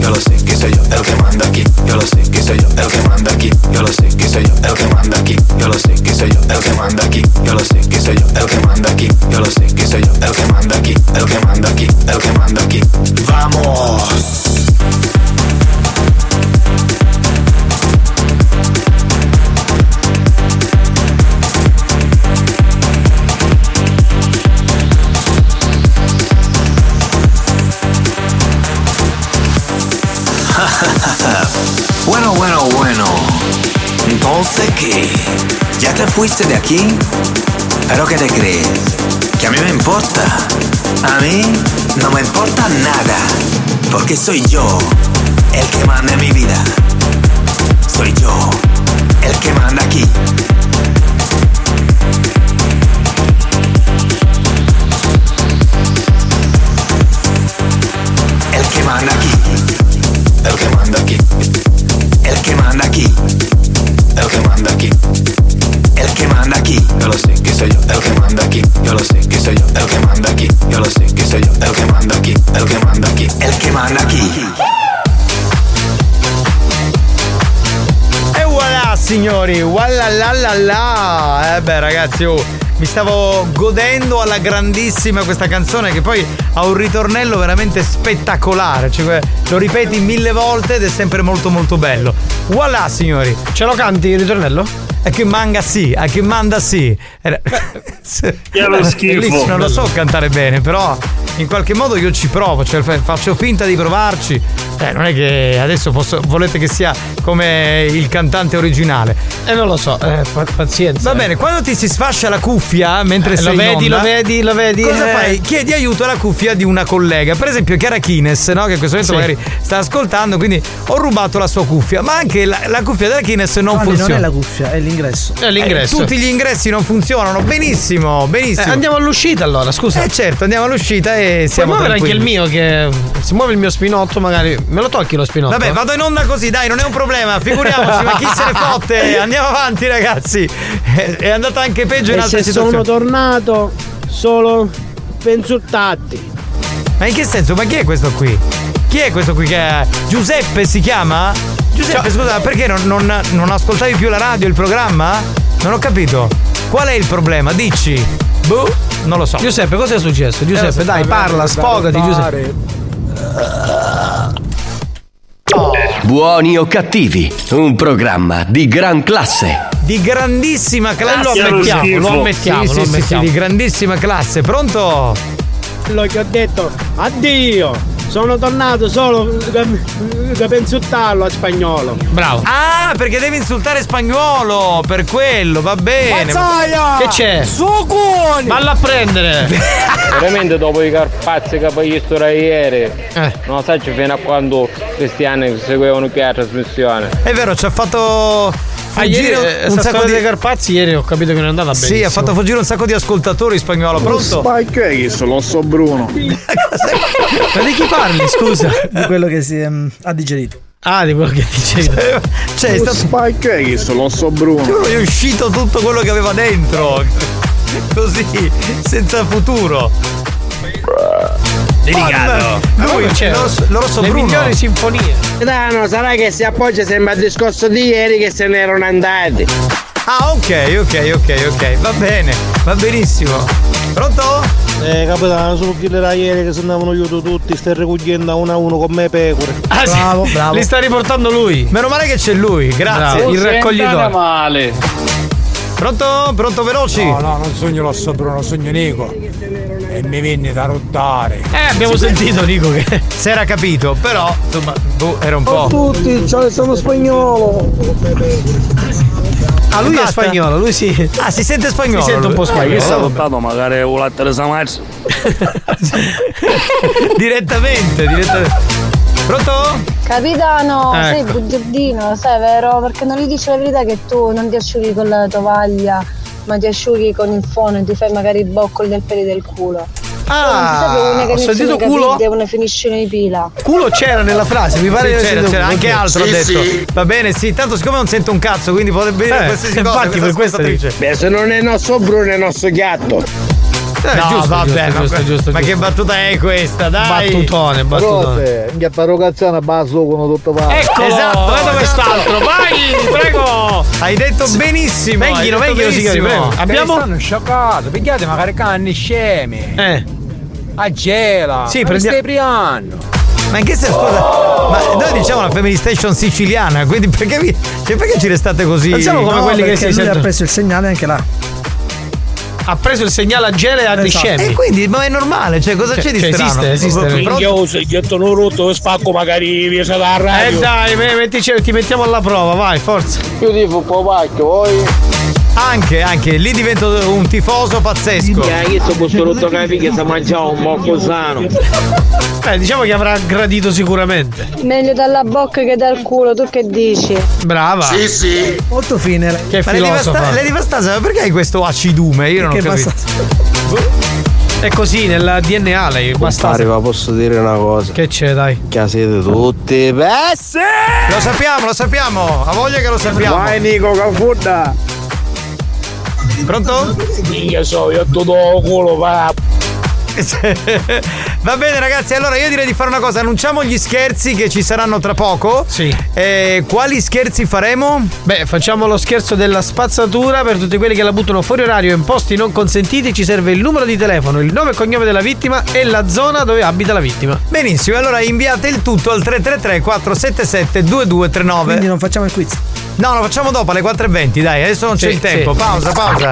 Speaker 54: Yo lo sé, que soy yo el que manda aquí. Yo lo sé, que soy yo el que manda aquí. Yo lo sé, que soy yo el que manda aquí. Yo lo sé, que soy yo el que manda aquí. Yo lo sé, que soy yo el que manda aquí. Yo lo sé, que soy yo el que manda aquí. El que manda aquí, el que manda aquí. ¡Vamos! bueno, bueno, bueno. Entonces, ¿qué? ¿Ya te fuiste de aquí? ¿Pero qué te crees? ¿Que a mí me importa? A mí no me importa nada. Porque soy yo el que manda en mi vida. Soy yo el que manda aquí. El que manda aquí. El que manda aquí. El que manda aquí. El que manda aquí. El que manda aquí. Yo lo sé que soy yo el que manda aquí. Yo lo sé que soy yo el que manda aquí. Yo lo sé que soy yo el que manda aquí. El que manda aquí. El que manda aquí.
Speaker 2: E voilà signori, voilà la la la. Eh beh ragazzi, oh, mi stavo godendo alla grandissima questa canzone che poi ha un ritornello veramente spettacolare, cioè, lo ripeti mille volte ed è sempre molto molto bello. Voilà signori. Ce lo canti il ritornello? A che manga sì, a che manda sì. Era-
Speaker 55: Che allo
Speaker 2: Eh,
Speaker 55: schifo.
Speaker 2: lì Non lo so cantare bene, però in qualche modo io ci provo, cioè fa- faccio finta di provarci. Eh, non è che adesso posso- volete che sia come il cantante originale. Eh, non lo so, pazienza. Va bene, quando ti si sfascia la cuffia mentre
Speaker 6: Eh, lo
Speaker 2: sei in
Speaker 6: vedi,
Speaker 2: onda,
Speaker 6: lo vedi, lo vedi,
Speaker 2: Cosa
Speaker 6: eh.
Speaker 2: fai? Chiedi aiuto alla cuffia di una collega, per esempio Chiara Kines, no? che in questo momento
Speaker 6: Sì.
Speaker 2: magari sta ascoltando, quindi ho rubato la sua cuffia, ma anche la, la cuffia della Kines non
Speaker 56: Giovanni,
Speaker 2: funziona.
Speaker 56: non è la cuffia, è l'ingresso.
Speaker 2: Eh, tutti gli ingressi non funzionano. Benissimo, benissimo.
Speaker 56: Eh, andiamo
Speaker 2: all'uscita allora, scusa. Eh certo, andiamo all'uscita e siamo
Speaker 6: muovere anche il
Speaker 2: tranquilli.
Speaker 6: mio che si muove il mio spinotto magari me lo tocchi lo spinotto
Speaker 2: Vabbè, vado in onda così, dai, non è un problema, figuriamoci, ma chi se ne fotte? Andiamo avanti, ragazzi. È è andata anche peggio in
Speaker 57: E
Speaker 2: altre
Speaker 57: se sono
Speaker 2: situazioni.
Speaker 57: tornato solo per insultarti.
Speaker 2: Ma in che senso? Ma chi è questo qui? Chi è questo qui che è? Giuseppe si chiama? Giuseppe, scusa, ma perché non, non- non ascoltavi più la radio, il programma? Non ho capito. Qual è il problema? Dici. Boh, non lo so. Eh,
Speaker 6: Giuseppe cosa è successo Giuseppe dai parla sfogati Giuseppe
Speaker 1: Buoni o cattivi, un programma di gran classe.
Speaker 2: Di grandissima classe.
Speaker 6: Eh, lo ammettiamo, Chiaro lo schifo. ammettiamo,
Speaker 2: Sì,
Speaker 6: lo
Speaker 2: sì, sì,
Speaker 6: ammettiamo.
Speaker 2: sì, di grandissima classe. Pronto?
Speaker 57: Quello che ho detto, addio,
Speaker 58: Sono tornato solo da penzuttarlo a spagnolo.
Speaker 2: Bravo. Ah, perché devi insultare spagnolo, per quello, va bene.
Speaker 58: Mazzaia!
Speaker 2: Che c'è?
Speaker 58: Sucuni!
Speaker 2: Valla a prendere!
Speaker 59: Veramente dopo i carpazzi che poi ora ieri,
Speaker 6: Eh.
Speaker 59: non sai ci fino a quando cristiani seguivano chi la trasmissione.
Speaker 2: È vero, ci ha fatto fuggire un sacco di...
Speaker 60: dei Carpazzi ieri ho capito che non è andata bene.
Speaker 2: Sì, ha fatto fuggire un sacco di ascoltatori in spagnolo, pronto?
Speaker 60: Ma
Speaker 6: che sono so Bruno.
Speaker 54: Ma di chi parli, scusa? Di quello che si ehm, ha digerito.
Speaker 60: Ah, di quello che dicevi.
Speaker 2: Cioè, è stato
Speaker 6: Spike Eggs, lo so Bruno.
Speaker 2: è uscito tutto quello che aveva dentro. Così, senza futuro.
Speaker 58: Delicato.
Speaker 2: Lui c'è. L'orso Bruno.
Speaker 60: sinfonie.
Speaker 58: Dano, sarà che si appoggia sempre al discorso di ieri che se n'erano andati.
Speaker 2: Ah, ok, ok, ok, ok. Va bene, va benissimo. Pronto?
Speaker 6: Eh, capitano, sono killer da ieri che se andavano aiuto tutti, stai ricogliendo a uno a uno con me pecore.
Speaker 2: Ah, sì.
Speaker 6: Li
Speaker 2: Li
Speaker 6: sta-
Speaker 2: sta riportando lui. Meno male che c'è lui, grazie.
Speaker 6: Bravo.
Speaker 2: Il
Speaker 6: Non
Speaker 2: raccoglitore.
Speaker 6: sentite
Speaker 2: male. Pronto? Pronto veloci?
Speaker 6: No, no, non sogno l'osso Bruno, sogno Nico. E mi venne da rottare.
Speaker 2: Eh, abbiamo sentito Nico che si era capito, però insomma, boh, era un
Speaker 6: Ciao
Speaker 2: po'.
Speaker 6: tutti, ciao, sono spagnolo.
Speaker 2: Ah, lui è spagnolo, lui sì. Ah, si sente spagnolo.
Speaker 6: Si sente un po' spagnolo.
Speaker 2: Eh, vabbè.
Speaker 6: magari un latte di Samars.
Speaker 2: direttamente, direttamente. Pronto?
Speaker 9: Capitano,
Speaker 2: Ecco.
Speaker 9: sei bugiardino, lo sai vero? Perché non gli dici la verità che tu non ti asciughi con la tovaglia, ma ti asciughi con il fono e ti fai magari i boccoli del pelo del culo.
Speaker 2: Ah,
Speaker 9: Tu non sai che una
Speaker 2: ho
Speaker 9: canzone
Speaker 2: sentito
Speaker 9: che
Speaker 2: culo?
Speaker 9: piglia, una finisce nei pila.
Speaker 2: Culo c'era nella frase, mi pare.
Speaker 60: Sì, c'era,
Speaker 2: c'era,
Speaker 60: c'era,
Speaker 2: anche altro
Speaker 60: Sì,
Speaker 2: ha detto.
Speaker 60: sì.
Speaker 2: Va bene, sì, tanto siccome non sento un cazzo, quindi potrebbe dire
Speaker 58: Eh,
Speaker 2: qualsiasi cosa.
Speaker 58: infatti, per questo
Speaker 2: ascoltatrice.
Speaker 58: Beh, se non è nostro Bruno è nostro gatto.
Speaker 2: Eh, giusto, vabbè, ma, ma che battuta è questa? Dai.
Speaker 60: Battutone,
Speaker 6: Prote, che parocazzana basso con tutto va.
Speaker 2: Eccolo,
Speaker 6: Esatto,
Speaker 2: guarda quest'altro. Vai, prego. Hai detto
Speaker 6: Sì.
Speaker 2: benissimo.
Speaker 6: Venghino,
Speaker 2: hai detto
Speaker 6: venghino,
Speaker 2: benissimo.
Speaker 6: signori, prego.
Speaker 2: Abbiamo
Speaker 6: Abbiamo sono scioccato. Pigliate magari canne scemi. Eh. A gela.
Speaker 2: Sì,
Speaker 6: Ma
Speaker 2: prendia-
Speaker 6: stai priando.
Speaker 2: Ma in che senso? Scusa, ma noi diciamo la family station siciliana, quindi perché, vi, cioè perché ci restate così?
Speaker 54: Facciamo come quelli che si ha preso il segnale anche là.
Speaker 60: Ha preso il segnale a gele e
Speaker 54: Esatto.
Speaker 60: a discemi.
Speaker 2: E quindi, ma è normale, cioè cosa
Speaker 60: Cioè,
Speaker 2: c'è di
Speaker 60: cioè,
Speaker 2: strano?
Speaker 60: esiste, esiste.
Speaker 2: Pronto?
Speaker 60: Minchia, oh,
Speaker 6: Io se gli non rotto spacco magari via dalla
Speaker 60: Eh dai, me- mettici- ti mettiamo alla prova, vai, forza.
Speaker 6: Io dico popacchio, voi.
Speaker 2: Anche, anche, lì divento un tifoso pazzesco.
Speaker 6: io sto posto rotto capi che si mangia un mocco sano.
Speaker 2: Eh,
Speaker 60: Beh, diciamo che avrà gradito sicuramente.
Speaker 9: Meglio dalla bocca che dal culo, tu che dici?
Speaker 60: Brava. Sì,
Speaker 54: sì. Molto fine.
Speaker 60: Che
Speaker 2: Ma Lady Vasta- Lady Vastanza, ma perché hai questo acidume? Io non ho
Speaker 60: Perché
Speaker 2: capito.
Speaker 60: È così, nel DNA lei basta.
Speaker 6: Arriva, posso dire una cosa.
Speaker 60: Che c'è, dai?
Speaker 6: Che siete tutti bessi!
Speaker 2: Lo sappiamo, lo sappiamo. A voglia che lo sappiamo.
Speaker 6: Vai Nico, cafurda!
Speaker 2: Pronto?
Speaker 6: Io so, io tutto culo, va!
Speaker 2: Va bene ragazzi, allora io direi di fare una cosa, annunciamo gli scherzi che ci saranno tra poco. Sì. quali scherzi faremo?
Speaker 60: Beh, facciamo lo scherzo della spazzatura per tutti quelli che la buttano fuori orario in posti non consentiti. Ci serve il numero di telefono, il nome e cognome della vittima e la zona dove abita la vittima.
Speaker 2: Benissimo, allora inviate il tutto al 333 477 2239. Quindi
Speaker 54: non facciamo il quiz.
Speaker 2: No, lo facciamo dopo alle 4.20, dai, adesso non c'è
Speaker 54: Sì,
Speaker 2: il tempo.
Speaker 54: sì.
Speaker 2: Pausa, pausa.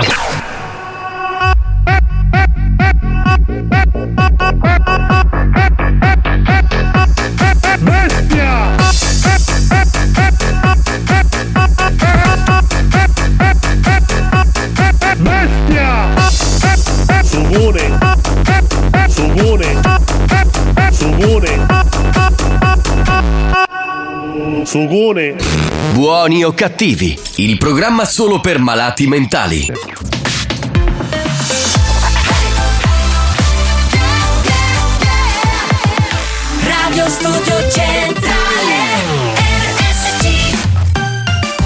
Speaker 7: Bestia! Bestia! Subone! Subone! Subone!
Speaker 1: Sugone. Buoni o cattivi, il programma solo per malati mentali.
Speaker 7: Radio Studio Centrale RSC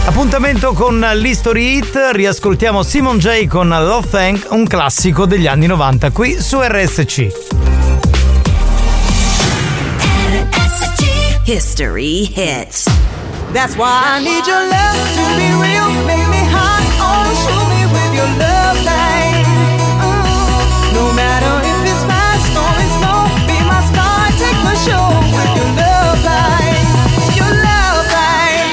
Speaker 2: Appuntamento con l'History Hit, riascoltiamo Simon J con Love Thank, un classico degli anni 90 qui su RSC.
Speaker 13: History hits. That's why I need your love to be real. Make me hot, only shoot me with your love light. Mm. No matter if it's fast or it's slow, be my star, take my show with your love light. Your love light.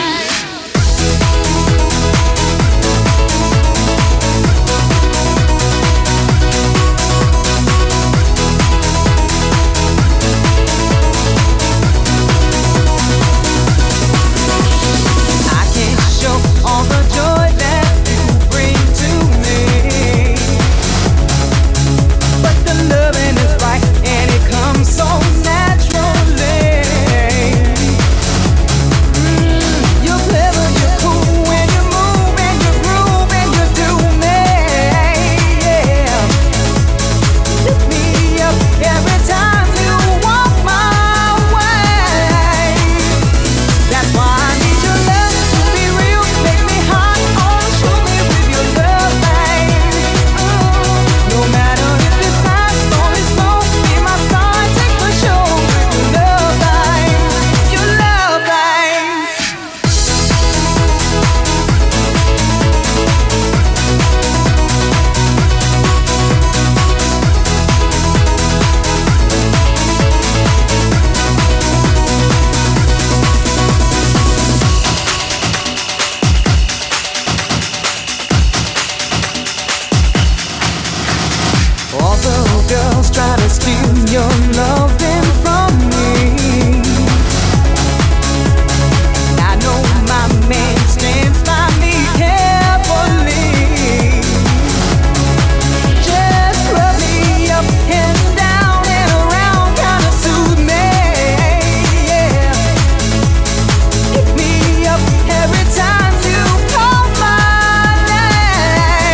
Speaker 13: oh, Mm.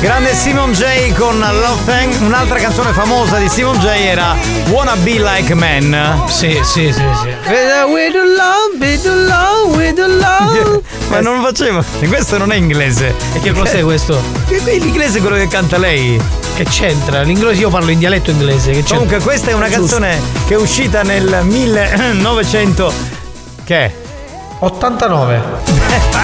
Speaker 2: Grande Simon J con Love Thing. Un'altra canzone famosa di Simon J era Wanna Be Like Man. Sì, sì, sì, sì.
Speaker 37: We do love, we do love, we do love.
Speaker 2: Ma non faceva. E questo non è inglese.
Speaker 37: E che cos'è questo?
Speaker 2: L'inglese è quello che canta lei.
Speaker 37: Che c'entra? L'inglese io parlo in dialetto inglese. Che c'entra?
Speaker 2: Cioè, Comunque questa è una
Speaker 37: Giusto.
Speaker 2: canzone che è uscita nel 1900 che è?
Speaker 37: 89.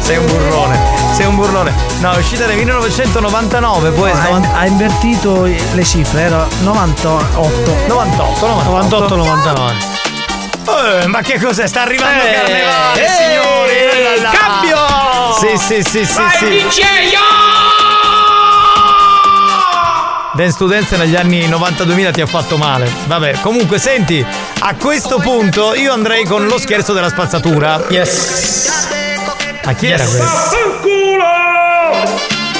Speaker 2: sei un burlone, sei un burlone. No, è uscita nel
Speaker 7: Oh,
Speaker 2: 1999, poi
Speaker 7: ha, ha invertito le cifre, era 98.
Speaker 2: 98,
Speaker 7: 98,
Speaker 37: 99.
Speaker 2: Eh, ma che cos'è? Sta arrivando il carnevale,
Speaker 7: eh,
Speaker 2: signori!
Speaker 7: eh,
Speaker 2: Cambio! Sì, sì, sì, sì,
Speaker 7: Vai,
Speaker 2: sì. Dance to Dance negli anni 90-2000 ti ha fatto male. Vabbè, comunque senti, a questo punto io andrei con lo scherzo della spazzatura. Yes. A chi era questo?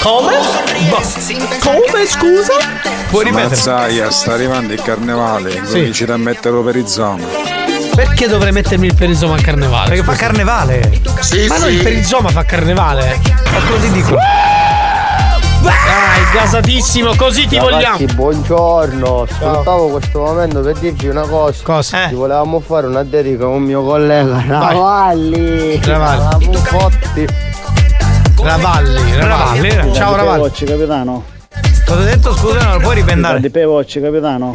Speaker 2: Come?
Speaker 37: Come scusa?
Speaker 2: Puoi ripetere?
Speaker 11: Mazzaia, sta arrivando il carnevale,
Speaker 37: Sì.
Speaker 11: cominci da metterlo per i zombie.
Speaker 37: Perché dovrei mettermi il perizoma al carnevale?
Speaker 11: Perché fa
Speaker 2: carnevale.
Speaker 37: Ma no,
Speaker 11: sì.
Speaker 37: il perizoma fa carnevale. Ma così dico. Dai, gasatissimo, così ti vogliamo.
Speaker 6: buongiorno. Aspettavo questo momento per dirvi una cosa. Cosa?
Speaker 37: Eh.
Speaker 6: Ci volevamo fare una dedica con un mio collega Ravalli.
Speaker 37: Ravalli.
Speaker 6: Eravamo forti.
Speaker 2: Ravalli, Ravalli. Ciao Ravalli.
Speaker 6: Voce, capitano.
Speaker 2: Cosa hai detto? Scusa, non lo puoi ripendare.
Speaker 6: Di voce, capitano.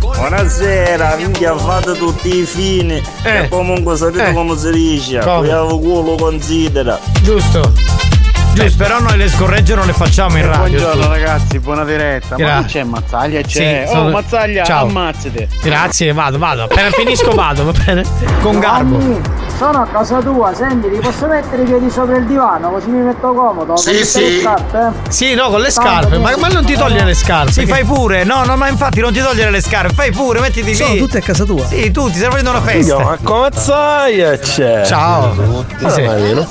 Speaker 5: Buonasera, minchia fate tutti i
Speaker 6: Eh.
Speaker 5: fini. E comunque sapete
Speaker 2: eh.
Speaker 5: come si dice.
Speaker 2: Come?
Speaker 5: Cuiavo culo considera.
Speaker 2: Giusto. Giusto, però noi le scorregge non le facciamo in radio.
Speaker 5: Eh, Buongiorno
Speaker 2: scusa.
Speaker 5: ragazzi, buona diretta.
Speaker 2: Gra-
Speaker 5: Ma non c'è Mazzaglia, c'è.
Speaker 2: Sì,
Speaker 5: oh,
Speaker 2: sono-
Speaker 5: Mazzaglia,
Speaker 2: Ciao.
Speaker 5: ammazzate.
Speaker 37: Grazie, vado, vado. Appena finisco vado, va bene? Con garbo.
Speaker 6: Sono a casa tua, senti, ti posso mettere i piedi sopra il divano così mi metto comodo?
Speaker 37: Sì,
Speaker 6: Con tutte
Speaker 37: sì.
Speaker 6: le scarpe?
Speaker 37: Sì, no, con le scarpe. Ma, ma non ti toglie le scarpe.
Speaker 2: Sì,
Speaker 37: che-
Speaker 2: fai pure. No, no, ma infatti non ti togliere le scarpe. Fai pure, mettiti
Speaker 7: Sono
Speaker 2: lì.
Speaker 7: tutte a casa tua.
Speaker 2: Sì, tutti, stiamo facendo una
Speaker 5: Io,
Speaker 2: festa.
Speaker 5: ma come cioè? Mazzaglia c'è.
Speaker 2: Ciao.
Speaker 5: Ma
Speaker 2: Sì.
Speaker 5: vai, no?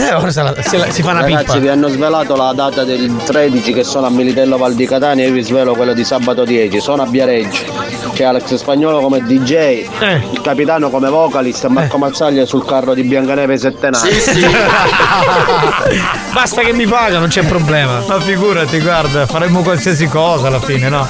Speaker 37: Eh, ora se la- se la- si fa una
Speaker 6: Ragazzi,
Speaker 37: pippa.
Speaker 6: vi hanno svelato la data del 13 che sono a Militello Val di Catania. Io vi svelo quello di sabato 10. Sono a Viareggio. C'è Alex Spagnolo come DJ,
Speaker 37: Eh.
Speaker 6: il capitano come vocalist, Marco Mazzaglia sul carro di Biancaneve Settenari.
Speaker 37: Basta che mi paga, non c'è problema.
Speaker 2: Ma figurati, guarda, faremmo qualsiasi cosa alla fine, no?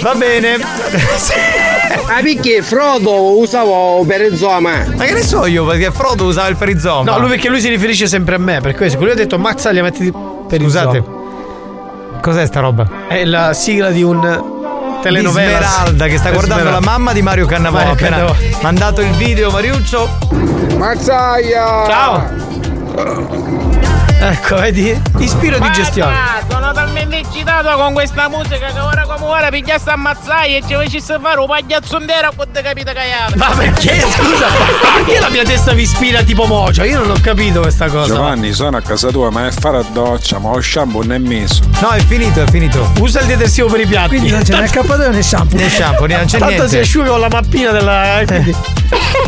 Speaker 2: Va bene.
Speaker 61: Ma perché Frodo usavo per insomma?
Speaker 2: Ma che ne so io, perché Frodo usava il perizoma.
Speaker 37: No, lui perché lui si riferisce sempre a me, per questo. Lui ha detto Mazzaglia mettiti per
Speaker 2: Scusate. Cos'è sta roba?
Speaker 37: È la sigla di un telenovela.
Speaker 2: Di Smeralda che sta guardando
Speaker 37: Smeralda.
Speaker 2: la mamma di Mario Cannavò.
Speaker 37: Mario
Speaker 2: appena
Speaker 37: Cannavò.
Speaker 2: mandato il video Mariuccio.
Speaker 61: Mazzaia!
Speaker 2: Ciao!
Speaker 37: Ecco, vedi? Ispiro di gestione.
Speaker 62: Ah, sono talmente eccitato con questa musica che ora come ora piglia sta ammazzai e ci facesse fare un pagliazzo intero a quanto capita che hai.
Speaker 37: Ma perché? Scusa, ma perché la mia testa vi ispira tipo Mocio? Io non ho capito questa cosa.
Speaker 11: Giovanni, sono a casa tua, ma è fare a doccia, ma lo shampoo non è messo.
Speaker 2: No, è finito, è finito.
Speaker 37: Usa il detersivo per i piatti.
Speaker 7: Quindi non c'è né accappatoio né shampoo.
Speaker 2: Né shampoo, né- non c'è
Speaker 37: Tanto
Speaker 2: niente. Eh.
Speaker 37: si asciuga con la mappina della.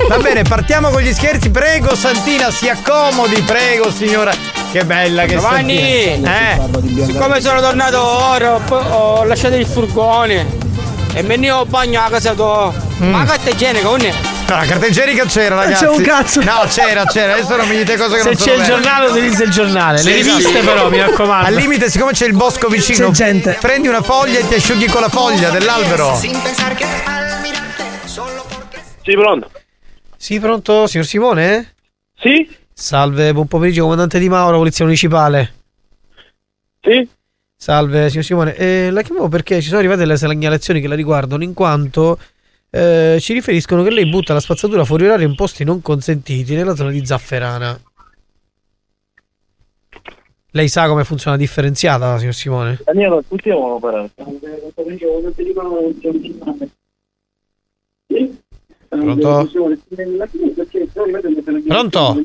Speaker 2: Va bene, partiamo con gli scherzi. Prego, Santina, si accomodi, prego, signora. Che bella che
Speaker 61: Giovanni!
Speaker 2: Santina. Eh?
Speaker 61: Siccome sono tornato ora, ho- ho lasciato il furgone e me ne ho bagno a casa tua. Ma che te gene, con
Speaker 2: No, la carta igienica c'era,
Speaker 61: Non
Speaker 2: ragazzi.
Speaker 61: c'è un cazzo.
Speaker 2: No, c'era, c'era. Adesso non mi dite cose che
Speaker 37: Se
Speaker 2: non sono
Speaker 37: c'è il
Speaker 2: vere.
Speaker 37: giornale, utilizza il giornale. Le
Speaker 2: Sì,
Speaker 37: riviste,
Speaker 2: sì.
Speaker 37: però, mi raccomando.
Speaker 2: Al limite, siccome c'è il bosco vicino, prendi una foglia e ti asciughi con la foglia dell'albero.
Speaker 37: Sì, pronto. Sì, pronto, signor Simone? Sì. Salve, buon pomeriggio, comandante Di Mauro, Polizia Municipale. Sì. Salve, signor Simone. Eh, la chiamavo perché ci sono arrivate le segnalazioni che la riguardano, in quanto eh, ci riferiscono che lei butta la spazzatura fuori orario in posti non consentiti nella zona di Zafferana. Lei sa come funziona la differenziata, signor Simone?
Speaker 5: Daniele, tutti avevano operato.
Speaker 37: Pronto? Pronto?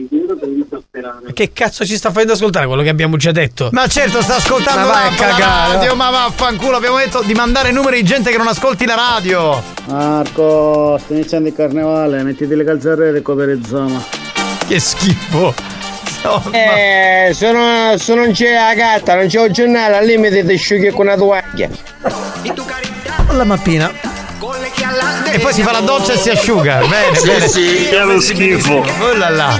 Speaker 37: Ma Che cazzo ci sta facendo ascoltare quello che abbiamo già detto?
Speaker 2: Ma certo, sta ascoltando
Speaker 37: Ma vai
Speaker 2: la-
Speaker 37: a cagare.
Speaker 2: la radio, ma vaffanculo, abbiamo detto di mandare numeri di gente che non ascolti la radio.
Speaker 6: Marco, sta iniziando il carnevale, mettiti le calzarelle e copri zona.
Speaker 2: Che schifo!
Speaker 61: Eh, sono, sono non c'è la carta, non c'è il giornale, al limite ti asciughi con una tovaglia.
Speaker 7: Con la mappina.
Speaker 2: E poi si fa la doccia e si asciuga. Bene,
Speaker 63: Sì,
Speaker 2: bene.
Speaker 63: sì, è lo schifo.
Speaker 2: Oh là là.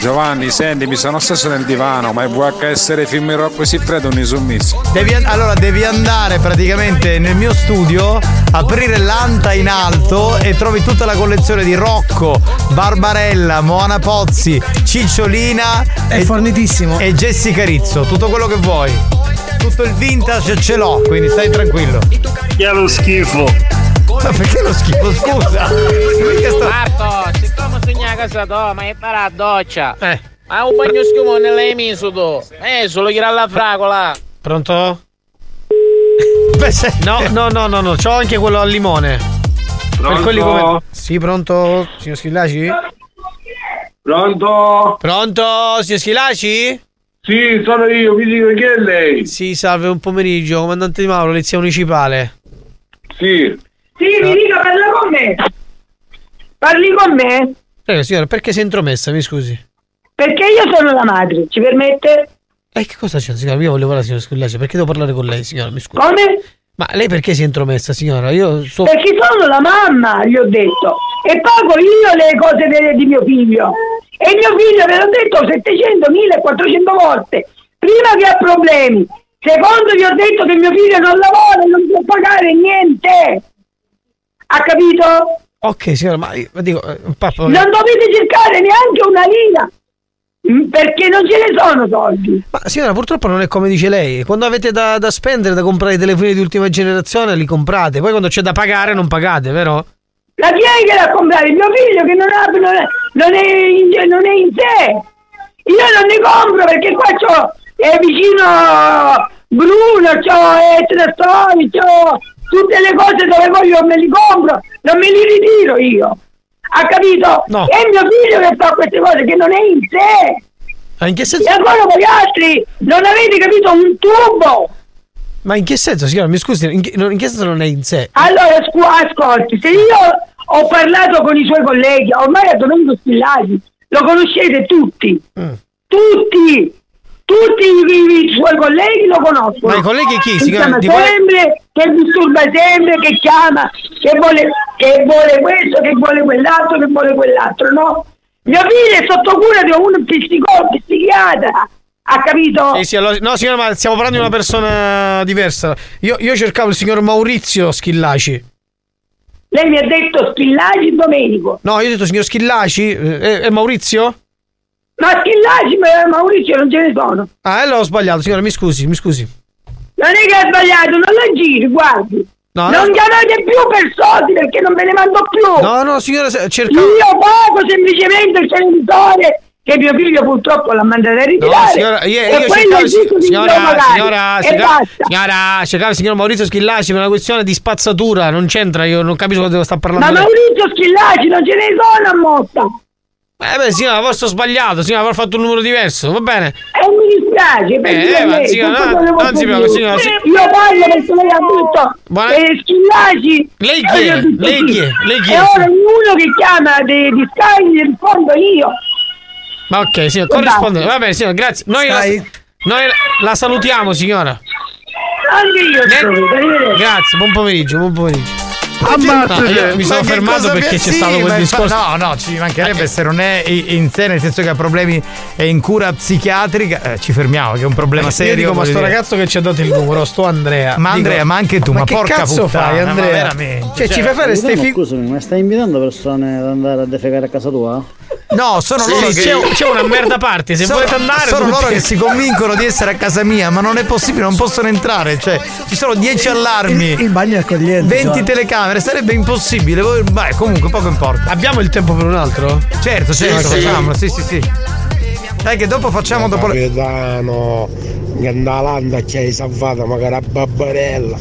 Speaker 11: Giovanni, senti, mi sono stesso nel divano, ma i VHS film rock così tre non insommisso.
Speaker 2: Devi an- allora, devi andare praticamente nel mio studio, aprire l'anta in alto e trovi tutta la collezione di Rocco, Barbarella, Moana Pozzi, Cicciolina. È fornitissimo. E Jessica Rizzo, tutto quello che vuoi. Tutto il vintage ce l'ho, quindi stai tranquillo.
Speaker 63: Che lo schifo.
Speaker 2: Ma perché lo schifo? Scusa. Mica sto-
Speaker 22: Marco, siccome sogni a casa tua, ma è para la doccia.
Speaker 3: Eh.
Speaker 22: Ma un bagno schiumone l'hai messo tu. Eh, solo gira alla fragola.
Speaker 3: Pronto? No, no, no, no, no, c'ho anche quello al limone. Per
Speaker 63: Pronto?
Speaker 3: quelli come. Sì, pronto, signor Schillaci?
Speaker 63: Pronto?
Speaker 3: Pronto, signor Schillaci?
Speaker 63: Sì, sono io, mi dico chi è lei?
Speaker 3: Sì, salve, un pomeriggio, comandante Di Mauro, polizia municipale.
Speaker 63: Sì.
Speaker 38: Sì, mi dica, parla con me. Parli con me?
Speaker 3: Prego, signora, perché si è intromessa, mi scusi?
Speaker 38: Perché io sono la madre, ci permette?
Speaker 3: E Eh, che cosa c'è, signora? Io volevo parlare, signor Schillaci, perché devo parlare con lei, signora, mi scusi?
Speaker 38: Come?
Speaker 3: Ma lei perché si è intromessa, signora? Io so...
Speaker 38: Perché sono la mamma, gli ho detto. E pago io le cose de- di mio figlio. E mio figlio ve l'ho detto 700, 1400 volte. Prima che ha problemi. Secondo gli ho detto che mio figlio non lavora, non può pagare niente. Ha capito?
Speaker 3: Ok, signora, ma io ma dico, eh, un papà...
Speaker 38: Non dovete cercare neanche una lira. mm, Perché non ce ne sono soldi.
Speaker 3: Ma signora, purtroppo non è come dice lei. Quando avete da, da spendere, da comprare i telefoni di ultima generazione, li comprate. Poi quando c'è da pagare, non pagate, vero?
Speaker 38: La chi è che l'ha comprata? Il mio figlio che non, ha, non, è, non è in, non è in sé. Io non ne compro perché qua c'ho, è vicino Bruno, c'ho Etrastori, c'ho tutte le cose dove voglio me li compro, non me li ritiro io. Ha capito? È mio figlio che fa queste cose che non è in sé.
Speaker 3: in che senso?
Speaker 38: E ancora voi altri non avete capito un tubo.
Speaker 3: Ma in che senso, signora? Mi scusi, in che, non- in che senso non è in sé?
Speaker 38: Allora, scu- ascolti, se io ho parlato con i suoi colleghi, ormai a Domenico Spillati, lo conoscete tutti,
Speaker 3: Mm.
Speaker 38: tutti, tutti i, i- i suoi colleghi lo conoscono.
Speaker 3: Ma i colleghi chi,
Speaker 38: Che
Speaker 3: signora?
Speaker 38: chiama
Speaker 3: Di quale-
Speaker 38: sempre, che disturba sempre, che chiama, che vuole, che vuole questo, che vuole quell'altro, che vuole quell'altro, no? Mio figlio è sotto cura di un psicologo, psichiatra, ha capito?
Speaker 3: Sì, sì, allora- no, signora, ma stiamo parlando di una persona diversa. Io, io cercavo il signor Maurizio Schillaci.
Speaker 38: Lei mi ha detto Schillaci Domenico.
Speaker 3: No, io ho detto signor Schillaci. eh, È, è Maurizio?
Speaker 38: Ma Schillaci e Maurizio non ce ne sono.
Speaker 3: Ah, allora ho sbagliato, signora, mi scusi, mi scusi.
Speaker 38: Non è che ha sbagliato, non la giri, guardi.
Speaker 3: No,
Speaker 38: non
Speaker 3: no.
Speaker 38: chiamate più per soldi perché non ve ne mando più.
Speaker 3: No, no, signora, se- cercavo...
Speaker 38: Io pago semplicemente il cellulare che mio figlio purtroppo l'ha mandato a ritirare.
Speaker 3: signora, io,
Speaker 38: e
Speaker 3: io
Speaker 38: quello è
Speaker 3: cercavo,
Speaker 38: il ciclo di
Speaker 3: signora,
Speaker 38: Dio magari.
Speaker 3: signora,
Speaker 38: E
Speaker 3: signora,
Speaker 38: basta.
Speaker 3: signora, cercavo il signor Maurizio Schillaci per una questione di spazzatura, non c'entra, io non capisco cosa devo sta parlando.
Speaker 38: Ma
Speaker 3: lei.
Speaker 38: Maurizio Schillaci non ce ne sono a mossa.
Speaker 3: Eh beh, signora, forse ho sbagliato, signora, avrò fatto un numero diverso, va bene.
Speaker 38: E Eh, mi dispiace perché
Speaker 3: Eh, eh, ma
Speaker 38: lei,
Speaker 3: signora,
Speaker 38: tutto quello che
Speaker 3: anzi,
Speaker 38: voglio
Speaker 3: ma
Speaker 38: dire. Eh,
Speaker 3: signora, si-
Speaker 38: Io parlo perché lei ha detto
Speaker 3: Buona-
Speaker 38: eh, Schillaci. Eh,
Speaker 3: Lei chi
Speaker 38: Io
Speaker 3: è?
Speaker 38: tutto
Speaker 3: Lei
Speaker 38: sì.
Speaker 3: chi è? Lei chi è?
Speaker 38: E ora ognuno che chiama dei- di Sky gli rispondo io.
Speaker 3: Ma ok, signora, corrisponde. Va bene, signora, grazie. Noi, la, noi la salutiamo, signora.
Speaker 38: Anche io.
Speaker 3: Grazie, buon pomeriggio, buon pomeriggio.
Speaker 2: Ammazzate.
Speaker 3: No, Ah, io mi sono
Speaker 2: Ah, cioè, Ma che
Speaker 3: fermato
Speaker 2: cosa
Speaker 3: perché
Speaker 2: mi-
Speaker 3: c'è
Speaker 2: sì,
Speaker 3: stato quel
Speaker 2: ma infa-
Speaker 3: discorso. Eh.
Speaker 2: no, no, ci mancherebbe se non è i- in sé, nel senso che ha problemi è in cura psichiatrica. eh, ci fermiamo, che è un problema serio.
Speaker 3: Io dico, ma
Speaker 2: voglio
Speaker 3: sto
Speaker 2: dire.
Speaker 3: ragazzo che ci ha dato il numero, sto Andrea.
Speaker 2: Ma
Speaker 3: Dico,
Speaker 2: Andrea, ma anche tu, ma
Speaker 3: che
Speaker 2: porca
Speaker 3: cazzo
Speaker 2: puttana,
Speaker 3: fai,
Speaker 2: ma
Speaker 3: Andrea?
Speaker 2: veramente,
Speaker 3: Cioè, ci fai fare ste
Speaker 37: Scusami,
Speaker 3: figure.
Speaker 37: Scusami, ma stai invitando persone ad andare a defecare a casa tua?
Speaker 2: No, sono
Speaker 37: Sì,
Speaker 2: loro che...
Speaker 37: sì, c'è- c'è una merda a parte, se
Speaker 2: Sono-
Speaker 37: volete andare,
Speaker 2: Sono
Speaker 37: tutti-
Speaker 2: loro che si convincono di essere a casa mia, ma non è possibile, non possono entrare. Cioè, ci sono 10 allarmi.
Speaker 36: Il, il bagno è accogliente.
Speaker 2: 20
Speaker 36: Giovanni.
Speaker 2: telecamere, sarebbe impossibile. voi- Beh, comunque poco importa.
Speaker 3: Abbiamo il tempo per un altro?
Speaker 2: Certo, certo,
Speaker 35: sì.
Speaker 2: facciamolo, sì, sì, sì. Dai che dopo facciamo dopo le-
Speaker 35: Capitano, Gandalanda ci hai salvata magari a Babbarella.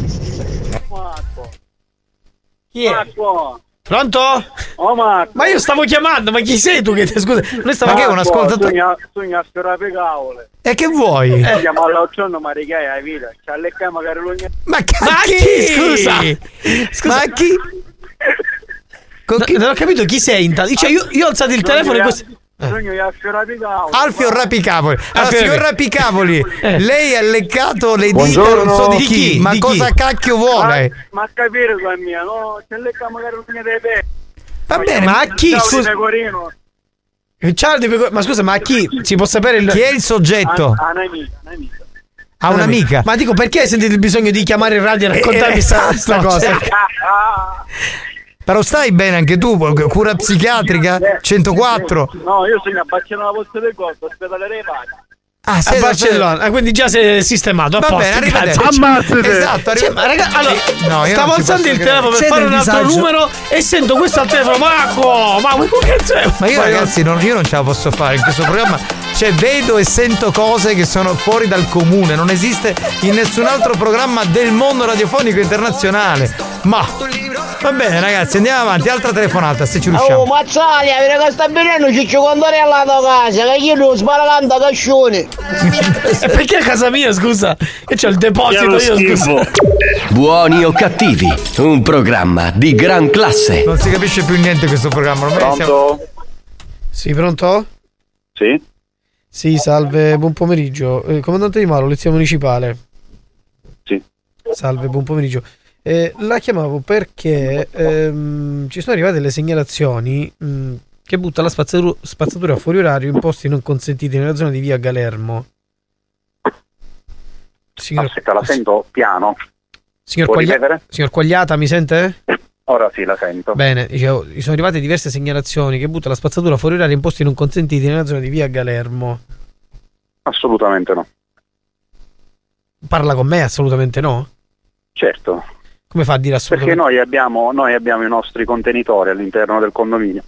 Speaker 3: Chi è? Pronto? Ma io stavo chiamando, ma chi sei tu che ti scusa? Noi
Speaker 35: Ma
Speaker 3: stavamo
Speaker 35: che è
Speaker 37: Ah,
Speaker 35: un ascoltatore?
Speaker 33: Sogna sperare cavole.
Speaker 2: E che vuoi?
Speaker 33: Eh. Chiamare l'autunno, ma regà, è la vita. C'ha le camme, magari lui
Speaker 2: Ma che
Speaker 3: Ma chi? Scusa.
Speaker 2: Ma chi?
Speaker 3: No, non ho capito chi sei intanto. Cioè, io, io ho alzato il
Speaker 33: Non
Speaker 3: telefono e Ah,
Speaker 33: dirà-
Speaker 3: questo.
Speaker 37: Bisogna di eh. Alfio Rapicavo.
Speaker 6: Alfio Rapicavoli. Allora,
Speaker 64: Alfio
Speaker 6: signor
Speaker 64: Rapi-
Speaker 6: Rapicavoli,
Speaker 64: Eh.
Speaker 6: lei ha leccato le dita,
Speaker 64: Buongiorno.
Speaker 6: non so di
Speaker 64: Di
Speaker 6: chi,
Speaker 64: chi?
Speaker 6: ma
Speaker 64: Di
Speaker 6: cosa
Speaker 64: chi?
Speaker 6: cacchio vuole?
Speaker 37: Ma a capire la mia, no? C'è le camarolline dei pe.
Speaker 2: Va bene, ma a chi? Scusa,
Speaker 37: Pecorino.
Speaker 2: Il Ciao di Pecorino- ma scusa, ma a chi si può sapere il...
Speaker 37: Chi è il soggetto? A- a un'amica, un'amica.
Speaker 2: A
Speaker 6: un'amica.
Speaker 2: Ma dico, perché hai sentito il bisogno di chiamare in radio e raccontarmi
Speaker 6: Eh,
Speaker 2: questa
Speaker 6: esatto,
Speaker 2: cosa?
Speaker 6: cioè- Però stai bene anche tu, cura psichiatrica 104.
Speaker 37: No, io sono a Barcellona Posto del Corpo, ospedale Repari.
Speaker 6: Ah,
Speaker 2: a Barcellona, Ah, quindi già sei sistemato. A
Speaker 37: Va
Speaker 2: posto,
Speaker 37: bene, arrivederci.
Speaker 2: grazie.
Speaker 37: Ammazzate.
Speaker 2: Esatto, arriva-
Speaker 37: Cioè, ma
Speaker 2: raga, allora,
Speaker 37: No, io non
Speaker 2: stavo
Speaker 37: ci
Speaker 2: alzando
Speaker 37: posso
Speaker 2: il
Speaker 37: credere.
Speaker 2: telefono per
Speaker 37: Siete
Speaker 2: fare
Speaker 37: in
Speaker 2: un altro
Speaker 37: disagio.
Speaker 2: numero e sento questo al telefono. Marco, ma che cazzo è?
Speaker 6: Ma io ragazzi non, io non ce la posso fare in questo programma. Cioè vedo e sento cose che sono fuori dal comune, non esiste in nessun altro programma del mondo radiofonico internazionale. Ma va bene ragazzi, andiamo avanti, altra telefonata se ci riusciamo.
Speaker 7: Oh, mazzaglia, vieni che sta venendo Ciccio Condore alla tua casa, che io non sparo tanto cascione.
Speaker 2: E Eh, perché a casa mia, scusa? Che c'ho il deposito io, scusa.
Speaker 1: Buoni o cattivi, un programma di gran classe.
Speaker 6: Non si capisce più niente in questo programma, ormai siamo-
Speaker 2: Sì, pronto?
Speaker 34: Sì?
Speaker 2: Sì, salve, buon pomeriggio. Eh, comandante Di Maro, polizia municipale.
Speaker 34: Sì.
Speaker 2: Salve, buon pomeriggio. Eh, la chiamavo perché ehm, ci sono arrivate le segnalazioni mh, che butta la spazzatura, spazzatura fuori orario in posti non consentiti nella zona di via Galermo. Signor,
Speaker 34: Aspetta, Ah, la sento piano.
Speaker 2: signor
Speaker 34: Può
Speaker 2: Quaglia-
Speaker 34: ripetere?
Speaker 2: signor Quagliata, mi sente?
Speaker 34: Ora sì, la sento.
Speaker 2: Bene, dicevo, ci sono arrivate diverse segnalazioni che butta la spazzatura fuori orario in posti non consentiti nella zona di via Galermo.
Speaker 34: Assolutamente no.
Speaker 2: Parla con me? Assolutamente no.
Speaker 34: Certo,
Speaker 2: Come fa a dire
Speaker 34: perché
Speaker 2: assolutamente no?
Speaker 34: noi abbiamo, noi abbiamo i nostri contenitori all'interno del condominio.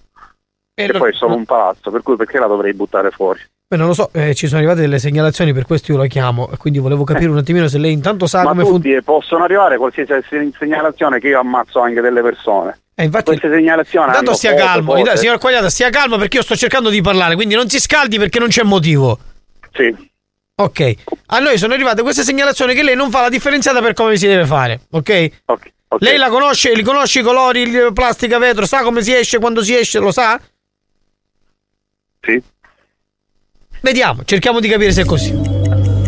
Speaker 2: E
Speaker 34: che
Speaker 2: lo-
Speaker 34: poi è solo un palazzo, per cui perché la dovrei buttare fuori?
Speaker 2: Beh, non lo so, eh, ci sono arrivate delle segnalazioni, per questo io la chiamo. e Quindi volevo capire un attimino se lei intanto sa
Speaker 34: Eh. Ma
Speaker 2: Ah, come funziona.
Speaker 34: tutti possono arrivare qualsiasi se- segnalazione che io ammazzo anche delle persone.
Speaker 2: Eh, infatti,
Speaker 34: Queste segnalazioni
Speaker 2: Intanto
Speaker 34: hanno
Speaker 2: stia
Speaker 34: foto,
Speaker 2: calmo,
Speaker 34: foto.
Speaker 2: intanto, signor Quagliata, stia calmo perché io sto cercando di parlare, quindi non si scaldi perché non c'è motivo.
Speaker 34: Sì.
Speaker 2: Ok, a noi sono arrivate queste segnalazioni che lei non fa la differenziata per come si deve fare, ok? Lei la conosce, li conosce i colori, il plastica, vetro, sa come si esce, quando si esce, lo sa?
Speaker 34: Sì.
Speaker 2: Vediamo, cerchiamo di capire se è così.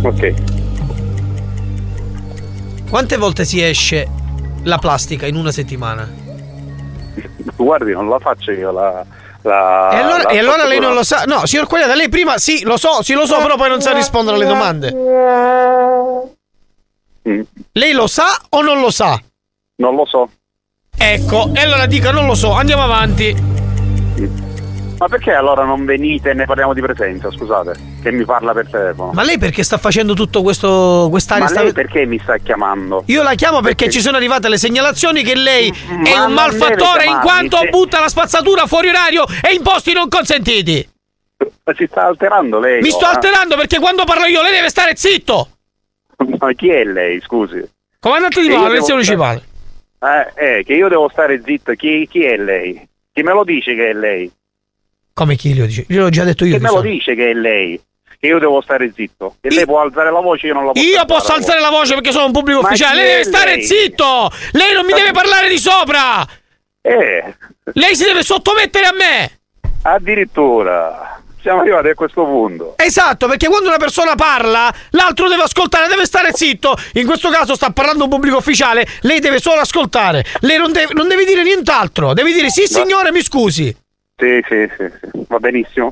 Speaker 34: Ok.
Speaker 2: Quante volte si esce la plastica in una settimana?
Speaker 34: Guardi, non la faccio io la... la-
Speaker 2: E allora,
Speaker 34: Ah, la
Speaker 2: e allora lei
Speaker 34: spazzatura.
Speaker 2: non lo sa. No, signor Quagliata, lei prima sì, lo so, sì, lo so, però poi non sa rispondere alle domande. Lei lo sa o non lo sa?
Speaker 34: Non lo so.
Speaker 2: Ecco, e allora dica non lo so, andiamo avanti.
Speaker 34: Ma perché allora non venite e ne parliamo di presenza, scusate, che mi parla per telefono?
Speaker 2: Ma lei perché sta facendo tutto questo quest'area?
Speaker 34: Ma
Speaker 2: sta-
Speaker 34: lei perché mi sta chiamando?
Speaker 2: Io la chiamo perché ci sono arrivate le segnalazioni che lei è
Speaker 34: non
Speaker 2: un
Speaker 34: deve
Speaker 2: malfattore in
Speaker 34: chiamarmi,
Speaker 2: quanto
Speaker 34: se-
Speaker 2: butta la spazzatura fuori orario e in posti non consentiti.
Speaker 34: Ma si sta alterando lei.
Speaker 2: Mi
Speaker 34: no,
Speaker 2: sto
Speaker 34: eh?
Speaker 2: alterando perché quando parlo io lei deve stare zitto.
Speaker 34: Ma chi è lei, scusi?
Speaker 2: Comandante di
Speaker 34: Che io
Speaker 2: Mano,
Speaker 34: devo
Speaker 2: polizia municipale.
Speaker 34: Eh, eh, che io devo stare zitto, chi, chi è lei? Chi me lo dice che è lei?
Speaker 2: Come chi glielo dice? Gliel'ho già detto
Speaker 34: Chi
Speaker 2: io.
Speaker 34: me
Speaker 2: chi
Speaker 34: lo
Speaker 2: sono.
Speaker 34: dice che è lei? Che io devo stare zitto. Che lei può alzare la voce, io non la posso
Speaker 2: Io posso alzare la voce perché sono un pubblico
Speaker 34: Ma chi
Speaker 2: ufficiale. Lei
Speaker 34: è
Speaker 2: deve stare
Speaker 34: lei?
Speaker 2: zitto. Lei non mi deve parlare di sopra.
Speaker 34: Eh.
Speaker 2: Lei si deve sottomettere a me.
Speaker 34: Addirittura, siamo arrivati a questo punto.
Speaker 2: Esatto, perché quando una persona parla, l'altro deve ascoltare, deve stare zitto. In questo caso sta parlando un pubblico ufficiale, lei deve solo ascoltare. Lei non deve, non deve dire nient'altro. Deve dire sì, signore, mi scusi.
Speaker 34: Sì, sì, sì, sì, va benissimo.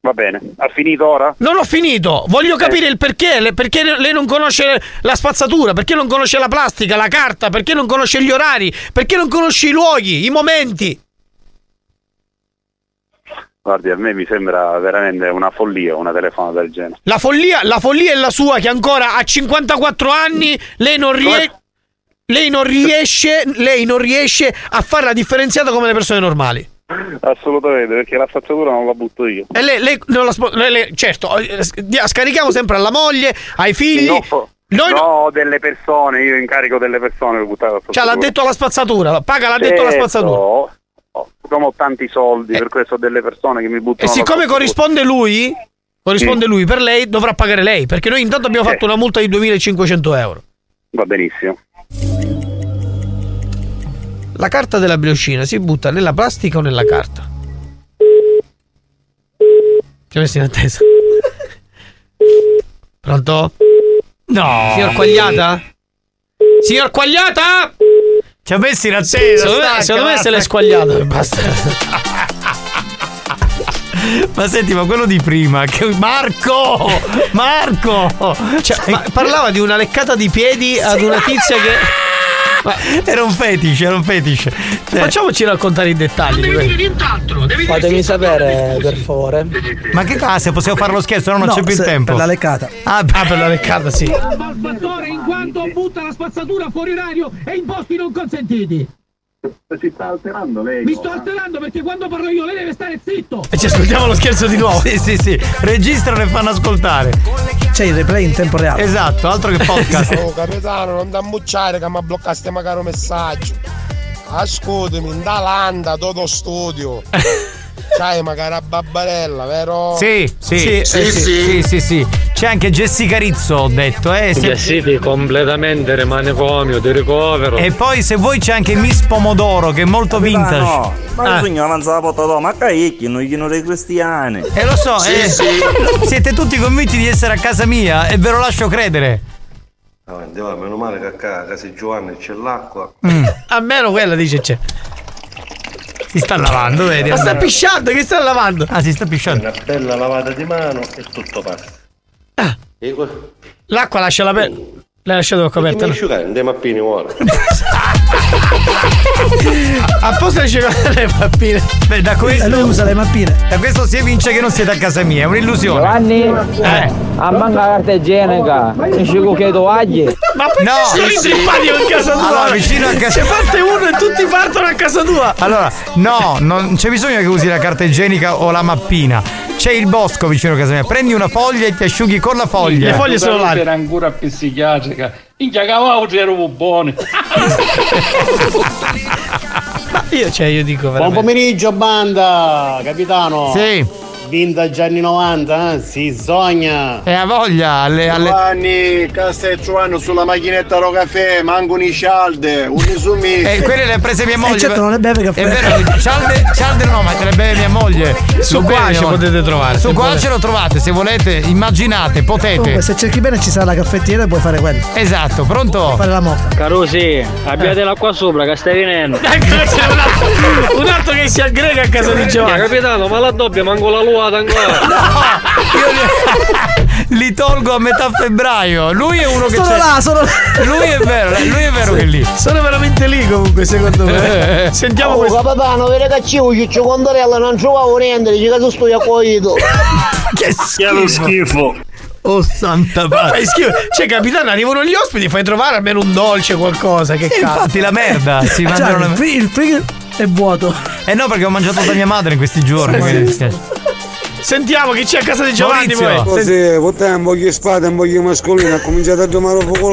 Speaker 34: Va bene. Ha finito ora?
Speaker 2: Non ho finito, voglio capire il perché, le- perché lei non conosce la spazzatura, perché non conosce la plastica, la carta, perché non conosce gli orari, perché non conosce i luoghi, i momenti.
Speaker 34: Guardi, a me mi sembra veramente una follia una telefonata del genere.
Speaker 2: La follia, la follia è la sua che ancora a 54 anni lei non, rie- lei non riesce lei non riesce a fare la differenziata come le persone normali.
Speaker 34: Assolutamente, perché la spazzatura non la butto io.
Speaker 2: E lei, lei non la spo- lei- lei- certo, eh, s- dia- scarichiamo sempre alla moglie, ai figli.
Speaker 34: No, fo-
Speaker 2: Noi
Speaker 34: no,
Speaker 2: no-
Speaker 34: delle persone, io incarico delle persone per buttare la spazzatura.
Speaker 2: Cioè, l'ha detto la spazzatura, paga l'ha detto la
Speaker 34: Certo,
Speaker 2: spazzatura. Eh.
Speaker 34: ho- Non ho tanti soldi, per questo ho delle persone che mi
Speaker 2: E
Speaker 34: buttano.
Speaker 2: siccome
Speaker 34: la spazzatura.
Speaker 2: corrisponde lui, corrisponde
Speaker 34: Sì.
Speaker 2: lui per lei, dovrà pagare lei, perché noi intanto abbiamo fatto una multa di 2500 euro.
Speaker 34: Va benissimo.
Speaker 2: La carta della brioscina si butta nella plastica o nella carta?
Speaker 6: Ci ho messo in attesa. Pronto?
Speaker 2: No.
Speaker 6: Signor Quagliata? Signor Quagliata?
Speaker 2: Ci ha messo in attesa.
Speaker 6: Secondo me,
Speaker 2: stacca,
Speaker 6: secondo me
Speaker 2: basta.
Speaker 6: se l'è squagliato. Basta.
Speaker 2: Ma senti, ma quello di prima, che Marco! Marco!
Speaker 6: Cioè, ma parlava di una leccata di piedi ad una tizia che.
Speaker 2: Era un fetish, era un fetish. Cioè.
Speaker 6: Facciamoci raccontare i dettagli. di quello.
Speaker 34: Fatemi sapere, per favore.
Speaker 2: Ma che cazzo, possiamo fare lo scherzo? No, non
Speaker 34: No,
Speaker 2: c'è più il
Speaker 34: se-
Speaker 2: tempo.
Speaker 34: per la leccata.
Speaker 2: Ah, per la leccata, sì.
Speaker 3: Spazzatura Eh, in quanto butta la spazzatura fuori orario e in posti non consentiti.
Speaker 65: Si sta alterando lei.
Speaker 3: Mi sto alterando perché quando parlo io lei deve stare zitto.
Speaker 2: E ci ascoltiamo lo scherzo di nuovo. Sì, sì, sì. Registrano e fanno ascoltare.
Speaker 34: C'è il replay in tempo reale.
Speaker 2: Esatto, altro che
Speaker 66: Oh,
Speaker 2: podcast.
Speaker 66: capitano, non da ammucciare che mi bloccaste magari un messaggio. Ascoltami, in Dalanda, Toto Studio. C'hai magari a Babbarella, vero?
Speaker 2: Sì, sì, eh, sì, sì, sì, sì. C'è anche Jessica Rizzo, ho detto, eh. se-
Speaker 67: Gessiti completamente rimane comio di ricovero.
Speaker 2: E poi se vuoi c'è anche Miss Pomodoro che è molto vintage.
Speaker 5: no, ma
Speaker 2: Ah.
Speaker 5: io sogno avanzava portata, ma caicchi, non gli dei cristiani.
Speaker 2: E lo so, eh, siete tutti convinti di essere a casa mia e ve lo lascio credere.
Speaker 68: No, Ah, andiamo, meno male che a ca- a casa di Giovanni c'è l'acqua.
Speaker 6: Almeno quella dice c'è.
Speaker 2: Mm. Si sta lavando, vedi?
Speaker 6: Ma sta
Speaker 2: allora.
Speaker 6: pisciando, che sta lavando?
Speaker 2: Ah, si sta pisciando.
Speaker 68: Una bella lavata di mano e tutto passa.
Speaker 5: Ah.
Speaker 68: E que-
Speaker 6: L'acqua lascia la pelle. L'hai lasciato la
Speaker 68: Dimmi
Speaker 6: coperta. no?
Speaker 68: asciugare, andiamo a Pini ora.
Speaker 6: Apposta dice con le pappine.
Speaker 2: Beh, da questo.
Speaker 34: lui usa le mappine.
Speaker 2: Da questo si evince che non siete a casa mia, è un'illusione.
Speaker 69: Giovanni,
Speaker 2: Eh.
Speaker 69: a manca carta igienica, non ci che toglie.
Speaker 6: Ma perché
Speaker 2: No.
Speaker 6: sono
Speaker 2: Sì, sì.
Speaker 6: intrippati con casa tua?
Speaker 2: Allora, vicino a casa-
Speaker 6: Se parte uno e tutti partono a casa tua.
Speaker 2: Allora, no, non c'è bisogno che usi la carta igienica o la mappina. C'è il bosco vicino a casa mia. Prendi una foglia e ti asciughi con la foglia.
Speaker 70: Era ancora più psichiatrica. Minchia cavolo ero buono.
Speaker 6: Io, cioè, io dico
Speaker 71: Buon
Speaker 6: veramente.
Speaker 71: pomeriggio banda, capitano.
Speaker 2: Sì.
Speaker 71: Vintage anni 90, eh? si sogna.
Speaker 2: E ha voglia Eh, alle. alle...
Speaker 71: Giovanni, Castelzuano sulla macchinetta Rocafè, Eh, manco un scialde, un sumi.
Speaker 34: Eh,
Speaker 2: E Eh, quelle le ha prese mia moglie.
Speaker 71: certo,
Speaker 2: non le beve caffè. È vero, cialde, cialde no, ma te le beve mia moglie.
Speaker 6: Su
Speaker 2: Lo beve
Speaker 6: qua
Speaker 2: mia
Speaker 6: ce
Speaker 2: moglie.
Speaker 6: potete trovare,
Speaker 2: Su
Speaker 6: se
Speaker 2: qua
Speaker 6: volete.
Speaker 2: ce lo trovate, se volete, immaginate, potete.
Speaker 34: Comunque, se cerchi bene ci sarà la caffettiera e puoi fare quello.
Speaker 2: Esatto, pronto?
Speaker 34: Fare la mocca.
Speaker 70: Carusi,
Speaker 2: Eh.
Speaker 70: abbiatela qua sopra che stai venendo.
Speaker 6: Eh, Un altro che si aggrega a casa di Giovanni.
Speaker 70: Eh, Capitano, ma la doppia manco la luata ancora.
Speaker 2: Li tolgo a metà febbraio. Lui è uno che
Speaker 34: Sono
Speaker 2: c'è.
Speaker 34: là, sono là.
Speaker 2: Lui è vero, lui è vero che è lì.
Speaker 6: Sono veramente lì comunque, secondo me. Sentiamo
Speaker 7: Oh,
Speaker 6: questo.
Speaker 7: capitano, vedi che c'è un ciccio condorello, non trovavo niente, dice che sono sto accoglito.
Speaker 6: Che
Speaker 7: lo
Speaker 6: schifo.
Speaker 2: Oh santa
Speaker 6: Ma fai schifo. Cioè, capitano, arrivano gli ospiti, fai trovare almeno un dolce, qualcosa. Che
Speaker 2: E
Speaker 6: cazzo.
Speaker 2: infatti la merda
Speaker 6: Eh,
Speaker 2: si
Speaker 34: Già,
Speaker 2: mangiano la
Speaker 34: il, fri- il frigo è vuoto.
Speaker 2: Eh no, perché ho mangiato da mia madre in questi giorni.
Speaker 34: Sì,
Speaker 2: quindi-
Speaker 6: Sentiamo chi c'è a casa di Giovanni.
Speaker 2: Maurizio.
Speaker 6: poi. Senti-
Speaker 71: Così, potete un po' di spada, un po' di mascolina, ha cominciato a domare un po'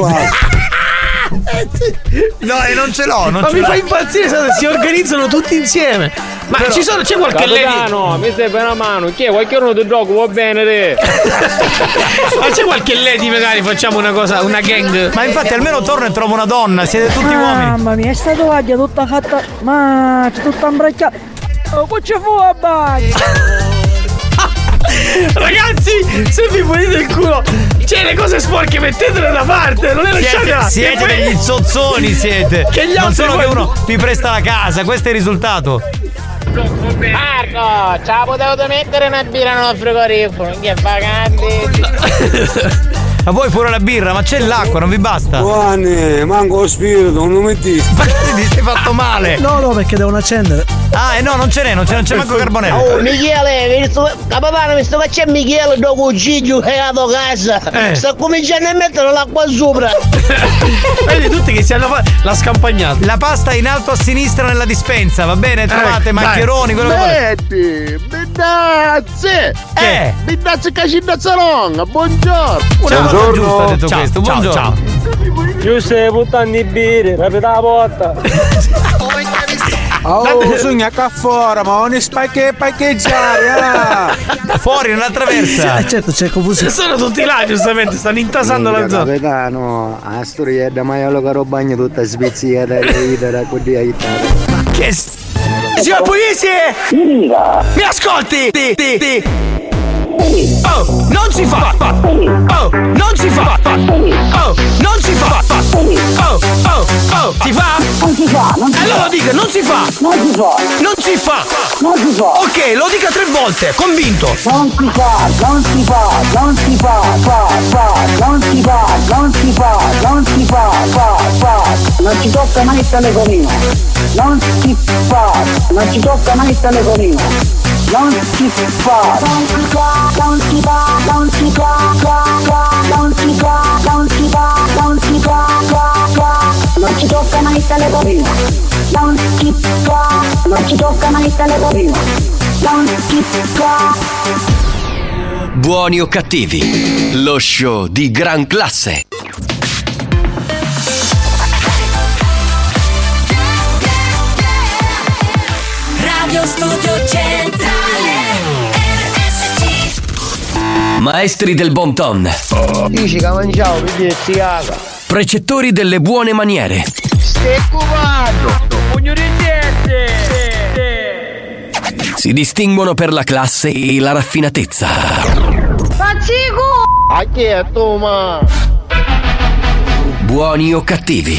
Speaker 2: No, e non ce l'ho, non
Speaker 6: Ma
Speaker 2: ce
Speaker 6: mi
Speaker 2: l'ho.
Speaker 6: fa impazzire, sai, si organizzano tutti insieme. Ma ci sono, c'è qualche lady.
Speaker 67: Capitano, mi serve una mano. Che qualche uno ti gioco va bene te.
Speaker 6: Ma c'è qualche lady, magari facciamo una cosa, una gang. Ah.
Speaker 2: Ma infatti almeno torno e trovo una donna, siete tutti uomini.
Speaker 9: Mamma mia, è stata vaglia tutta fatta. Ma c'è tutta imbracciata. Oh, poi c'è fuoco a bagno.
Speaker 6: Ragazzi, se vi pulite il culo, c'è le cose sporche, mettetele da parte, non le lasciate
Speaker 2: Siete,
Speaker 6: là.
Speaker 2: siete
Speaker 6: E poi-
Speaker 2: degli zozzoni, siete.
Speaker 6: Che gli
Speaker 2: non
Speaker 6: altri
Speaker 2: solo che
Speaker 6: poi-
Speaker 2: uno vi presta la casa, questo è il risultato.
Speaker 3: Marco, ce la potevate mettere una birra nel frigorifero, che vacanti.
Speaker 2: Ma voi pure la birra, ma c'è l'acqua, non vi basta.
Speaker 71: Giovanni, manco lo spirito, non metti.
Speaker 2: Ma ti sei
Speaker 6: Ah,
Speaker 2: fatto male?
Speaker 34: No, no, perché devono accendere.
Speaker 2: Ah, e no, non ce n'è, non ce n'è, non c'è manco carbonello.
Speaker 7: Oh, Michele, visto, capitano, visto che c'è Michele dopo Giglio che è andato a casa,
Speaker 6: Eh.
Speaker 7: sta cominciando a mettere l'acqua sopra.
Speaker 6: Vedi tutti che si hanno fa- la scampagnata. Eh,
Speaker 2: La pasta è in alto a sinistra nella dispensa, va bene? Eh, Trovate
Speaker 6: dai.
Speaker 2: maccheroni, quello che volete.
Speaker 71: Metti, bindazze!
Speaker 2: Che?
Speaker 71: eh, bindazze cacindazzalonga, buongiorno!
Speaker 2: Una cosa giusta ha detto
Speaker 71: Ciao,
Speaker 2: questo.
Speaker 71: ciao,
Speaker 2: Buongiorno.
Speaker 71: ciao.
Speaker 37: Giuseppe, puttana di birre, rapida la porta.
Speaker 71: Oh, bisogna qua fuori, ma non spacche eh. parcheggiare,
Speaker 2: Fuori, una traversa.
Speaker 34: Eh, certo, c'è confusione.
Speaker 6: Sono tutti là, giustamente, stanno intasando la zona.
Speaker 71: Capitano, Asturia da maiolo caro bagno tutta svizzera e ridere così aiutare.
Speaker 6: Che s- Signor Pugliese! Mi ascolti? Ti, ti, ti.
Speaker 2: Oh, non si fa. Oh, non si fa. Oh, non si fa. Oh, oh, oh, si fa?
Speaker 7: Non si fa, non si
Speaker 2: Allora
Speaker 7: fa.
Speaker 2: lo dica, non si fa.
Speaker 7: Non si fa.
Speaker 2: Non si fa.
Speaker 7: Non si fa.
Speaker 2: Ok, lo dica tre volte, convinto.
Speaker 7: Non si fa, non si fa, non si fa, fa, fa, non si fa, non si fa, non si fa, fa, fa. Non ci tocca mai il telefonino. Non si fa, non ci tocca mai il telefonino. Non si fa. Non si fa, non si fa, non si fa, fa, fa, non si fa, non si fa, non si fa, fa, fa. Non ci tocca mai il telefonino. Non si fa, non ci tocca mai il telefonino. Non si fa.
Speaker 1: Buoni o cattivi, lo show di gran classe.
Speaker 39: Radio Studio Centrale RSC
Speaker 1: Maestri del bon ton,
Speaker 6: Oh.
Speaker 37: Dici che mangiavo per dirsi casa.
Speaker 1: precettori delle buone maniere,
Speaker 37: Stai cubando. Pugno di niente.
Speaker 1: si distinguono per la classe e la raffinatezza.
Speaker 37: Pazzico. A chi è tu, ma?
Speaker 1: Buoni o cattivi,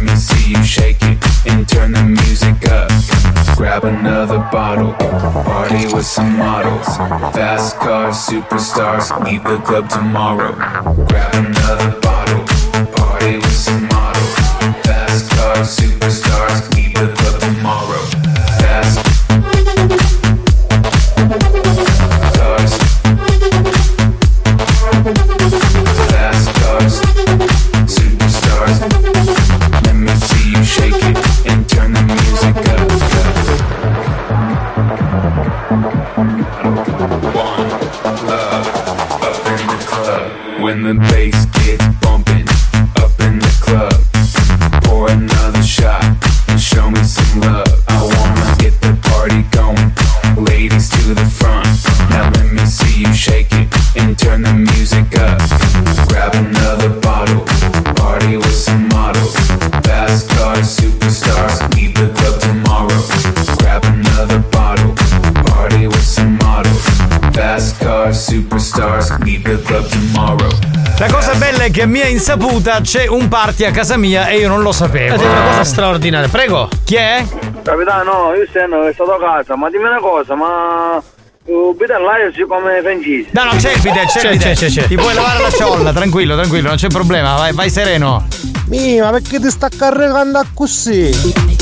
Speaker 42: me see you shake it and turn the music up. Grab another bottle, party with some models, fast cars, superstars. Leave the club tomorrow. Grab another bottle, party with some models, fast cars, superstars. Leave the club tomorrow. Fast cars, fast cars, superstars. Let me see you shake it and turn the music up. One love up in the club when the bass gets bumping up in the club. Pour another shot and show me some love. I wanna get the party going, ladies to the front. Now let me see you shake it and turn the music up. Grab another bottle, party with some models, fast cars, superstars. Leave the club tomorrow. Grab another bottle, party with some models, fast cars, superstars. Leave the club tomorrow.
Speaker 2: La cosa bella è che a mia insaputa c'è un party a casa mia e io non lo
Speaker 6: Eh,
Speaker 2: sapevo.
Speaker 72: Ed è una cosa straordinaria. Prego.
Speaker 2: Chi è?
Speaker 73: Capitano, io sono stato a casa, ma dimmi una cosa, ma... Uh, Bitallaio siccome francese.
Speaker 2: No, no, c'è il bidet, c'è, il
Speaker 72: C'è,
Speaker 2: bidet.
Speaker 72: c'è, c'è.
Speaker 2: Ti puoi lavare la ciolla, tranquillo, tranquillo, non c'è problema, vai, vai sereno.
Speaker 37: Mi, ma perché ti sta carregando così?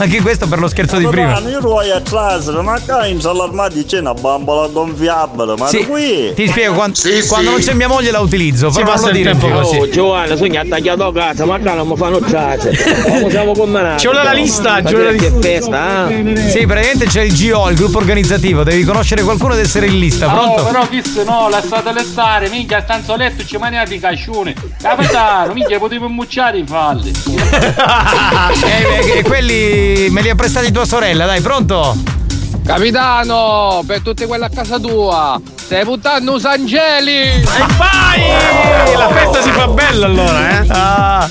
Speaker 2: Anche questo per lo scherzo di prima.
Speaker 5: Capitano, io voglio a classe, ma qua in allarmati c'è una bambola gonfiabile, ma
Speaker 2: Sì,
Speaker 5: qui...
Speaker 2: ti spiego, quando, quando non c'è mia moglie la utilizzo, però non lo dire più.
Speaker 6: Oh, Giovanna, sogna tagliato casa, ma qua non mi fanno tracce. Come siamo combinati?
Speaker 2: Ci vuole la lista, ci
Speaker 6: c'è
Speaker 2: vuole la
Speaker 6: Che
Speaker 2: lista.
Speaker 6: festa, eh?
Speaker 2: Sì, praticamente c'è il GO, il gruppo organizzativo, devi conoscere qualcuno ed essere in lista, pronto?
Speaker 34: Oh, però visto no, lasciate le stare, minchia, stanzo letto ci maniate i cascione. Capitano, minchia, potevo immucciare i falli.
Speaker 2: E, e Eh, quelli me li ha prestati tua sorella, dai, pronto?
Speaker 6: Capitano, oh, per tutti quelli a casa tua, stai buttando un Sangeli!
Speaker 2: Vai! La festa si fa bella allora, eh?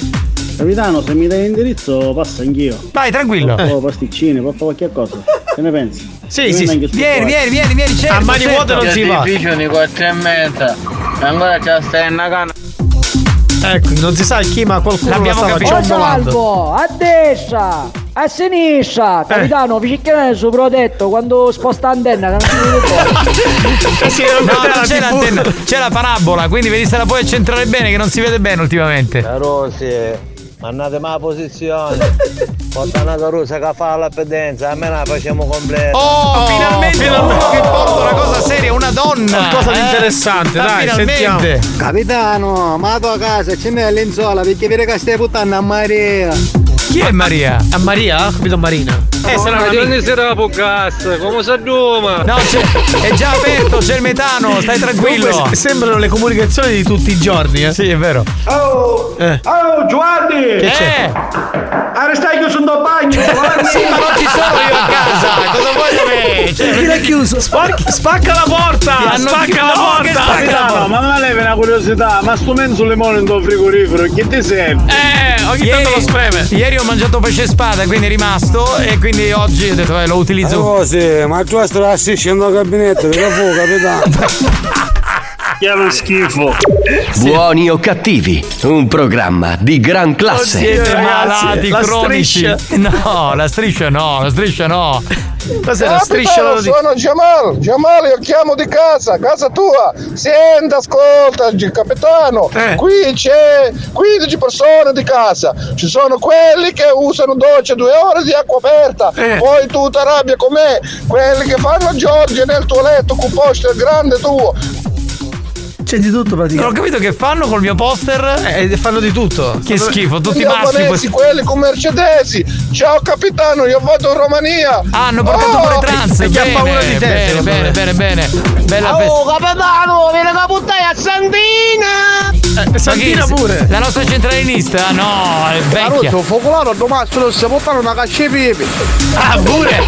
Speaker 37: Capitano, se mi dai l'indirizzo passo anch'io.
Speaker 2: Vai, tranquillo.
Speaker 37: Porto Oh, pasticcine, porto qualche cosa. Che ne pensi?
Speaker 2: Sì, sì. Vieni, vieni, vieni, vieni, certo.
Speaker 72: A mani vuote non si va.
Speaker 6: di quattro e mezza. Ancora c'è stai una canna.
Speaker 72: Ecco, non si sa chi, ma qualcuno
Speaker 2: L'abbiamo
Speaker 72: la stava
Speaker 2: capito.
Speaker 72: ciombolando.
Speaker 38: Salvo, a destra, a
Speaker 3: Eh.
Speaker 38: sinistra, capitano, vicino sul protetto quando sposta antenna. non si vede poi.
Speaker 2: No, non c'è l'antenna, c'è la parabola, quindi veditela poi accentrare bene che non si vede bene ultimamente.
Speaker 37: Carosi, mandate ma la posizione. Porta una carosa che fa la pedenza, a me la facciamo
Speaker 72: Eh,
Speaker 37: completa.
Speaker 2: Oh, finalmente uno che porta una cosa seria, una donna.
Speaker 72: Qualcosa di
Speaker 2: eh?
Speaker 72: interessante,
Speaker 2: Ma
Speaker 72: dai,
Speaker 2: finalmente.
Speaker 72: sentiamo.
Speaker 54: Capitano, ma a tua casa c'è me la lenzuola perché vede che stai puttando a Maria.
Speaker 2: Chi è Maria?
Speaker 7: A Maria? Ho capito Marina.
Speaker 74: Eh, sarà una non sera podcast, come sa Roma?
Speaker 2: No, c'è- è già aperto, c'è il metano, stai tranquillo.
Speaker 7: Comunque, se- sembrano le comunicazioni di tutti i giorni, eh.
Speaker 2: Sì, è vero.
Speaker 6: Oh,
Speaker 7: Eh.
Speaker 6: oh Giovanni!
Speaker 7: Che c'è?
Speaker 6: Arrestai chiuso in tuo bagno, Giovanni!
Speaker 2: Sì, ma non ci sono io a casa, cosa vuoi da me? Cioè,
Speaker 7: Chi l'ha chiuso? Spacca, spacca la
Speaker 2: Ti
Speaker 7: porta!
Speaker 2: hanno
Speaker 7: Spacca
Speaker 2: chiuso-
Speaker 7: la
Speaker 2: no, che
Speaker 7: porta!
Speaker 2: spacca la porta?
Speaker 6: ma non è una curiosità, ma sto mezzo limone in tuo frigorifero, che ti serve?
Speaker 2: Eh,
Speaker 6: ogni tanto lo spreme.
Speaker 2: Ieri ho mangiato pesce spada, quindi è rimasto. E quindi oggi ho detto, vai, lo utilizzo.
Speaker 34: Cose, Eh, oh, ma tu stai assistendo al gabinetto, che fu, capitano?
Speaker 6: Che lo schifo!
Speaker 1: Buoni o cattivi, un programma di gran classe.
Speaker 2: Siete malati cronici. No, la striscia no, la striscia no.
Speaker 75: Capitano, Sono Jamal, Jamal io chiamo di casa, casa tua. Senta, ascolta, gi- capitano.
Speaker 7: Eh.
Speaker 75: Qui c'è 15 persone di casa. Ci sono quelli che usano doccia due ore di acqua aperta.
Speaker 7: Eh.
Speaker 75: Poi tu ti arrabbia con me. Quelli che fanno Giorgio nel tuo letto con poster grande tuo.
Speaker 7: C'è di tutto praticamente.
Speaker 2: Non ho capito che fanno col mio poster.
Speaker 7: Eh, fanno di tutto.
Speaker 2: Che schifo, tutti
Speaker 75: Gli
Speaker 2: maschi.
Speaker 75: albanesi,
Speaker 2: questi-
Speaker 75: quelli con Mercedesi. Ciao capitano, io vado in Romania.
Speaker 2: Ah, hanno portato
Speaker 75: Oh!
Speaker 2: pure trans. Bene, Bene, bene, bene, bene.
Speaker 75: Ah,
Speaker 2: Bella festa.
Speaker 76: Oh, capitano, vieni che buttai a Santina!
Speaker 2: Ma Eh, chi- La nostra centralinista? No, è vecchia.
Speaker 75: Caruzzo, focolano, domani se lo stiamo portando una caccia ai pepe.
Speaker 2: Ah, pure!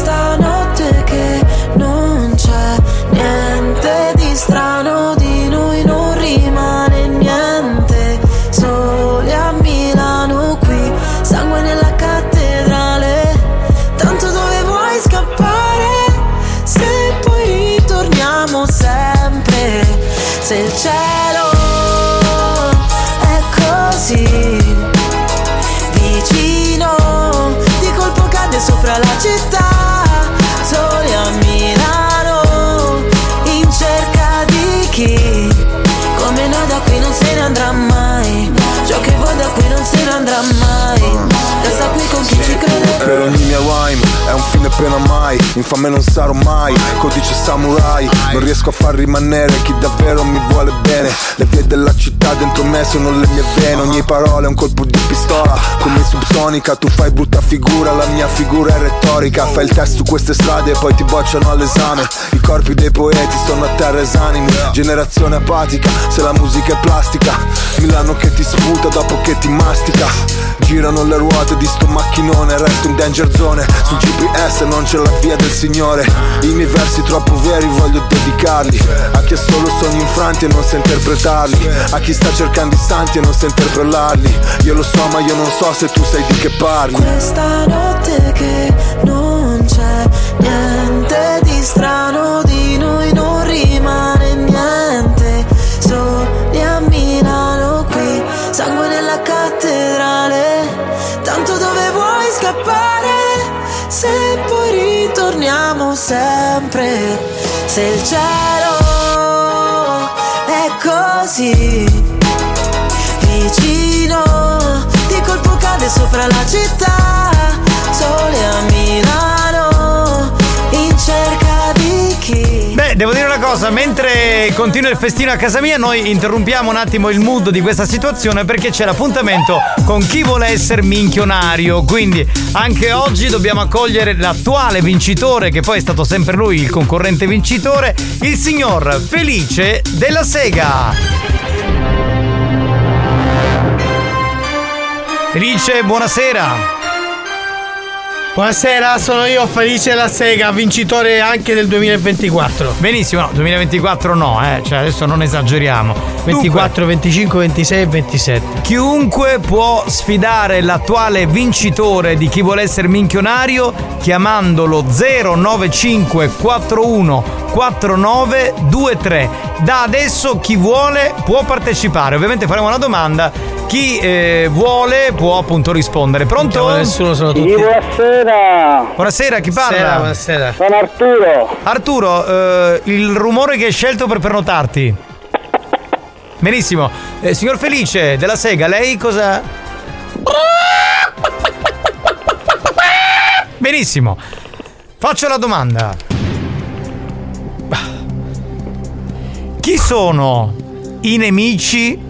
Speaker 13: notte che non c'è niente di strano di noi non rimane niente. Soli a Milano qui, sangue nella cattedrale. Tanto dove vuoi scappare? Se poi ritorniamo sempre, se il cielo è così vicino Di colpo cade sopra la città Sole a Milano In cerca di chi Come noi da qui non se ne andrà mai Ciò che vuoi da qui non se ne andrà mai Resta qui con chi ci crede
Speaker 22: Per ogni mia rhyme è un fine
Speaker 16: appena mai, infame non sarò mai, codice samurai, non riesco a far rimanere chi davvero mi vuole bene, le vie della città dentro me sono le mie vene, ogni parola è un colpo di pistola, come subsonica tu fai brutta figura, la mia figura è retorica, fai il test su queste strade e poi ti bocciano all'esame, i corpi dei poeti sono a terra esanimi, generazione apatica, se la musica è plastica, Milano che ti sputa dopo che ti mastica, girano le ruote di sto macchinone, resto in danger zone, sul GPS non c'è la via del Signore, i miei versi troppo veri voglio dedicarli, a chi ha solo sogni infranti e non sa interpretarli, a chi sta cercando i santi e non sa interpellarli, io lo so ma io non so se tu sai di che parli.
Speaker 13: Questa notte che non c'è niente di strano di noi, non rimane niente. Soli a Milano qui, sangue nella cattedrale. Tanto dove vuoi scappare? Se poi ritorniamo sempre, se il cielo è così vicino, di colpo cade sopra la città, sole a Milano, in cerca di chi.
Speaker 2: Beh, devo dire una cosa, mentre continua il festino a casa mia, noi interrompiamo un attimo il mood di questa situazione perché c'è l'appuntamento con chi vuole essere minchionario. Quindi anche oggi dobbiamo accogliere l'attuale vincitore, che poi è stato sempre lui il concorrente vincitore, il signor Felice della Sega. Felice, buonasera.
Speaker 6: Buonasera, sono io Felice La Sega, vincitore anche del 2024.
Speaker 2: Benissimo, no, 2024 no, eh, cioè adesso non esageriamo.
Speaker 6: 24, 25, 26 e 27.
Speaker 2: Chiunque può sfidare l'attuale vincitore di chi vuole essere minchionario chiamandolo 095 41 49 23. Da adesso chi vuole può partecipare. Ovviamente faremo una domanda. Chi eh, vuole può appunto rispondere. Pronto?
Speaker 6: Chiamo nessuno, sono
Speaker 5: Sì,
Speaker 6: tutti.
Speaker 5: buonasera.
Speaker 2: Buonasera, chi parla?
Speaker 6: Buonasera, buonasera.
Speaker 5: Sono Arturo.
Speaker 2: Arturo, eh, il rumore che hai scelto per prenotarti. Benissimo. Eh, signor Felice della Sega, lei cosa. Benissimo. Faccio la domanda. Chi sono i nemici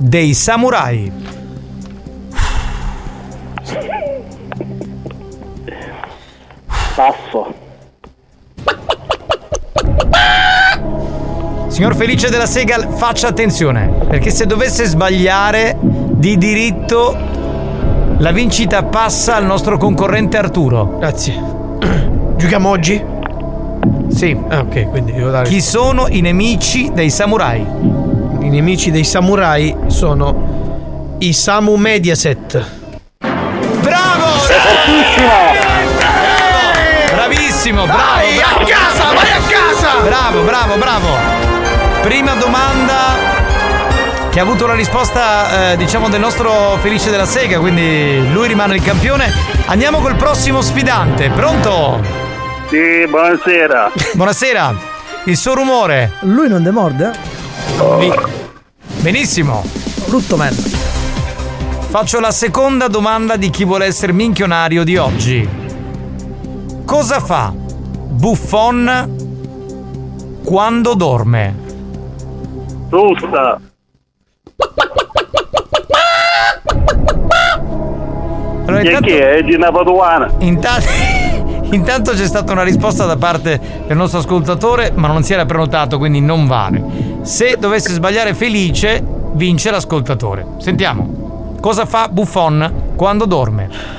Speaker 2: dei samurai?
Speaker 5: Passo.
Speaker 2: Signor Felice della Sega, faccia attenzione, perché se dovesse sbagliare di diritto la vincita passa al nostro concorrente Arturo.
Speaker 6: Grazie. Giochiamo oggi?
Speaker 2: Sì.
Speaker 6: Ah, ok, quindi devo dare.
Speaker 2: Chi sono i nemici dei samurai?
Speaker 6: I nemici dei samurai sono i Samu Mediaset.
Speaker 2: Bravo! Bravissimo, bravo!
Speaker 6: Vai a
Speaker 2: bravo.
Speaker 6: casa, vai a casa!
Speaker 2: Bravo, bravo, bravo! Prima domanda che ha avuto la risposta eh, diciamo del nostro Felice della Sega, quindi lui rimane il campione. Andiamo col prossimo sfidante, pronto?
Speaker 5: Sì, buonasera.
Speaker 2: Buonasera, il suo rumore.
Speaker 77: Lui non demorde?
Speaker 2: Benissimo,
Speaker 77: Brutto merda.
Speaker 2: faccio la seconda domanda di chi vuole essere minchionario di oggi. Cosa fa Buffon quando dorme?
Speaker 5: Russa.
Speaker 2: Allora,
Speaker 5: E chi è? È Gina Paduana.
Speaker 2: Intanto, intanto c'è stata una risposta da parte del nostro ascoltatore, ma non si era prenotato, quindi non vale. Se dovesse sbagliare felice, vince l'ascoltatore. Sentiamo. Cosa fa Buffon quando dorme?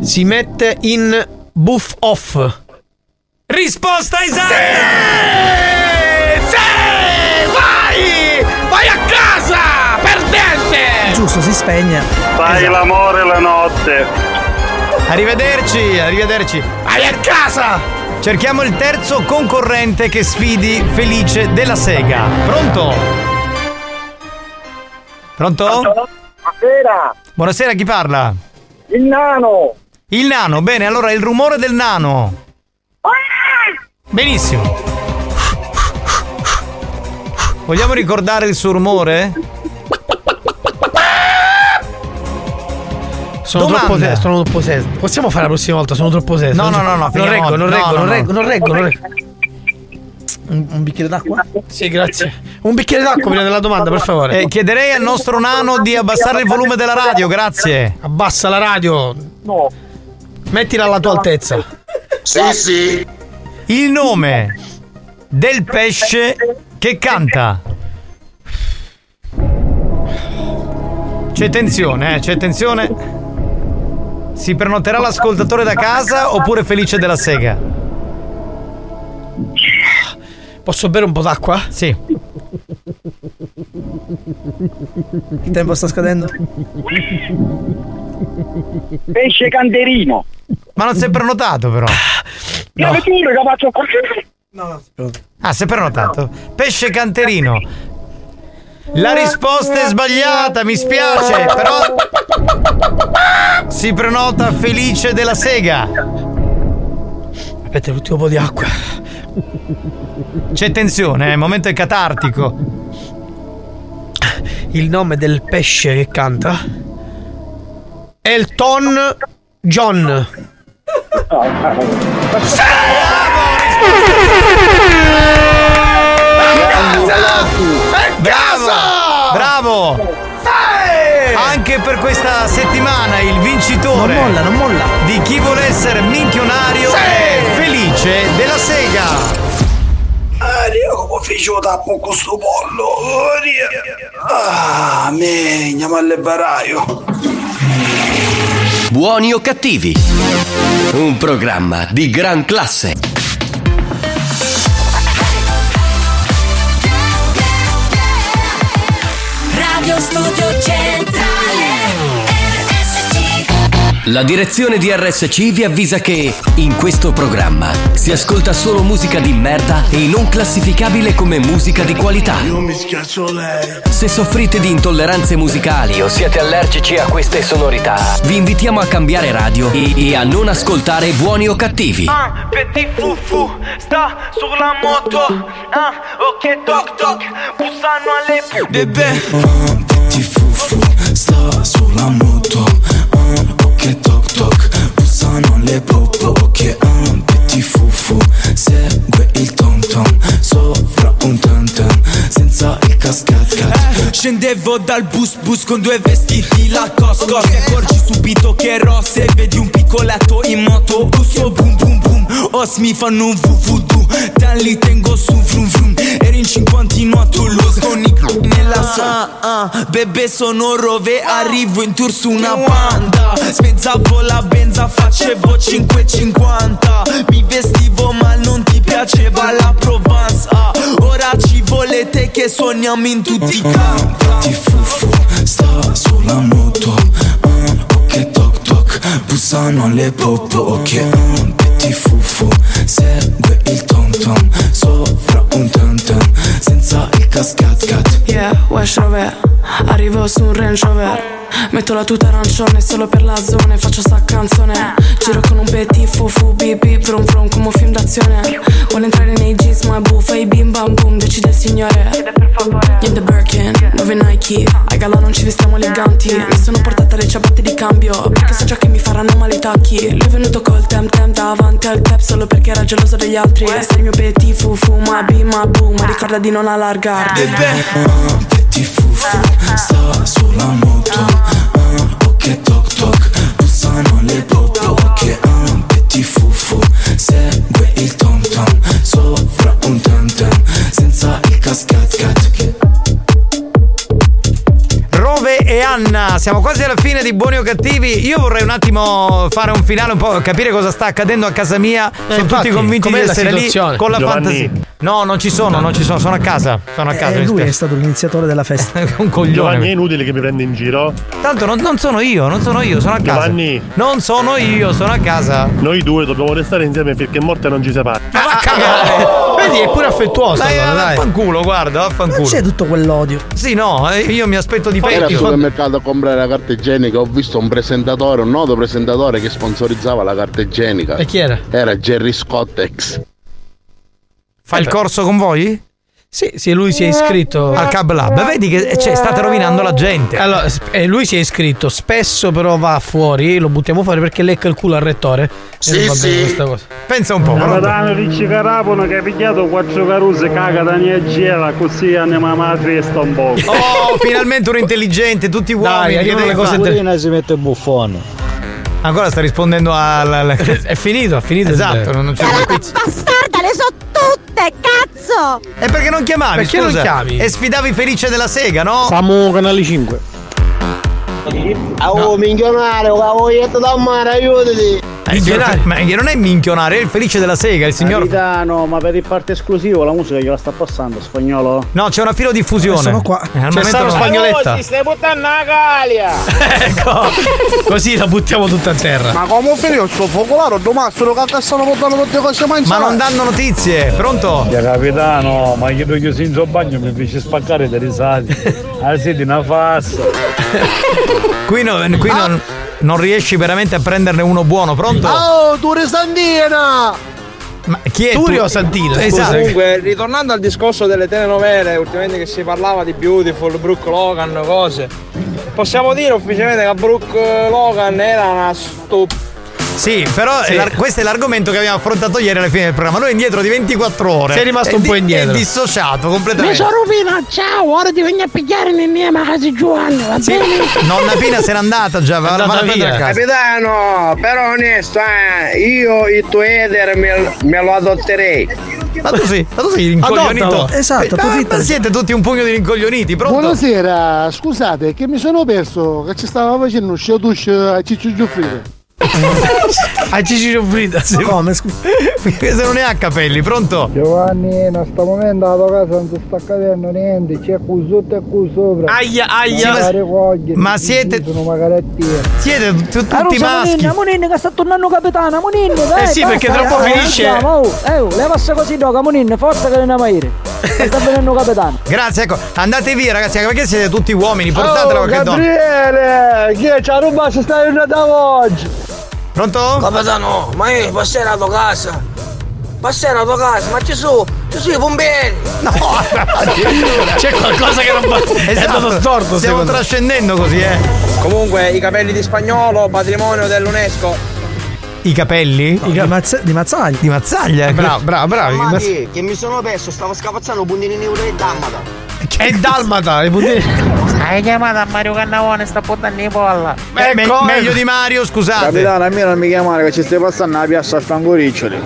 Speaker 6: Si mette in buff off.
Speaker 2: Risposta esatta!
Speaker 7: Vai! Vai a casa! Perdente!
Speaker 77: Giusto, si spegne.
Speaker 5: Fai l'amore la notte.
Speaker 2: Arrivederci, arrivederci.
Speaker 7: Vai a casa!
Speaker 2: Cerchiamo il terzo concorrente che sfidi Felice della Sega. Pronto? Pronto?
Speaker 5: Buonasera.
Speaker 2: Buonasera, chi parla?
Speaker 5: Il nano.
Speaker 2: Il nano, bene, allora il rumore del nano.
Speaker 5: Ah!
Speaker 2: Benissimo. Vogliamo ricordare il suo rumore?
Speaker 3: Sono
Speaker 2: Domanda.
Speaker 3: troppo sesto, sono troppo sesto. Possiamo fare la prossima volta, sono troppo sesto.
Speaker 2: No, no,
Speaker 3: Eh,
Speaker 2: no, no,
Speaker 3: non
Speaker 2: finiamo-
Speaker 3: reggo, non
Speaker 2: no,
Speaker 3: reggo,
Speaker 2: no,
Speaker 3: non
Speaker 2: no.
Speaker 3: reggo, non reggo, non reggo. Un, un bicchiere d'acqua? Sì, grazie. Un bicchiere d'acqua prima della domanda, per favore.
Speaker 2: Eh, chiederei al nostro nano di abbassare il volume della radio, grazie.
Speaker 3: Abbassa la radio. No. Mettila alla tua altezza.
Speaker 2: Sì, sì. Il nome del pesce che canta. C'è tensione, eh, c'è tensione. Si prenoterà l'ascoltatore da casa oppure Felice della Sega?
Speaker 3: Posso bere un po' d'acqua?
Speaker 2: Sì.
Speaker 13: Il tempo sta scadendo.
Speaker 78: Pesce canderino.
Speaker 2: Ma non si è prenotato però.
Speaker 78: No. Io tu lo faccio
Speaker 2: Ah, si è prenotato. Pesce canterino. La risposta è sbagliata, mi spiace, però si prenota Felice della Sega.
Speaker 3: Aspetta, l'ultimo po' di acqua.
Speaker 2: C'è tensione, eh, momento è catartico.
Speaker 3: Il nome del pesce che canta? Elton John.
Speaker 2: Bravo! Bravo! Anche per questa settimana il vincitore
Speaker 13: Eh! Non molla, non molla.
Speaker 2: di chi vuole essere minchionario è Felice della Sega.
Speaker 37: Io come faccio da poco sto pollo? Ah, me, andiamo al baraio.
Speaker 1: Buoni o cattivi? Un programma di gran classe.
Speaker 79: Radio Studio Centrale RSC
Speaker 1: La direzione di RSC vi avvisa che in questo programma si ascolta solo musica di merda e non classificabile come musica di qualità. Se soffrite di intolleranze musicali o siete allergici a queste sonorità, vi invitiamo a cambiare radio e, e a non ascoltare buoni o cattivi.
Speaker 80: Ah, petit fufu, sta sur la moto. Ah, ok, toc toc, poussano alle pu-
Speaker 7: Bébé, un petit foufou sta sulla moto. Un ok toc toc, bussano le popo. Ok, un petit foufou segue il tom tom sopra un tam tam senza il cascat
Speaker 81: Eh,
Speaker 7: cat.
Speaker 81: Scendevo dal bus bus con due vestiti la cosco Ti accorgi subito che è rosso e vedi un piccoletto in moto Uso boom boom boom, os mi fanno un vuvudu Dan li tengo su vroom vroom, eri in 50 in a Toulouse Con i c- nella so ah, ah, Bebe sono rove, arrivo in tour su una panda Spezzavo la benza, facevo 5,50 Mi vestivo ma non ti piaceva la Provence ah. Ora ci volete che suoniamo in tutti i campi
Speaker 7: Un petit foufou sta sulla moto. Un ok toc toc, bussano le popo. Ok, un petit foufou segue il tom tom sopra un tam tam senza il cascat cat.
Speaker 26: Yeah, West Rover Arrivo su un Range Rover Metto la tuta arancione solo per la zona e Faccio sta canzone Giro con un petit fufu bip bip brum brum Come un film d'azione Vuole entrare nei jeans ma è buffa E bim bam boom decide il signore In the Birkin, dove Nike A gala non ci vestiamo eleganti Mi sono portata le ciabatte di cambio Perché so già che mi faranno male i tacchi Lui è venuto col tem tem davanti al tap Solo perché era geloso degli altri Sei il mio petit fufu ma bim ma boom Ma ricorda di non allargarti
Speaker 7: Un petit foufou sta sulla moto. Un ok toc toc, bussano le popo. Ok, un petit foufou segue il tom tom sopra un tam tam senza il cascat cat.
Speaker 2: Rove e Anna, siamo quasi alla fine di Buoni o Cattivi. Io vorrei un attimo fare un finale, un po' capire cosa sta accadendo a casa
Speaker 5: Eh,
Speaker 2: mia. Sono
Speaker 3: infatti,
Speaker 2: tutti convinti di
Speaker 3: com'è la
Speaker 2: essere lì
Speaker 3: situazione?
Speaker 2: con la
Speaker 3: Giovanni.
Speaker 2: fantasia. No, non ci sono, non ci sono, sono a casa. Sono a casa.
Speaker 13: Eh,
Speaker 2: mi
Speaker 13: lui è
Speaker 2: spiace.
Speaker 13: stato l'iniziatore della festa.
Speaker 2: un coglione.
Speaker 5: Giovanni è inutile che mi prenda in giro.
Speaker 2: Tanto non, non sono io, non sono io, sono a casa.
Speaker 5: Giovanni.
Speaker 2: Non sono io, sono a casa.
Speaker 5: Noi due dobbiamo restare insieme perché morte non ci separa.
Speaker 2: Vedi,
Speaker 5: Oh. è pure affettuoso
Speaker 2: Dai,
Speaker 5: allora, dai.
Speaker 2: vaffanculo, guarda,
Speaker 13: Non
Speaker 2: vaffanculo.
Speaker 13: c'è tutto quell'odio.
Speaker 2: Sì, no, eh, io mi aspetto di
Speaker 71: Era al
Speaker 2: peggio.
Speaker 71: supermercato a comprare la carta igienica, ho visto un presentatore, un noto presentatore che sponsorizzava la carta igienica.
Speaker 3: E chi era?
Speaker 71: Era Jerry Scottex.
Speaker 2: Fa il corso con voi?
Speaker 3: Sì, sì, lui si è iscritto
Speaker 2: Al Cab Lab. Vedi che, cioè, state rovinando la gente.
Speaker 3: Allora, sp- eh, lui si è iscritto, spesso però va fuori, lo buttiamo fuori perché lecca il culo al rettore. E
Speaker 2: Sì,
Speaker 3: non va bene
Speaker 2: sì.
Speaker 3: questa cosa. Pensa un po'.
Speaker 18: Natale ricci carapano che ha pigliato quattro caruse caga da niagela così andiamo a festa un po'.
Speaker 2: Oh, finalmente uno intelligente, tutti uomini. che
Speaker 18: arrivano le
Speaker 2: devi
Speaker 18: cose
Speaker 2: fare?
Speaker 3: si mette buffone.
Speaker 2: Ancora sta rispondendo al.
Speaker 3: È finito, ha finito.
Speaker 2: Esatto, non c'è mai quiz.
Speaker 5: Bastarda, le so tutte, cazzo!
Speaker 2: E Eh, perché non chiamavi?
Speaker 5: Perché
Speaker 2: scusa?
Speaker 5: non chiami?
Speaker 2: E sfidavi Felice della Sega, no?
Speaker 71: Siamo canale 5. Oh, minchionare, ho cavoglietto da mare, aiutati!
Speaker 2: Eh, il signor Fe- ma non è minchionare, è il Felice della Sega, il signor.
Speaker 71: Capitano, ma per il parte esclusivo la musica gliela sta passando, spagnolo?
Speaker 2: No, c'è una filodiffusione.
Speaker 71: Sono qua.
Speaker 2: Eh, al momento non-
Speaker 71: stai buttando la calia!
Speaker 3: Così la buttiamo tutta a terra.
Speaker 71: Ma come ho finito il suo focolaro? Domani sono caccassano portando tutte cose mangiate!
Speaker 2: notizie, pronto?
Speaker 18: Ya capitano, ma io voglio in suo bagno mi fece spaccare da risate. Ah sì, di una fassa.
Speaker 2: Qui, no- qui non, non riesci veramente a prenderne uno buono, pronto?
Speaker 7: Ah.
Speaker 71: Oh, Turi Santina!
Speaker 2: Ma chi è? tu- Esatto.
Speaker 6: Esatto. Comunque, ritornando al discorso delle telenovele, ultimamente che si parlava di Beautiful, Brooke Logan, cose. Possiamo dire ufficialmente che Brooke Logan era una stup...
Speaker 2: Sì, però
Speaker 6: Sì.
Speaker 2: è l'ar- questo è l'argomento che abbiamo affrontato ieri alla fine del programma. Noi indietro di 24 ore.
Speaker 3: Sei rimasto
Speaker 2: È
Speaker 3: un po'
Speaker 2: di-
Speaker 3: indietro.
Speaker 2: È dissociato
Speaker 71: Mi
Speaker 2: completamente.
Speaker 71: sono rovinato, ciao, ora ti vengo a pigliare nel mio magazzino Giovanni, va bene?
Speaker 2: Nonna Pina se n'è andata già, va va a prendere a casa.
Speaker 6: Capitano, però onesto, eh, io il tuo Eder me, me lo adotterei.
Speaker 2: Ma tu sei, ma tu sei incoglionito. Ma- ma siete tutti un pugno di rincoglioniti, pronto?
Speaker 71: Buonasera, scusate che mi sono perso che ci stava facendo un showdush a Ciccio Giuffrida.
Speaker 2: A Gigi Giuffrida. Come? Questo non è a capelli, pronto?
Speaker 71: Giovanni, in questo momento la tua casa non ti sta cadendo niente, c'è qui sotto e qui sopra.
Speaker 2: Aia, aia. Ma- ma siete-
Speaker 71: Sono una carattia.
Speaker 2: Siete tu- tutti
Speaker 38: Ah,
Speaker 35: Ah,
Speaker 2: maschi.
Speaker 35: Monin che sta tornando capitano, Monin, dai,
Speaker 2: Eh sì,
Speaker 35: basta,
Speaker 2: perché tra un po'
Speaker 35: dai,
Speaker 2: finisce.
Speaker 35: andiamo, oh, eh, oh, leva sta così doga, Monin, forza che ne andiamo a ire. Sta venendo capitano.
Speaker 2: Grazie, ecco, andate via ragazzi, anche perché siete tutti uomini, portatela qualche donna.
Speaker 6: Oh, Gabriele, chi è? Ci ha rubato, ci stai andando oggi.
Speaker 2: Pronto?
Speaker 6: Capitano, ma io passare la tua casa. Passare la tua casa, ma ci sono, ci sono i bomberi. No,
Speaker 2: C'è qualcosa che non va- è stato storto, Esatto. Stiamo secondo me. trascendendo così, eh.
Speaker 6: Comunque, i capelli di spagnolo, patrimonio dell'UNESCO.
Speaker 2: I capelli? di, mazzaglia. Di
Speaker 1: Eh,
Speaker 2: mazzaglia. eh, Bravo, bravo, bravo.
Speaker 6: che mi sono perso, stavo scapazzando puntini neuro e dammata.
Speaker 2: È dalmata, i
Speaker 71: Hai chiamato a Mario Cannavone, sta portando in polla.
Speaker 2: Eh, me- meglio di Mario, scusate.
Speaker 71: Capitano, a me non mi chiamare che ci stai passando la piazza a Frangoriccioli.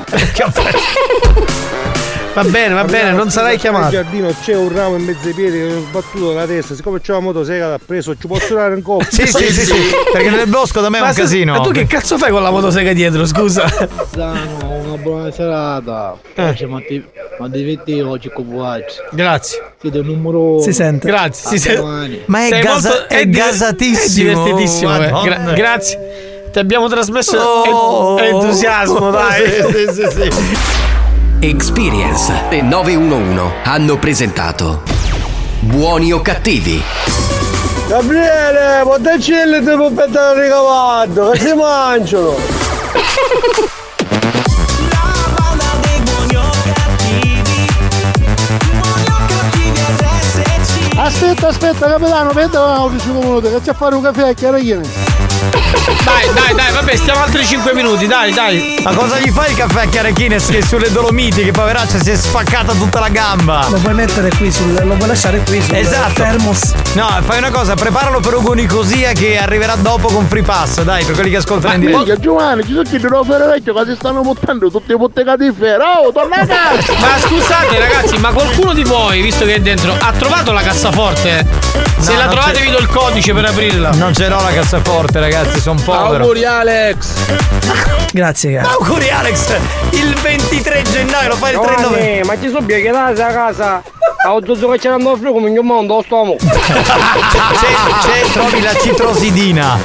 Speaker 3: Va bene, va bene, non sarai chiamato.
Speaker 71: Nel giardino c'è un ramo in mezzo ai piedi che mi ho sbattuto la testa. Siccome c'è la motosega l'ha preso, ci può tirare un colpo.
Speaker 2: Sì, sì, sì, sì. Perché nel bosco da me è
Speaker 71: Ma
Speaker 2: un
Speaker 71: se-
Speaker 2: casino.
Speaker 71: ma tu che
Speaker 3: cazzo fai con la motosega dietro, scusa?
Speaker 71: Zano, una buona serata.
Speaker 3: Eh.
Speaker 71: ma, ti, ma divertito oggi con voi.
Speaker 3: Grazie.
Speaker 71: Siete un numero. Ah,
Speaker 3: Si sente. Grazie, si sente.
Speaker 2: Ma è
Speaker 3: Sei
Speaker 2: gasa-
Speaker 3: molto-
Speaker 2: è
Speaker 3: di-
Speaker 2: gasatissimo.
Speaker 3: È divertitissimo. eh.
Speaker 2: Madonna.
Speaker 3: Gra- grazie. Ti abbiamo trasmesso
Speaker 1: Oh.
Speaker 3: en- entusiasmo, dai.
Speaker 1: Sì, Experience e 911 hanno presentato Buoni o cattivi?
Speaker 6: Gabriele, ma dacci il tuo pezzetto ricavato, che si mangiano?
Speaker 71: Aspetta, aspetta, capitano, vedo un auto minuti che c'è a fare un caffè a Chiaraghini.
Speaker 3: Dai, dai, dai, vabbè, stiamo altri 5 minuti, dai, dai.
Speaker 2: Ma cosa gli fai il caffè a Chiarechines che è sulle Dolomiti, che poveraccia si è spaccata tutta la gamba?
Speaker 11: Lo puoi mettere qui sul. lo puoi lasciare qui sul
Speaker 2: Esatto.
Speaker 11: termos.
Speaker 2: No, fai una cosa, preparalo per Ugo Nicosia che arriverà dopo con free pass, dai, per quelli che ascoltano in diretta.
Speaker 71: Minchia, Giovanni, ci sono chi di nuovo vecchio che si stanno buttando tutte bottegate di ferro. Oh, torna a casa!
Speaker 3: Ma scusate ragazzi, ma qualcuno di voi, visto che è dentro, ha trovato la cassaforte? Se
Speaker 2: No,
Speaker 3: la
Speaker 2: non
Speaker 3: trovate
Speaker 2: c'è.
Speaker 3: vi do il codice per aprirla.
Speaker 2: Non ce l'ho la cassaforte, ragazzi, sono povero.
Speaker 3: Auguri,
Speaker 6: Alex!
Speaker 11: Grazie, cara.
Speaker 2: Auguri Alex! Il 23 gennaio lo fai il 3 novembre.
Speaker 6: Ma ci sono che dai a casa? A un che c'era andato a frigo, mi mondo, lo stomo.
Speaker 3: Ah.
Speaker 2: C'è, c'è, trovi la citrosidina.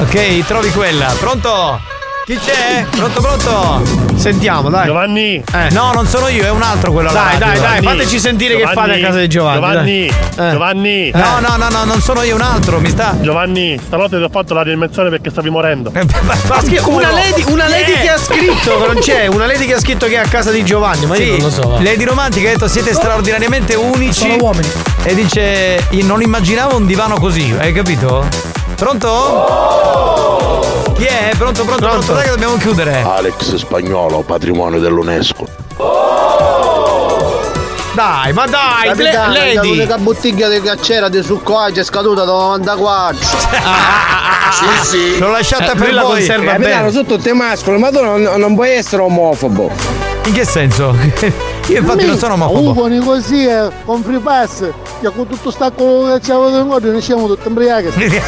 Speaker 2: Ok, trovi quella. Pronto? Chi c'è? Pronto, pronto? Eh,
Speaker 3: Sentiamo, dai.
Speaker 5: Giovanni.
Speaker 2: No, non sono io, è un altro quello alla
Speaker 3: Dai, dai,
Speaker 2: radio.
Speaker 3: dai, fateci sentire che fate a casa di Giovanni.
Speaker 5: Giovanni,
Speaker 3: dai. Eh.
Speaker 5: Giovanni.
Speaker 2: No, no, no, no, non sono io, un altro, mi sta. Eh,
Speaker 5: Giovanni, stanotte ti ho fatto la dimensione perché stavi morendo.
Speaker 3: Ma schi- una lady, una lady
Speaker 5: Eh.
Speaker 3: che ha scritto, non c'è, una lady che ha scritto che è a casa di Giovanni, ma
Speaker 2: Sì,
Speaker 3: io non lo so. va. Oh.
Speaker 2: Lady Romantica ha detto siete straordinariamente unici.
Speaker 3: Sono uomini.
Speaker 2: E dice "Io non immaginavo un divano così, hai capito? Pronto?
Speaker 3: Oh.
Speaker 2: Chi è? Pronto, pronto, pronto, dai che dobbiamo chiudere.
Speaker 82: Alex Spagnolo, patrimonio dell'UNESCO.
Speaker 3: Dai, ma dai, le- lady.
Speaker 83: L'unica bottiglia di caccera di succo Age è scaduta da 94.
Speaker 2: Ah,
Speaker 5: sì, sì.
Speaker 2: L'ho lasciata
Speaker 3: Eh,
Speaker 2: per voi. Eh,
Speaker 6: Capitano,
Speaker 2: bene.
Speaker 6: Eh, sotto te mascolo, ma tu non, non puoi essere omofobo.
Speaker 2: In che senso? Io infatti non sono omofobo.
Speaker 71: Uvoni così, eh, con free pass, che con tutto sta quello che c'è avuto in gordo, noi siamo tutti imbriachi.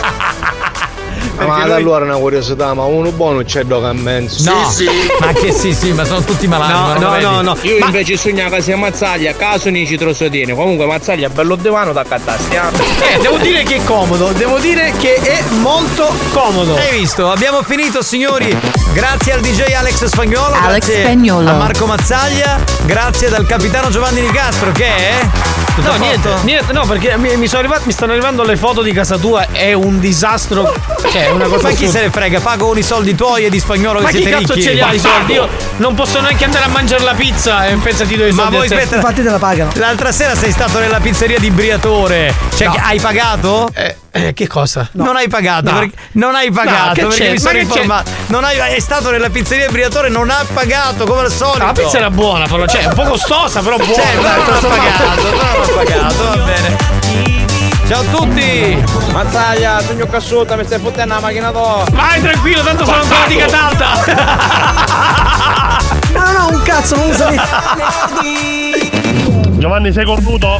Speaker 83: Ma ad allora è una curiosità, ma uno buono c'è dopo a mezzo.
Speaker 2: No, ma che sì, sì, ma sono tutti malati. ma non lo vedi?
Speaker 6: Io invece sogno che sia Mazzaglia, caso ne ci trosodine. Comunque Mazzaglia è bello divano da cattastia.
Speaker 3: Eh, devo dire che è comodo, devo dire che è molto comodo.
Speaker 2: Hai visto? Abbiamo finito, signori. Grazie al DJ Alex Spagnolo.
Speaker 3: Alex
Speaker 2: grazie
Speaker 3: Spagnolo.
Speaker 2: A Marco Mazzaglia. Grazie dal capitano Giovanni Di Castro che è. Tutto
Speaker 3: No,
Speaker 2: a
Speaker 3: niente,
Speaker 2: posto?
Speaker 3: niente, no, perché mi, mi sono arrivati- mi stanno arrivando le foto di casa tua, è un disastro. Cioè, è una cosa
Speaker 2: Ma chi se ne frega? Pago con i soldi tuoi e di spagnolo
Speaker 3: Ma
Speaker 2: che
Speaker 3: chi
Speaker 2: siete
Speaker 3: cazzo
Speaker 2: ricchi.
Speaker 3: ce li ha i soldi? Io
Speaker 2: Pago.
Speaker 3: non posso neanche andare a mangiare la pizza e pensati dove
Speaker 2: Ma
Speaker 3: sono.
Speaker 2: voi aspetta- Infatti
Speaker 3: te la pagano.
Speaker 2: L'altra sera sei stato nella pizzeria di Briatore. Cioè, che- hai pagato?
Speaker 3: Eh, che cosa?
Speaker 2: Non hai pagato,
Speaker 3: No.
Speaker 2: perché- non hai
Speaker 3: No,
Speaker 2: pagato,
Speaker 3: che
Speaker 2: perché
Speaker 3: c'è?
Speaker 2: mi
Speaker 3: Ma
Speaker 2: sono
Speaker 3: che c'è?
Speaker 2: informato. Non hai, è stato nella pizzeria di Briatore, non ha pagato come al solito.
Speaker 3: La pizza era buona, però, cioè, un po' costosa, però buona.
Speaker 2: Cioè, ma non ha pagato, non ha pagato, va bene. Ciao a tutti!
Speaker 6: Mazzaglia, sogno cassuta, mi stai fottendo la macchina tua.
Speaker 3: Vai tranquillo, tanto sono ancora di Catalta.
Speaker 7: No, no, un cazzo, non usami.
Speaker 5: Giovanni, sei cornuto?